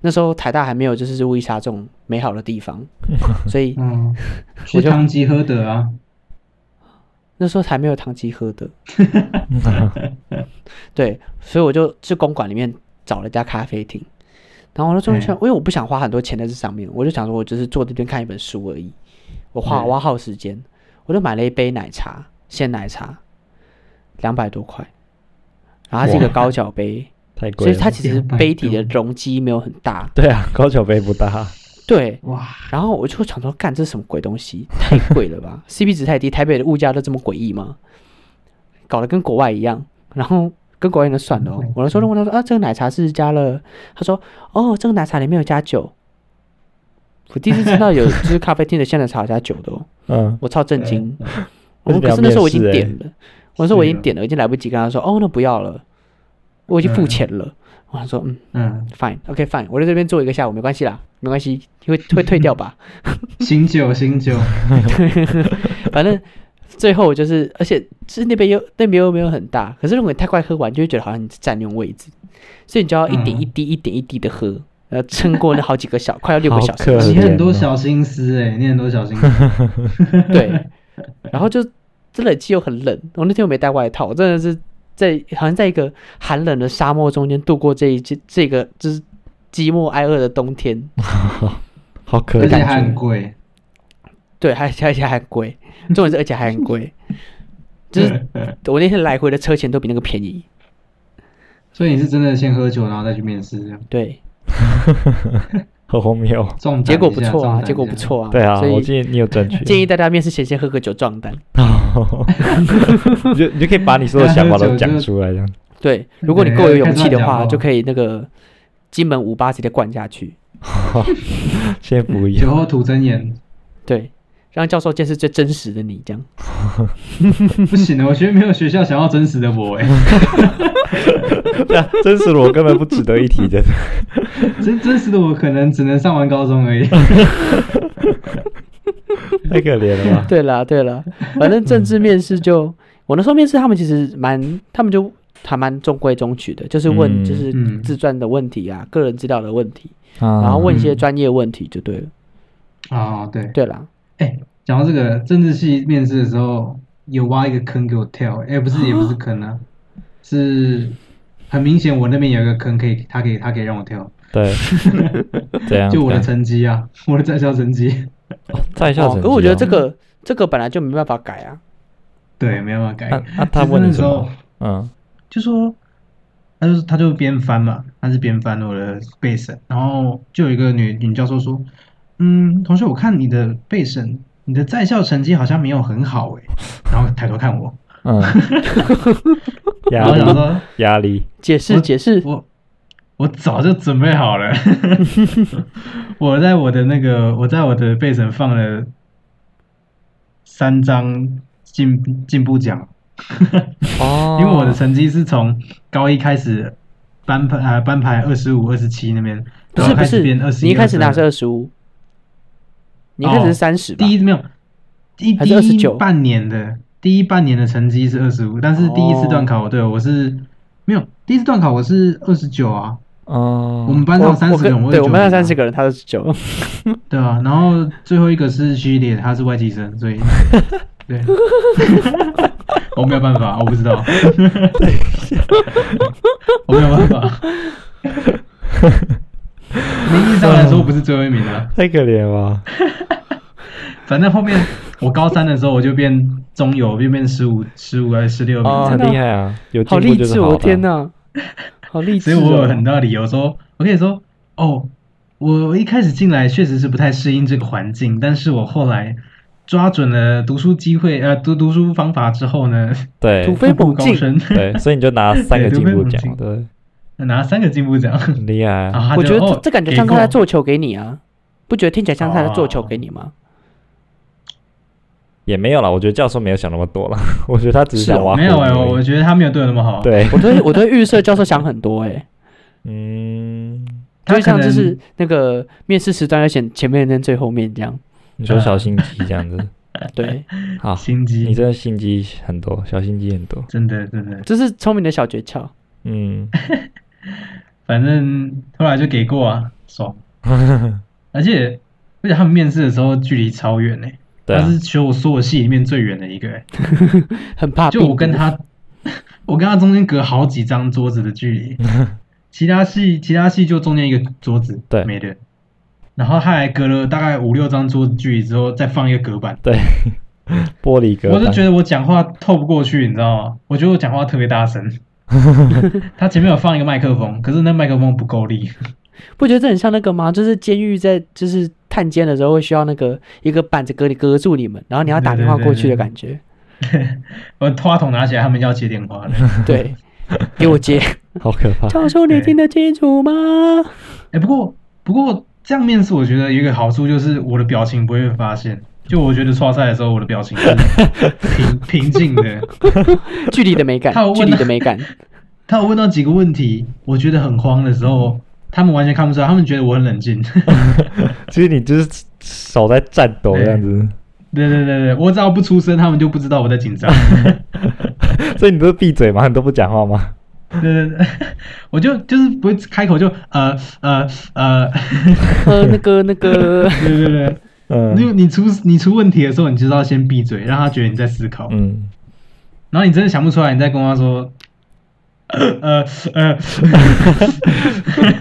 [SPEAKER 1] 那时候台大还没有就是乌伊沙这种美好的地方，所以
[SPEAKER 2] 嗯，去汤吉诃德啊，
[SPEAKER 1] 那时候还没有唐吉诃德。嗯对，所以我就去公馆里面找了一家咖啡厅，然后我就终于想，因为我不想花很多钱在这上面，我就想说，我只是坐这边看一本书而已，我花
[SPEAKER 2] 嗯
[SPEAKER 1] 花耗时间，我就买了一杯奶茶，鲜奶茶，两百多块，然后它是一个
[SPEAKER 3] 哇
[SPEAKER 1] 高脚杯，
[SPEAKER 3] 太贵
[SPEAKER 1] 所以
[SPEAKER 3] 了，
[SPEAKER 1] 它其实
[SPEAKER 2] 200
[SPEAKER 1] 杯底的
[SPEAKER 2] 多
[SPEAKER 1] 容积没有很大，
[SPEAKER 3] 对啊，高脚杯不大，
[SPEAKER 1] 对，
[SPEAKER 2] 哇，
[SPEAKER 1] 然后我就想说，干这是什么鬼东西？太贵了吧？CP 值太低，台北的物价都这么诡异吗？搞得跟国外一样。然后跟国外人算了、哦，我那时候就问他说啊，这个奶茶是加了？他说哦，这个奶茶里面有加酒。我第一次知道有就是咖啡厅的鲜奶茶有加酒的哦，
[SPEAKER 3] 嗯，
[SPEAKER 1] 我超震惊。我
[SPEAKER 3] 这
[SPEAKER 1] 可
[SPEAKER 3] 是表
[SPEAKER 1] 是那时候我已
[SPEAKER 3] 面
[SPEAKER 1] 经
[SPEAKER 3] 试欸
[SPEAKER 1] 点了，我说我已
[SPEAKER 2] 是
[SPEAKER 1] 经
[SPEAKER 2] 啊
[SPEAKER 1] 点了，我已经来不及跟他说哦，那不要了，我已经付
[SPEAKER 2] 嗯
[SPEAKER 1] 钱了。我想说嗯。
[SPEAKER 2] 嗯，
[SPEAKER 1] Fine，OK，Fine，、我在这边做一个下午，没关系啦，没关系，会会退掉吧。
[SPEAKER 2] 醒酒醒 酒，
[SPEAKER 1] 反正最后就是，而且是那边又那边又没有很大，可是如果你太快喝完，就会觉得好像你占用位置，所以你就要一
[SPEAKER 3] 嗯
[SPEAKER 1] 点一滴、一点一滴的喝，然后撑过那好几个小，快要六个小时
[SPEAKER 3] 好可。怜
[SPEAKER 2] 你很多
[SPEAKER 3] 哦
[SPEAKER 2] 小心思哎，你很多小心思，
[SPEAKER 1] 对，然后就这冷气又很冷，我那天我没带外套，我真的是在好像在一个寒冷的沙漠中间度过这一这这个就是寂寞挨饿的冬天。
[SPEAKER 3] 好可
[SPEAKER 2] 而且
[SPEAKER 3] 怜，
[SPEAKER 2] 还很贵，
[SPEAKER 1] 对，还而且还很贵，重点是而且还很 贵，就是我那天来回的车钱都比那个便宜。
[SPEAKER 2] 所以你是真的先喝酒，然后再去面试这样，
[SPEAKER 1] 对，
[SPEAKER 3] 好荒谬。
[SPEAKER 2] 中
[SPEAKER 1] 结
[SPEAKER 2] 奖
[SPEAKER 1] 果
[SPEAKER 2] 一
[SPEAKER 1] 不
[SPEAKER 2] 下
[SPEAKER 1] 错
[SPEAKER 2] 中
[SPEAKER 1] 啊，
[SPEAKER 2] 奖
[SPEAKER 1] 结果
[SPEAKER 2] 一
[SPEAKER 1] 不
[SPEAKER 2] 下
[SPEAKER 1] 错啊。
[SPEAKER 3] 对啊，
[SPEAKER 1] 所
[SPEAKER 3] 我
[SPEAKER 1] 以
[SPEAKER 3] 建议你有争取。
[SPEAKER 1] 建议大家面试前先喝个酒壮胆。
[SPEAKER 3] 哦， 你就你就可以把你所有想法都讲出来，这样。
[SPEAKER 1] 对，如果你够有
[SPEAKER 2] 对
[SPEAKER 1] 勇
[SPEAKER 2] 看
[SPEAKER 1] 气
[SPEAKER 2] 他
[SPEAKER 1] 的
[SPEAKER 2] 讲哦
[SPEAKER 1] 话，
[SPEAKER 2] 话
[SPEAKER 1] 就可以那个金门五八直接灌下去。
[SPEAKER 3] 先不
[SPEAKER 2] 酒
[SPEAKER 3] 要，
[SPEAKER 2] 后吐真言，
[SPEAKER 1] 对，让教授见识最真实的你，这样。
[SPEAKER 2] 不行的，我觉得没有学校想要真实的我 哎，
[SPEAKER 3] 对啊真实的我根本不值得一提，真的。
[SPEAKER 2] 真真实的我可能只能上完高中而 已，
[SPEAKER 3] 太可怜了 吧？
[SPEAKER 1] 对啦，对啦，反正政治面试就我那时候面试，他们其实蛮，他们就还蛮中规中矩的，就是问
[SPEAKER 3] 嗯
[SPEAKER 1] 就是
[SPEAKER 2] 嗯
[SPEAKER 1] 自传的问题啊，个人资料的问题。
[SPEAKER 3] 然
[SPEAKER 1] 然后问一些
[SPEAKER 2] 嗯
[SPEAKER 1] 专业问题就对了。
[SPEAKER 2] 啊对，
[SPEAKER 1] 对啦，
[SPEAKER 2] 哎，讲到这个政治系面试的时候，有挖一个坑给我跳，哎，不是也不是坑 啊，是很明显我那边有一个坑可以，他可以他可以让我跳，
[SPEAKER 3] 对，怎样？
[SPEAKER 2] 就我的
[SPEAKER 3] 怎样
[SPEAKER 2] 成绩啊，我的在校成绩，
[SPEAKER 3] 在校
[SPEAKER 2] 啊
[SPEAKER 3] 成绩哦。
[SPEAKER 1] 可我觉得这个这个本来就没办法改啊。
[SPEAKER 2] 对，没办法改
[SPEAKER 3] 那。那啊他
[SPEAKER 2] 哎其实
[SPEAKER 3] 问
[SPEAKER 2] 那
[SPEAKER 3] 你什
[SPEAKER 2] 时候
[SPEAKER 3] 么？嗯，
[SPEAKER 2] 就说，他就他就边翻嘛，他是边翻我的背审，然后就有一个女女教授说，嗯，同学，我看你的背审，你的在校成绩好像没有很好哎、然后抬头看我，
[SPEAKER 3] 嗯，
[SPEAKER 2] 然后
[SPEAKER 3] 压
[SPEAKER 2] 想
[SPEAKER 3] 力
[SPEAKER 2] 说，
[SPEAKER 3] 压力，
[SPEAKER 1] 解释
[SPEAKER 2] 我
[SPEAKER 1] 解释，
[SPEAKER 2] 我我早就准备好了， 我在我的那个我在我的背审放了三张进进步奖，
[SPEAKER 3] 哦
[SPEAKER 2] 因为我的成绩是从高一开始班排呃班排二十五、二十七那边，
[SPEAKER 1] 不
[SPEAKER 2] 然
[SPEAKER 1] 是
[SPEAKER 2] 后
[SPEAKER 1] 不
[SPEAKER 2] 开始
[SPEAKER 1] 是，
[SPEAKER 2] 变二十
[SPEAKER 1] 你一开始拿是二十五，你一开始是
[SPEAKER 2] 哦
[SPEAKER 1] 三十吧
[SPEAKER 2] 第？一没有第
[SPEAKER 1] 还
[SPEAKER 2] 第
[SPEAKER 1] 是
[SPEAKER 2] 一
[SPEAKER 1] 29
[SPEAKER 2] 半年的第一半年的成绩是二十五，但是第一次段
[SPEAKER 1] 哦
[SPEAKER 2] 考、对我是没有第一次段考我是二十九啊，
[SPEAKER 3] 哦，
[SPEAKER 2] 我们班上
[SPEAKER 1] 我
[SPEAKER 2] 三
[SPEAKER 1] 我
[SPEAKER 2] 十个人，啊
[SPEAKER 1] 跟
[SPEAKER 2] 也
[SPEAKER 1] 对我们班上三十
[SPEAKER 2] 个
[SPEAKER 1] 个人，他是九，
[SPEAKER 2] 对啊，然后最后一个是徐烈，他是外籍生，所以对。 我没有办法，我不知道，我没有办法。名义上来说不是最后一名啊，
[SPEAKER 3] 太可怜了吧。
[SPEAKER 2] 反正后面我高三的时候我就变中游，就变十五、十五还是十六名，
[SPEAKER 1] 哦
[SPEAKER 3] 很
[SPEAKER 1] 真的
[SPEAKER 3] 厉害啊，有进
[SPEAKER 1] 好
[SPEAKER 3] 步
[SPEAKER 1] 励
[SPEAKER 3] 就是
[SPEAKER 1] 志！
[SPEAKER 3] 好
[SPEAKER 1] 我
[SPEAKER 3] 的。
[SPEAKER 1] 天哪，好励
[SPEAKER 2] 所
[SPEAKER 1] 志
[SPEAKER 2] 以我有很
[SPEAKER 1] 哦！
[SPEAKER 2] 大理由说，我跟你说，哦，我一开始进来确实是不太适应这个环境，但是我后来抓准了读书机会，呃，读读书方法之后呢，
[SPEAKER 1] 突
[SPEAKER 3] 对
[SPEAKER 1] 飞
[SPEAKER 2] 步
[SPEAKER 1] 猛
[SPEAKER 2] 步高
[SPEAKER 1] 进，
[SPEAKER 2] 升，
[SPEAKER 3] 对，所以你就拿三个
[SPEAKER 2] 对
[SPEAKER 3] 进
[SPEAKER 2] 突飞
[SPEAKER 3] 步
[SPEAKER 2] 猛
[SPEAKER 3] 奖，
[SPEAKER 2] 进
[SPEAKER 3] 对，
[SPEAKER 2] 拿三个进步 奖。
[SPEAKER 3] 很厉害
[SPEAKER 2] 然 后
[SPEAKER 3] 啊。
[SPEAKER 2] 他
[SPEAKER 1] 我
[SPEAKER 2] 就
[SPEAKER 1] 觉得
[SPEAKER 2] 哦
[SPEAKER 1] 这这感觉
[SPEAKER 2] 给
[SPEAKER 1] 像他在
[SPEAKER 2] 过
[SPEAKER 1] 做球给你啊，不觉得听起来像他在做球
[SPEAKER 2] 哦
[SPEAKER 1] 给你吗？
[SPEAKER 3] 也没有啦，我觉得教授没有想那么多啦， 我觉得他只是
[SPEAKER 1] 是
[SPEAKER 3] 想
[SPEAKER 1] 哦
[SPEAKER 3] 挖
[SPEAKER 2] 没有哎、
[SPEAKER 3] 哎，
[SPEAKER 2] 我觉得他没有对我那么好。，
[SPEAKER 3] 对，
[SPEAKER 1] 我 对我对预设教授想很多哎，
[SPEAKER 3] 嗯，
[SPEAKER 2] 他
[SPEAKER 1] 就
[SPEAKER 2] 可
[SPEAKER 1] 像
[SPEAKER 2] 能
[SPEAKER 1] 就是那个面试时段要选前面跟最后面这样，
[SPEAKER 2] 啊
[SPEAKER 3] 你说小心机这样 子，
[SPEAKER 1] 对。
[SPEAKER 3] 好，
[SPEAKER 2] 心
[SPEAKER 3] 你
[SPEAKER 2] 机，
[SPEAKER 3] 真的心机很多，小心机很多，
[SPEAKER 2] 真的真的，
[SPEAKER 1] 这是聪明的小诀窍。
[SPEAKER 3] 嗯，
[SPEAKER 2] 反正后来就给过啊， 爽。而且而且他们面试的时候距离超远呢、
[SPEAKER 3] 对啊
[SPEAKER 2] 他，是求我所有系里面最远的一个、欸，
[SPEAKER 1] 很怕病
[SPEAKER 2] 就
[SPEAKER 1] 毒。
[SPEAKER 2] 我跟他，我跟他中间隔好几张桌子的距离，其他系其他系就中间一个桌子，
[SPEAKER 3] 对
[SPEAKER 2] 没人。然后他还隔了大概五六张桌子距离之后，再放一个隔板，
[SPEAKER 3] 对， 玻璃哥，
[SPEAKER 2] 我就觉得我讲话透不过去，你知道吗？我觉得我讲话特别大声。他前面有放一个麦克风，可是那麦克风不够力，
[SPEAKER 1] 不觉得这很像那个吗？就是监狱在就是探监的时候会需要那个一个板子隔你隔住你们，然后你要打电话过去的感觉。
[SPEAKER 2] 我话筒拿起来，他们要接电话了。
[SPEAKER 1] 对，给我 接，
[SPEAKER 3] 好可怕。
[SPEAKER 1] 教授你听得清楚吗？
[SPEAKER 2] 哎、不过不过这样面试，我觉得有一个好处就是我的表情不会被发现。就我觉得刷赛的时候，我的表情是平平静的。
[SPEAKER 1] 距离的美感
[SPEAKER 2] 他有，问
[SPEAKER 1] 距离
[SPEAKER 2] 啊
[SPEAKER 1] 的美感。
[SPEAKER 2] 他有问到几个问题，我觉得很慌的时候，他们完全看不出来，他们觉得我很冷静。
[SPEAKER 3] 其实你就是手在颤抖这样子，
[SPEAKER 2] 对对对对，我只要不出声，他们就不知道我在紧张。
[SPEAKER 3] 所以你都是闭嘴吗？你都不讲话吗？
[SPEAKER 2] 对对对，我就就是不会开口就呃呃呃，
[SPEAKER 1] 呃，那个那个，
[SPEAKER 2] 对对对，因为
[SPEAKER 3] 嗯
[SPEAKER 2] 你出你出问题的时候，你就是要先闭嘴，让他觉得你在思考。
[SPEAKER 3] 嗯，
[SPEAKER 2] 然后你真的想不出来，你再跟他 说，呃呃，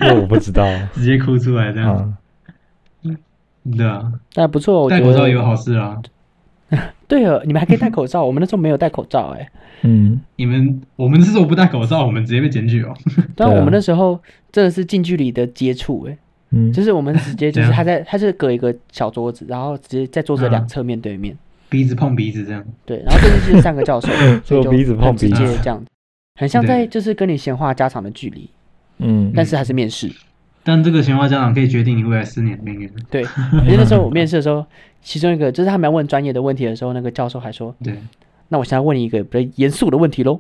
[SPEAKER 3] 因为我 不知道
[SPEAKER 2] 直接哭出来这样子。
[SPEAKER 3] 啊。嗯
[SPEAKER 2] 对啊，
[SPEAKER 1] 但哎不错，我觉
[SPEAKER 2] 戴口罩也有
[SPEAKER 1] 得。
[SPEAKER 2] 好事啊。
[SPEAKER 1] 对了，你们还可以戴口罩，我们那时候没有戴口罩哎、
[SPEAKER 3] 嗯，
[SPEAKER 2] 你们我们这种不戴口罩，我们直接被检举哦。
[SPEAKER 1] 但
[SPEAKER 3] 对啊
[SPEAKER 1] 我们那时候真的是近距离的接触哎、
[SPEAKER 3] 嗯
[SPEAKER 1] 就是我们直接就是
[SPEAKER 2] 怎样
[SPEAKER 1] 他在他是隔一个小桌子，然后直接在桌子的
[SPEAKER 2] 啊嗯
[SPEAKER 1] 两侧面对面。
[SPEAKER 2] 鼻子碰鼻子这样，
[SPEAKER 1] 对，然后这就是三个教授， 所以
[SPEAKER 3] 做
[SPEAKER 1] 就
[SPEAKER 3] 鼻子碰
[SPEAKER 1] 很直
[SPEAKER 3] 鼻
[SPEAKER 1] 接
[SPEAKER 2] 子
[SPEAKER 1] 这样子，很像
[SPEAKER 2] 对
[SPEAKER 1] 在就是跟你闲话家常的距离，
[SPEAKER 3] 嗯，
[SPEAKER 1] 但是还是面 试。
[SPEAKER 2] 但这个闲话家长可以决定你未来四年的命运。
[SPEAKER 1] 对，
[SPEAKER 3] 嗯
[SPEAKER 1] 因为那时候我面试的时候，其中一个就是他们要问专业的问题的时候，那个教授还说
[SPEAKER 2] 对，：“
[SPEAKER 1] 那我现在问你一个比较严肃的问题喽。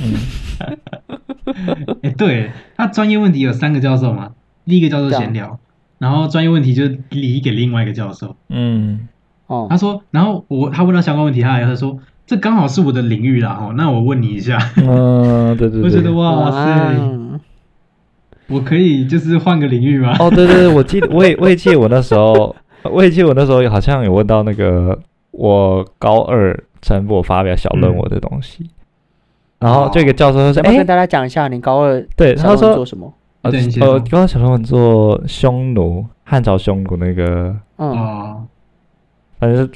[SPEAKER 3] 嗯
[SPEAKER 2] 哎，对，他专业问题有三个教授嘛，第一个教授闲聊，然后专业问题就理给另外一个教授。
[SPEAKER 3] 嗯”
[SPEAKER 1] 哦
[SPEAKER 2] 他，说，然后我他问到相关问题，他还会说。这刚好是我的领域啦，哦，那我问你一下，
[SPEAKER 3] 嗯，对对
[SPEAKER 2] 我觉得
[SPEAKER 3] 对，
[SPEAKER 2] 哇塞，
[SPEAKER 1] 嗯
[SPEAKER 2] 我可以就是换个领域吗？
[SPEAKER 3] 哦，对对对，我记得，我也我也记得我那时候， 我也记得我那时候好像有问到那个我高二陈我发表小论文的东
[SPEAKER 2] 嗯
[SPEAKER 3] 西，然后这个教
[SPEAKER 2] 哦
[SPEAKER 3] 授
[SPEAKER 1] 要
[SPEAKER 3] 说，
[SPEAKER 1] 不要
[SPEAKER 3] 哎
[SPEAKER 1] 跟，大家讲一下你高二
[SPEAKER 3] 对，
[SPEAKER 1] 小
[SPEAKER 3] 他
[SPEAKER 1] 时候
[SPEAKER 3] 说
[SPEAKER 1] 做，什么？
[SPEAKER 3] 呃
[SPEAKER 2] 对你先
[SPEAKER 3] 呃，
[SPEAKER 2] 说
[SPEAKER 3] 刚刚小论文做匈奴，汉朝匈奴那个
[SPEAKER 1] 嗯，
[SPEAKER 2] 哦，
[SPEAKER 3] 反正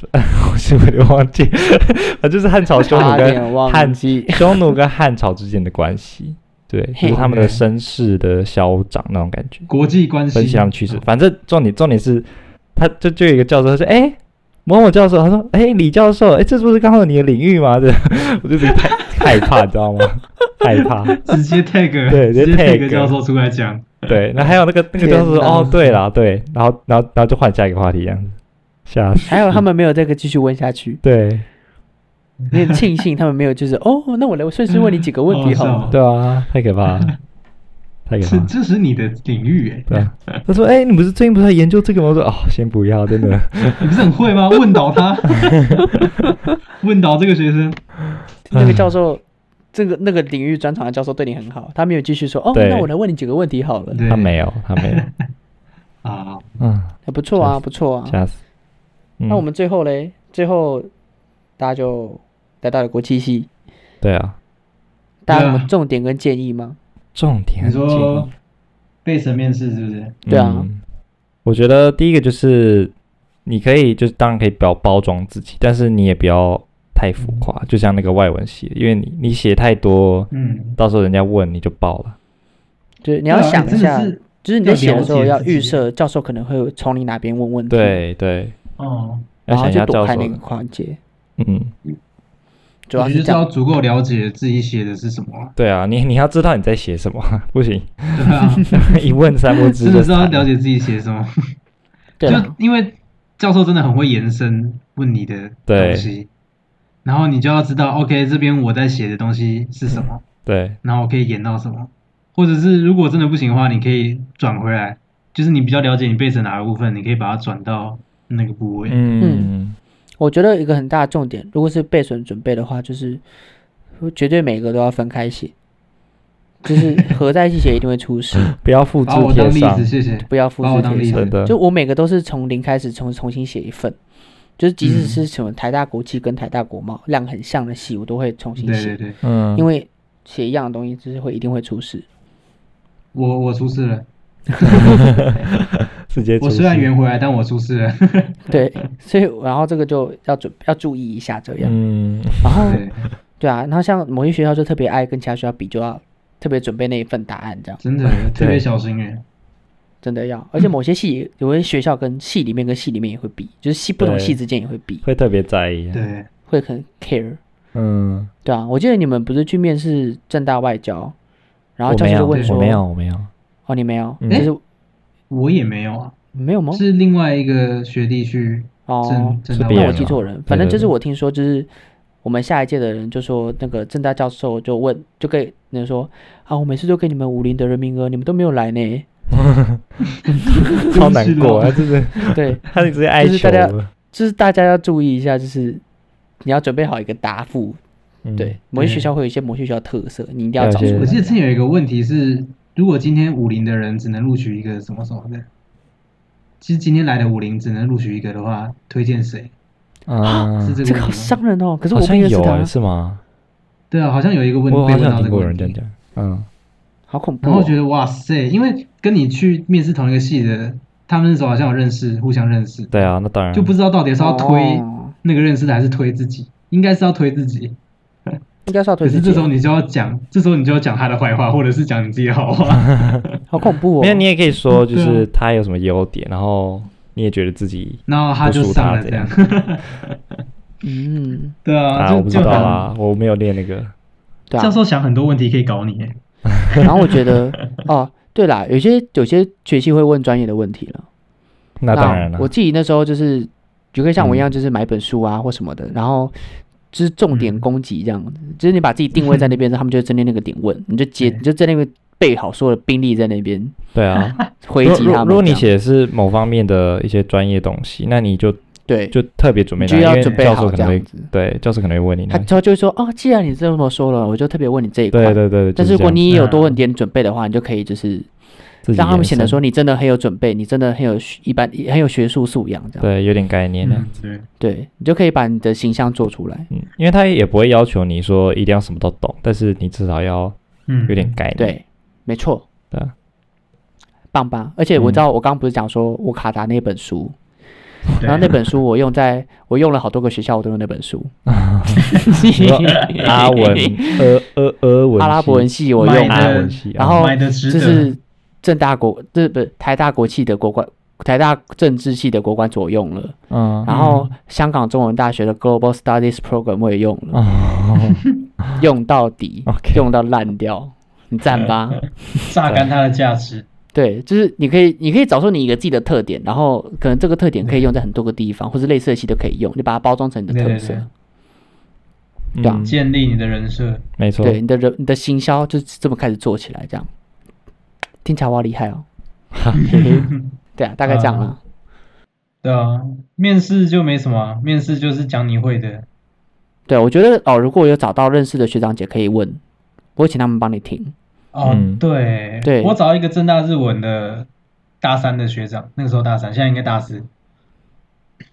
[SPEAKER 3] 我是 有点忘记， 反正就是汉朝匈奴
[SPEAKER 1] 差
[SPEAKER 3] 跟
[SPEAKER 1] 点忘
[SPEAKER 3] 汉
[SPEAKER 1] 记。
[SPEAKER 3] 匈奴跟汉朝之间的关系，对，就
[SPEAKER 1] 嘿
[SPEAKER 3] 是他们的
[SPEAKER 2] OK
[SPEAKER 3] 绅士的嚣张那种感觉，
[SPEAKER 2] 国际关系
[SPEAKER 3] 分析他们趋势。反正重点重点是，他就就有一个教授他说，哎、某某教授，他说，哎、李教授，哎、这不是刚好你的领域吗？ 这我就觉得太 害怕，你知道吗？ 害怕。
[SPEAKER 2] 直接 tag，
[SPEAKER 3] 对
[SPEAKER 2] 直
[SPEAKER 3] 直
[SPEAKER 2] 接
[SPEAKER 3] 接
[SPEAKER 2] tag
[SPEAKER 3] tag
[SPEAKER 2] 教授出来讲，
[SPEAKER 3] 对，那还有那个那个教授说，
[SPEAKER 1] 天哪
[SPEAKER 3] 哦，对啦，对，然后然后然后就换下一个话题，这样子，吓死。
[SPEAKER 1] 还有他们没有这个继续问下去，
[SPEAKER 3] 对
[SPEAKER 1] 有点庆幸他们没有就是哦，那我来顺势问你几个问题好
[SPEAKER 2] 好
[SPEAKER 1] 了
[SPEAKER 2] 好笑。
[SPEAKER 3] 对啊，太可怕 了，太可怕
[SPEAKER 2] 哦是
[SPEAKER 3] 了。
[SPEAKER 2] 这是你的领域哎、
[SPEAKER 3] 对啊，他说：“哎、你不是最近不是在研究这个吗？”我说：“哦，先不要，真的。
[SPEAKER 2] 你不是很会吗？问倒 他，问倒这个学生，
[SPEAKER 3] 嗯
[SPEAKER 1] 那个教授，这个那个领域专长的教授对你很好，他没有继续说哦，
[SPEAKER 3] 对
[SPEAKER 1] 那我来问你几个问题好了，
[SPEAKER 2] 对，
[SPEAKER 3] 他没有，他没有，
[SPEAKER 2] 啊，
[SPEAKER 3] 嗯，
[SPEAKER 1] 还不错啊，不错啊。
[SPEAKER 3] 吓死。嗯
[SPEAKER 1] 那我们最后嘞，最后大家就来到了国际系，
[SPEAKER 3] 对啊，
[SPEAKER 1] 大家有什
[SPEAKER 2] 对
[SPEAKER 1] 么
[SPEAKER 2] 啊
[SPEAKER 1] 重点跟建议吗？
[SPEAKER 3] 重点
[SPEAKER 2] 你
[SPEAKER 3] 很建
[SPEAKER 2] 说
[SPEAKER 3] 议
[SPEAKER 2] 背神面试是不是？
[SPEAKER 1] 对啊
[SPEAKER 3] 嗯我觉得第一个就是你可以，就是当然可以不要包装自己，但是你也不要太浮
[SPEAKER 1] 嗯
[SPEAKER 3] 夸，就像那个外文系，因为你你写太多，
[SPEAKER 2] 嗯，
[SPEAKER 3] 到时候人家问你就爆了。
[SPEAKER 1] 就是你要
[SPEAKER 2] 对啊
[SPEAKER 1] 想一
[SPEAKER 2] 真的
[SPEAKER 1] 下，
[SPEAKER 2] 是
[SPEAKER 1] 就是你在写的时候
[SPEAKER 2] 要
[SPEAKER 1] 要
[SPEAKER 2] 了解自己
[SPEAKER 1] 预设教授可能会从你哪边问问题，，
[SPEAKER 3] 对对，
[SPEAKER 2] 哦，
[SPEAKER 1] 嗯
[SPEAKER 3] 要
[SPEAKER 1] 然后
[SPEAKER 3] 想一
[SPEAKER 1] 就
[SPEAKER 3] 下
[SPEAKER 1] 躲
[SPEAKER 3] 教
[SPEAKER 1] 开
[SPEAKER 3] 授
[SPEAKER 1] 那个
[SPEAKER 3] 的，
[SPEAKER 1] 环节，
[SPEAKER 3] 嗯，
[SPEAKER 1] 主要
[SPEAKER 2] 我觉
[SPEAKER 1] 是
[SPEAKER 2] 得
[SPEAKER 1] 这
[SPEAKER 2] 是要
[SPEAKER 1] 样。
[SPEAKER 2] 足够了解自己写的是什么 啊，
[SPEAKER 3] 对啊，你你要知道你在写什么， 不行，
[SPEAKER 2] 对啊，
[SPEAKER 3] 一问三不知
[SPEAKER 2] 真
[SPEAKER 3] 就
[SPEAKER 2] 的是要
[SPEAKER 3] 惨
[SPEAKER 2] 了解自己写什么，
[SPEAKER 1] 对啊，
[SPEAKER 2] 就因为教授真的很会延伸问你的东西，然后你就要知道，OK，这边我在写的东西是什么。
[SPEAKER 3] 对
[SPEAKER 2] 然后我可以演到什么，或者是如果真的不行的话，你可以转回来，就是你比较了解你背着哪个部分，你可以把它转到那个部位。
[SPEAKER 3] 嗯，
[SPEAKER 1] 我觉得一个很大的重点，如果是备审准备的话，就是绝对每个都要分开写，就是合在一起写一定会出事，
[SPEAKER 3] 不要复制
[SPEAKER 2] 把我
[SPEAKER 3] 贴
[SPEAKER 2] 当例
[SPEAKER 3] 上
[SPEAKER 2] 子，，谢谢。
[SPEAKER 1] 不要复
[SPEAKER 2] 把我
[SPEAKER 1] 制
[SPEAKER 2] 当
[SPEAKER 1] 贴
[SPEAKER 2] 例
[SPEAKER 1] 上。
[SPEAKER 3] 真
[SPEAKER 2] 子，
[SPEAKER 3] 的
[SPEAKER 1] 就我每个都是从零开始重重新写一份，就是即使是什么台大国际跟台大国贸量很像的戏，我都会重
[SPEAKER 2] 对
[SPEAKER 1] 新写，
[SPEAKER 2] 对对，
[SPEAKER 3] 嗯，
[SPEAKER 1] 因为写一样的东西就是会一定会出事。
[SPEAKER 2] 我我出事了，
[SPEAKER 3] 直接
[SPEAKER 2] 我
[SPEAKER 3] 出
[SPEAKER 2] 虽然
[SPEAKER 3] 去
[SPEAKER 2] 圆回来，但我出事 了。
[SPEAKER 1] 对， 所以然后这个就要准要注意一下这样。
[SPEAKER 3] 嗯
[SPEAKER 1] 然后
[SPEAKER 2] 对，
[SPEAKER 1] 对啊，然后像某些学校就特别爱跟其他学校比，就要特别准备那一份答案这样。
[SPEAKER 2] 真的特别小心哎。
[SPEAKER 1] 真的要。而
[SPEAKER 2] 嗯
[SPEAKER 1] 且某些系也，有些学校跟系里面跟系里面也会比，就是系不同
[SPEAKER 3] 对
[SPEAKER 1] 系之间也会比，
[SPEAKER 3] 会特别在意啊。
[SPEAKER 2] 对，
[SPEAKER 1] 会很 care。
[SPEAKER 3] 嗯，
[SPEAKER 1] 对啊，我记得你们不是去面试正大外交，然后
[SPEAKER 3] 我
[SPEAKER 1] 教
[SPEAKER 3] 没
[SPEAKER 1] 授
[SPEAKER 3] 有，
[SPEAKER 1] 就问说：“
[SPEAKER 3] 我没有，我 没有。
[SPEAKER 1] 哦，你没有，
[SPEAKER 3] 嗯
[SPEAKER 1] 就是
[SPEAKER 2] 我也没有啊，
[SPEAKER 1] 没有
[SPEAKER 3] 哦
[SPEAKER 1] 吗？
[SPEAKER 2] 是另外一个学弟去
[SPEAKER 1] 哦
[SPEAKER 2] 正，正
[SPEAKER 3] 是
[SPEAKER 2] 大
[SPEAKER 3] 别
[SPEAKER 1] 那
[SPEAKER 3] 人
[SPEAKER 1] 我
[SPEAKER 2] 外
[SPEAKER 3] 啊了
[SPEAKER 1] 记
[SPEAKER 2] 教，
[SPEAKER 1] 错人，
[SPEAKER 3] 对
[SPEAKER 1] 反正
[SPEAKER 3] 对
[SPEAKER 1] 就是
[SPEAKER 3] 对
[SPEAKER 1] 我听说，就是我们下一届的人就说，那个正大教授就问，就跟人说啊，我每次都给你们武林的人名额，你们都没有来呢。
[SPEAKER 3] 超难过啊！
[SPEAKER 2] 真
[SPEAKER 3] 就是
[SPEAKER 1] 对，
[SPEAKER 3] 他直接哀
[SPEAKER 1] 就是
[SPEAKER 3] 求
[SPEAKER 1] 大家
[SPEAKER 3] 了。
[SPEAKER 1] 就是大家要注意一下，就是你要准备好一个答复。
[SPEAKER 3] 嗯
[SPEAKER 1] 对，，某些学
[SPEAKER 2] 对
[SPEAKER 1] 校会有一些某些学校特色，你一定要
[SPEAKER 3] 了
[SPEAKER 1] 找出
[SPEAKER 3] 解
[SPEAKER 2] 我
[SPEAKER 1] 来。
[SPEAKER 2] 记得之前有一个问题是，如果今天武林的人只能录取一个什么什么的，其实今天来的武林只能录取一个的话，推荐谁？
[SPEAKER 3] 啊，
[SPEAKER 2] 是这
[SPEAKER 1] 这
[SPEAKER 2] 个
[SPEAKER 1] 个好
[SPEAKER 2] 问题吗？
[SPEAKER 1] 伤人哦，可是
[SPEAKER 3] 好
[SPEAKER 1] 我不
[SPEAKER 3] 像
[SPEAKER 1] 认识
[SPEAKER 3] 有欸
[SPEAKER 1] 他，
[SPEAKER 3] 是吗？
[SPEAKER 2] 对啊，好像有一个问
[SPEAKER 3] 我
[SPEAKER 2] 被
[SPEAKER 3] 好
[SPEAKER 2] 问
[SPEAKER 3] 像
[SPEAKER 2] 到这
[SPEAKER 3] 有
[SPEAKER 2] 个
[SPEAKER 3] 听过有
[SPEAKER 2] 问
[SPEAKER 3] 人这样
[SPEAKER 2] 题，
[SPEAKER 3] 讲。嗯，
[SPEAKER 1] 好恐怖
[SPEAKER 2] 然后我觉
[SPEAKER 1] 哦。
[SPEAKER 2] 得哇塞，因为跟你去面试同一个系的，他们那时候好像有认识，互相认识，
[SPEAKER 3] 对啊，那当然
[SPEAKER 2] 就不知道到底是要推
[SPEAKER 1] 哦
[SPEAKER 2] 那个认识的还是推自己，应该是要推自
[SPEAKER 3] 啊
[SPEAKER 2] 己。
[SPEAKER 1] 应该是要推
[SPEAKER 2] 可
[SPEAKER 1] 自
[SPEAKER 2] 是
[SPEAKER 1] 己
[SPEAKER 2] 这时候
[SPEAKER 1] 啊，
[SPEAKER 2] 你就要讲，这时候你就要讲他的坏话，或者是讲你自己的好
[SPEAKER 3] 嗯
[SPEAKER 2] 话。
[SPEAKER 1] 好恐怖哦
[SPEAKER 3] 没有，。你也可以说 就
[SPEAKER 2] 对啊
[SPEAKER 3] 是他有什么优点，然后你也觉得自己
[SPEAKER 2] 然后他就
[SPEAKER 3] 不输
[SPEAKER 2] 上
[SPEAKER 3] 他
[SPEAKER 2] 了
[SPEAKER 3] 这
[SPEAKER 2] 这样
[SPEAKER 3] 样。
[SPEAKER 1] 嗯，
[SPEAKER 2] 对啊，
[SPEAKER 3] 啊，
[SPEAKER 2] 就
[SPEAKER 3] 我不知
[SPEAKER 2] 就
[SPEAKER 3] 道
[SPEAKER 2] 很
[SPEAKER 3] 啊，我没有练那个。
[SPEAKER 1] 对啊
[SPEAKER 2] 教。授想很多问题可以搞你，
[SPEAKER 1] 然后我觉 得哦，对啦，有些有些学期会问专业的问题了。
[SPEAKER 3] 那当然了嗯
[SPEAKER 1] 我，自己那时候就是，就跟像我一样，就是买本书啊或什么的，然后就是重点攻击这样子，
[SPEAKER 3] 嗯
[SPEAKER 1] 就是你把自己定位在那边，他们就会针对那个点问， 你就接，
[SPEAKER 2] 对
[SPEAKER 1] 你就在那个备好所有的兵力在那边
[SPEAKER 3] 对 啊。
[SPEAKER 1] 回
[SPEAKER 3] 如
[SPEAKER 1] 击
[SPEAKER 3] 如
[SPEAKER 1] 他们这样。
[SPEAKER 3] 如果你写的是某方面的一些专业东西，那你就
[SPEAKER 1] 对，
[SPEAKER 3] 就特别准备
[SPEAKER 1] 你
[SPEAKER 3] 那
[SPEAKER 1] 就
[SPEAKER 3] 个，
[SPEAKER 1] 要
[SPEAKER 3] 因
[SPEAKER 1] 准
[SPEAKER 3] 为
[SPEAKER 1] 备
[SPEAKER 3] 教授
[SPEAKER 1] 好
[SPEAKER 3] 可
[SPEAKER 1] 这
[SPEAKER 3] 能
[SPEAKER 1] 样
[SPEAKER 3] 会嗯
[SPEAKER 1] 子。
[SPEAKER 3] 对教授可能会问你那
[SPEAKER 1] 他
[SPEAKER 3] 个。
[SPEAKER 1] 他就会说哦，既然你这么说了，我就特别问你这一
[SPEAKER 3] 对
[SPEAKER 1] 块。
[SPEAKER 3] 对对，
[SPEAKER 1] 但
[SPEAKER 3] 就是是
[SPEAKER 1] 如
[SPEAKER 3] 这
[SPEAKER 1] 果
[SPEAKER 3] 样
[SPEAKER 1] 你有
[SPEAKER 2] 嗯
[SPEAKER 1] 多一点准备的话，你就可以就是
[SPEAKER 3] 自己
[SPEAKER 1] 让他们
[SPEAKER 3] 延
[SPEAKER 1] 显得
[SPEAKER 3] 伸
[SPEAKER 1] 说你真的很有准备，你真的很有学一般很有学术素养这样。
[SPEAKER 3] 对有点概念的。啊
[SPEAKER 2] 嗯，对，
[SPEAKER 1] 对，你就可以把你的形象做出来。
[SPEAKER 3] 嗯，因为他也不会要求你说一定要什么都懂，但是你至少要
[SPEAKER 2] 嗯，
[SPEAKER 3] 有点概念。
[SPEAKER 1] 对，没错。
[SPEAKER 3] 对啊，
[SPEAKER 1] 棒棒。而且我
[SPEAKER 3] 嗯
[SPEAKER 1] 知道，我刚刚不是讲说我卡达那本书，
[SPEAKER 2] 对。
[SPEAKER 1] 然后那本书我用在我用了好多个学校，我都用那本书。
[SPEAKER 3] 你说阿文、俄俄俄文系、
[SPEAKER 1] 阿拉伯文系我用
[SPEAKER 2] 买
[SPEAKER 3] 阿
[SPEAKER 1] 啊，
[SPEAKER 2] 的
[SPEAKER 3] 文系，
[SPEAKER 1] 然后
[SPEAKER 2] 买的值
[SPEAKER 1] 就
[SPEAKER 2] 得，
[SPEAKER 1] 是正大国，这不台大国系的国关，台大政治系的国关所用了，
[SPEAKER 3] 嗯
[SPEAKER 1] 然后香港中文大学的 Global Studies Program 我也用了，
[SPEAKER 3] 哦，
[SPEAKER 1] 用到底
[SPEAKER 3] OK
[SPEAKER 1] 用到烂掉，你赞吧？
[SPEAKER 2] 榨干它的价值。
[SPEAKER 1] 对，就是你可以，你可以找出你一个自己的特点，然后可能这个特点可以用在很多个地方，或是类似的系都可以用，你把它包装成你的
[SPEAKER 2] 对
[SPEAKER 1] 特
[SPEAKER 2] 对
[SPEAKER 1] 色。
[SPEAKER 3] 嗯
[SPEAKER 1] 对啊
[SPEAKER 2] 建立你的人设，
[SPEAKER 3] 没错，
[SPEAKER 1] 对，你的人，你的行销就是这么开始做起来，这样听起来我好厉害 哦。对啊，大概这样啦。
[SPEAKER 2] 对啊，面试就没什么啊，面试就是讲你会的，
[SPEAKER 1] 对，我觉得哦，如果有找到认识的学长姐可以问，我会请他们帮你听。
[SPEAKER 2] 哦，
[SPEAKER 3] 嗯
[SPEAKER 2] 对，
[SPEAKER 1] 对
[SPEAKER 2] 我找到一个正大日文的大三的学长，那个时候大三，现在应该大四，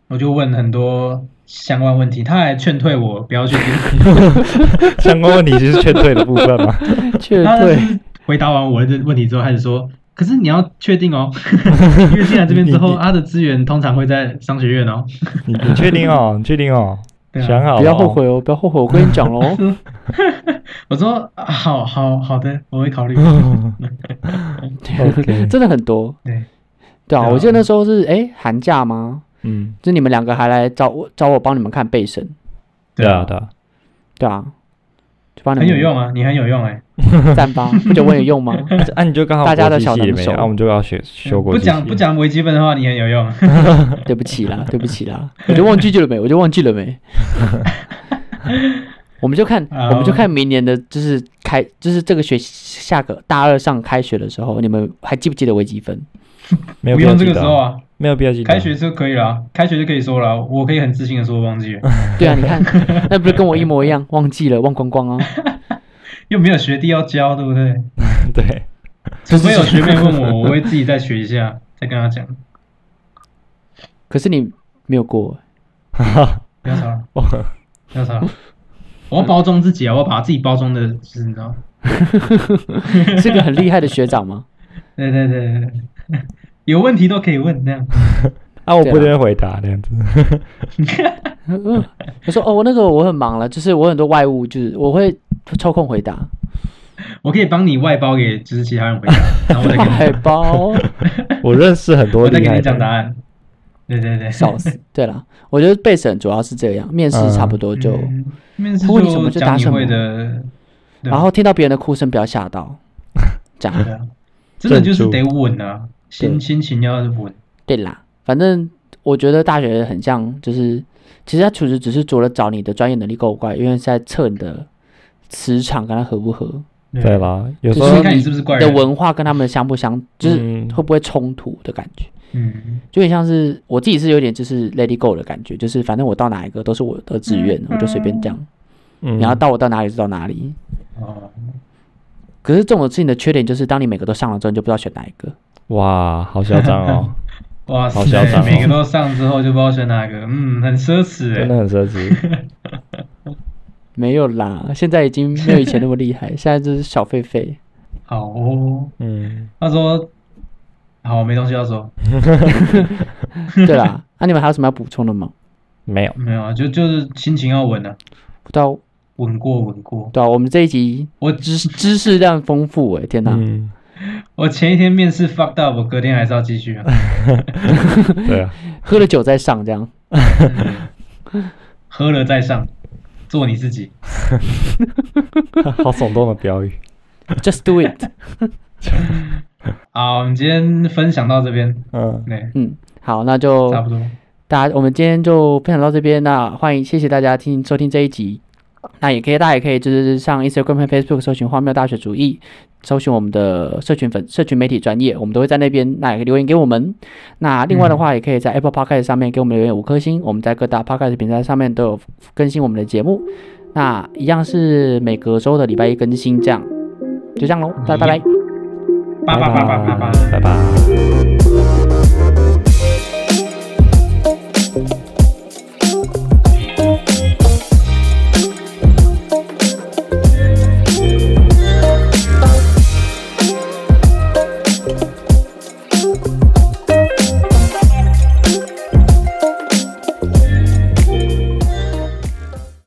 [SPEAKER 2] 我就问很多相关问题，他还劝退我不要去听，
[SPEAKER 3] 相关问题就是劝退的部分嘛。
[SPEAKER 1] 确
[SPEAKER 2] 他就
[SPEAKER 1] 对，
[SPEAKER 2] 是回答完我的问题之后，开始说。可是你要确定哦， 因为进来这边之后，他的资源通常会在商学院哦。
[SPEAKER 3] 你你确定哦？ 你确定哦？
[SPEAKER 2] 对啊
[SPEAKER 3] 想好，
[SPEAKER 1] 不要后。悔哦，不要后悔，我跟你 讲喽。
[SPEAKER 2] 我说啊好好好的，我会考 虑。啊
[SPEAKER 3] OK
[SPEAKER 1] 真的很多。
[SPEAKER 2] 对，
[SPEAKER 1] 对啊，
[SPEAKER 2] 对啊
[SPEAKER 1] 我记得那时候是哎寒假吗？
[SPEAKER 3] 嗯，
[SPEAKER 1] 就你们两个还来找我找我帮你们看背审，
[SPEAKER 3] 对啊，对啊，
[SPEAKER 1] 对啊，就帮你
[SPEAKER 2] 很
[SPEAKER 1] 们
[SPEAKER 2] 有用啊，你很有用哎、
[SPEAKER 1] 赞 吧，不觉得我有用吗？
[SPEAKER 3] 啊，你就刚好
[SPEAKER 1] 大家
[SPEAKER 3] 国
[SPEAKER 1] 的
[SPEAKER 3] 际
[SPEAKER 1] 小
[SPEAKER 3] 系
[SPEAKER 1] 能
[SPEAKER 3] 也没
[SPEAKER 1] 手
[SPEAKER 3] 啊，我们就要学修过
[SPEAKER 2] 不讲不，讲微积分的话，你很有 用。
[SPEAKER 1] 对不起啦，对不起啦，我就忘记了没，我就忘记了没。 我们就看，
[SPEAKER 2] 啊
[SPEAKER 1] 我们就看明年的，就是开，就是这个学下个大二上开学的时候，你们还记不记得微积分？
[SPEAKER 3] 没有
[SPEAKER 2] 不
[SPEAKER 3] 必要
[SPEAKER 2] 用这
[SPEAKER 3] 记
[SPEAKER 2] 个时
[SPEAKER 3] 得
[SPEAKER 2] 候
[SPEAKER 3] 啊，
[SPEAKER 2] 啊，
[SPEAKER 3] 没有必要记得啊。
[SPEAKER 2] 开学就可以了啊，开学就可以说了啊，我可以很自信的说我忘记了，
[SPEAKER 1] 对啊，你 看，那不是跟我一模一样，忘记了，忘光光啊。
[SPEAKER 2] 又没有学弟要教，对不 对？
[SPEAKER 3] 对，
[SPEAKER 2] 除非有学妹问我，我会自己再学一下，再跟她讲。
[SPEAKER 1] 可是你没有过，
[SPEAKER 2] 不要吵了，
[SPEAKER 3] 哇
[SPEAKER 2] 不要吵了。我要包装自己啊！我要把自己包装的，就是你知道，
[SPEAKER 1] 是个很厉害的学长吗？
[SPEAKER 2] 对对对对对， 有问题都可以问，这样
[SPEAKER 3] 啊，我
[SPEAKER 1] 对
[SPEAKER 3] 不
[SPEAKER 1] 啊
[SPEAKER 3] 能回答这样子。
[SPEAKER 1] 嗯，我说哦，那个我很忙了，就是我很多外务，就是我会抽空回答。
[SPEAKER 2] 我可以帮你外包给就是其他人 回答，然后我再跟
[SPEAKER 1] 外
[SPEAKER 2] 你，
[SPEAKER 1] 包，
[SPEAKER 3] 我认识很多
[SPEAKER 2] 我再
[SPEAKER 3] 厉
[SPEAKER 2] 给
[SPEAKER 3] 害
[SPEAKER 2] 你讲答
[SPEAKER 3] 的，
[SPEAKER 2] 案。对对对，
[SPEAKER 1] 笑死。对啦，我觉得备审主要是这样，面试差不多就，
[SPEAKER 2] 嗯面试
[SPEAKER 1] 他问你什么就
[SPEAKER 2] 就讲
[SPEAKER 1] 答
[SPEAKER 2] 你
[SPEAKER 1] 什么
[SPEAKER 2] 会的，对
[SPEAKER 1] 然后听到别人的哭声不要吓到，这样
[SPEAKER 2] 对啊真的就是
[SPEAKER 3] 镇住
[SPEAKER 2] 得稳啊，心心情要稳。
[SPEAKER 1] 对啦。反正我觉得大学很像，就是其实他其实只是除了找你的专业能力够不够，因为是在测你的磁场跟他合不合，
[SPEAKER 3] 对，啦，有时
[SPEAKER 1] 就
[SPEAKER 3] 候
[SPEAKER 1] 是
[SPEAKER 2] 就是看你是不是怪
[SPEAKER 1] 你的
[SPEAKER 2] 人。
[SPEAKER 1] 文化跟他们相不相，就是
[SPEAKER 3] 嗯
[SPEAKER 1] 会不会冲突的感觉。
[SPEAKER 2] 嗯，
[SPEAKER 1] 就很像是我自己是有点就是 Lady Go 的感觉，就是反正我到哪一个都是我的志愿，我就随便这样，
[SPEAKER 3] 嗯，
[SPEAKER 1] 然后到我到哪里就到哪里。
[SPEAKER 2] 哦，
[SPEAKER 1] 可是这种事情的缺点就是，当你每个都上了之后，你就不知道选哪一个。
[SPEAKER 3] 哇，好嚣张 哦，
[SPEAKER 2] 哇
[SPEAKER 3] 好嚣
[SPEAKER 2] 塞，
[SPEAKER 3] 张哦
[SPEAKER 2] 每个都上之后就不知道选哪个，嗯，很奢侈
[SPEAKER 3] 真
[SPEAKER 2] 哎。
[SPEAKER 3] 的很奢 侈。
[SPEAKER 1] 没有啦，现在已经没有以前那么厉害，现在就是小狒 狒。
[SPEAKER 2] 好哦，
[SPEAKER 3] 嗯，
[SPEAKER 2] 他说，好，没东西要说，
[SPEAKER 1] 对啦，那、你们还有什么要补充的吗？
[SPEAKER 3] 没有，
[SPEAKER 2] 没有啊，就就是心情要稳啊，
[SPEAKER 1] 不到，
[SPEAKER 2] 稳过稳过。
[SPEAKER 1] 对啊，我们这一集
[SPEAKER 2] 我
[SPEAKER 1] 知知识量丰富哎、天哪！
[SPEAKER 3] 嗯，
[SPEAKER 2] 我前一天面试 fucked up，我隔天还是要继续啊。
[SPEAKER 3] 对 啊，
[SPEAKER 1] 喝了酒再上这样，
[SPEAKER 2] 喝了再上，做你自己。
[SPEAKER 3] 好耸动的标语。
[SPEAKER 1] Just do it。
[SPEAKER 2] 好，我们今天分享到这边，
[SPEAKER 3] 嗯，
[SPEAKER 2] 对，
[SPEAKER 1] 嗯，好，那就
[SPEAKER 2] 差不多。
[SPEAKER 1] 大家，我们今天就分享到这边，那欢迎谢谢大家听收听这一集。那也可以，大家也可以就是上 Instagram 和 Facebook 搜寻“荒谬大学主义”，搜寻我们的社群粉、社群媒体专业，我们都会在那边，那也可以留言给我们。那另外的话，也可以在 Apple Podcast 上面给我们留言五颗星，我们在各大 Podcast 平台上面都有更新我们的节目。那一样是每隔周的礼拜一更新，这样就这样喽，大家拜拜。
[SPEAKER 2] 叭叭叭叭叭叭。
[SPEAKER 3] 拜拜。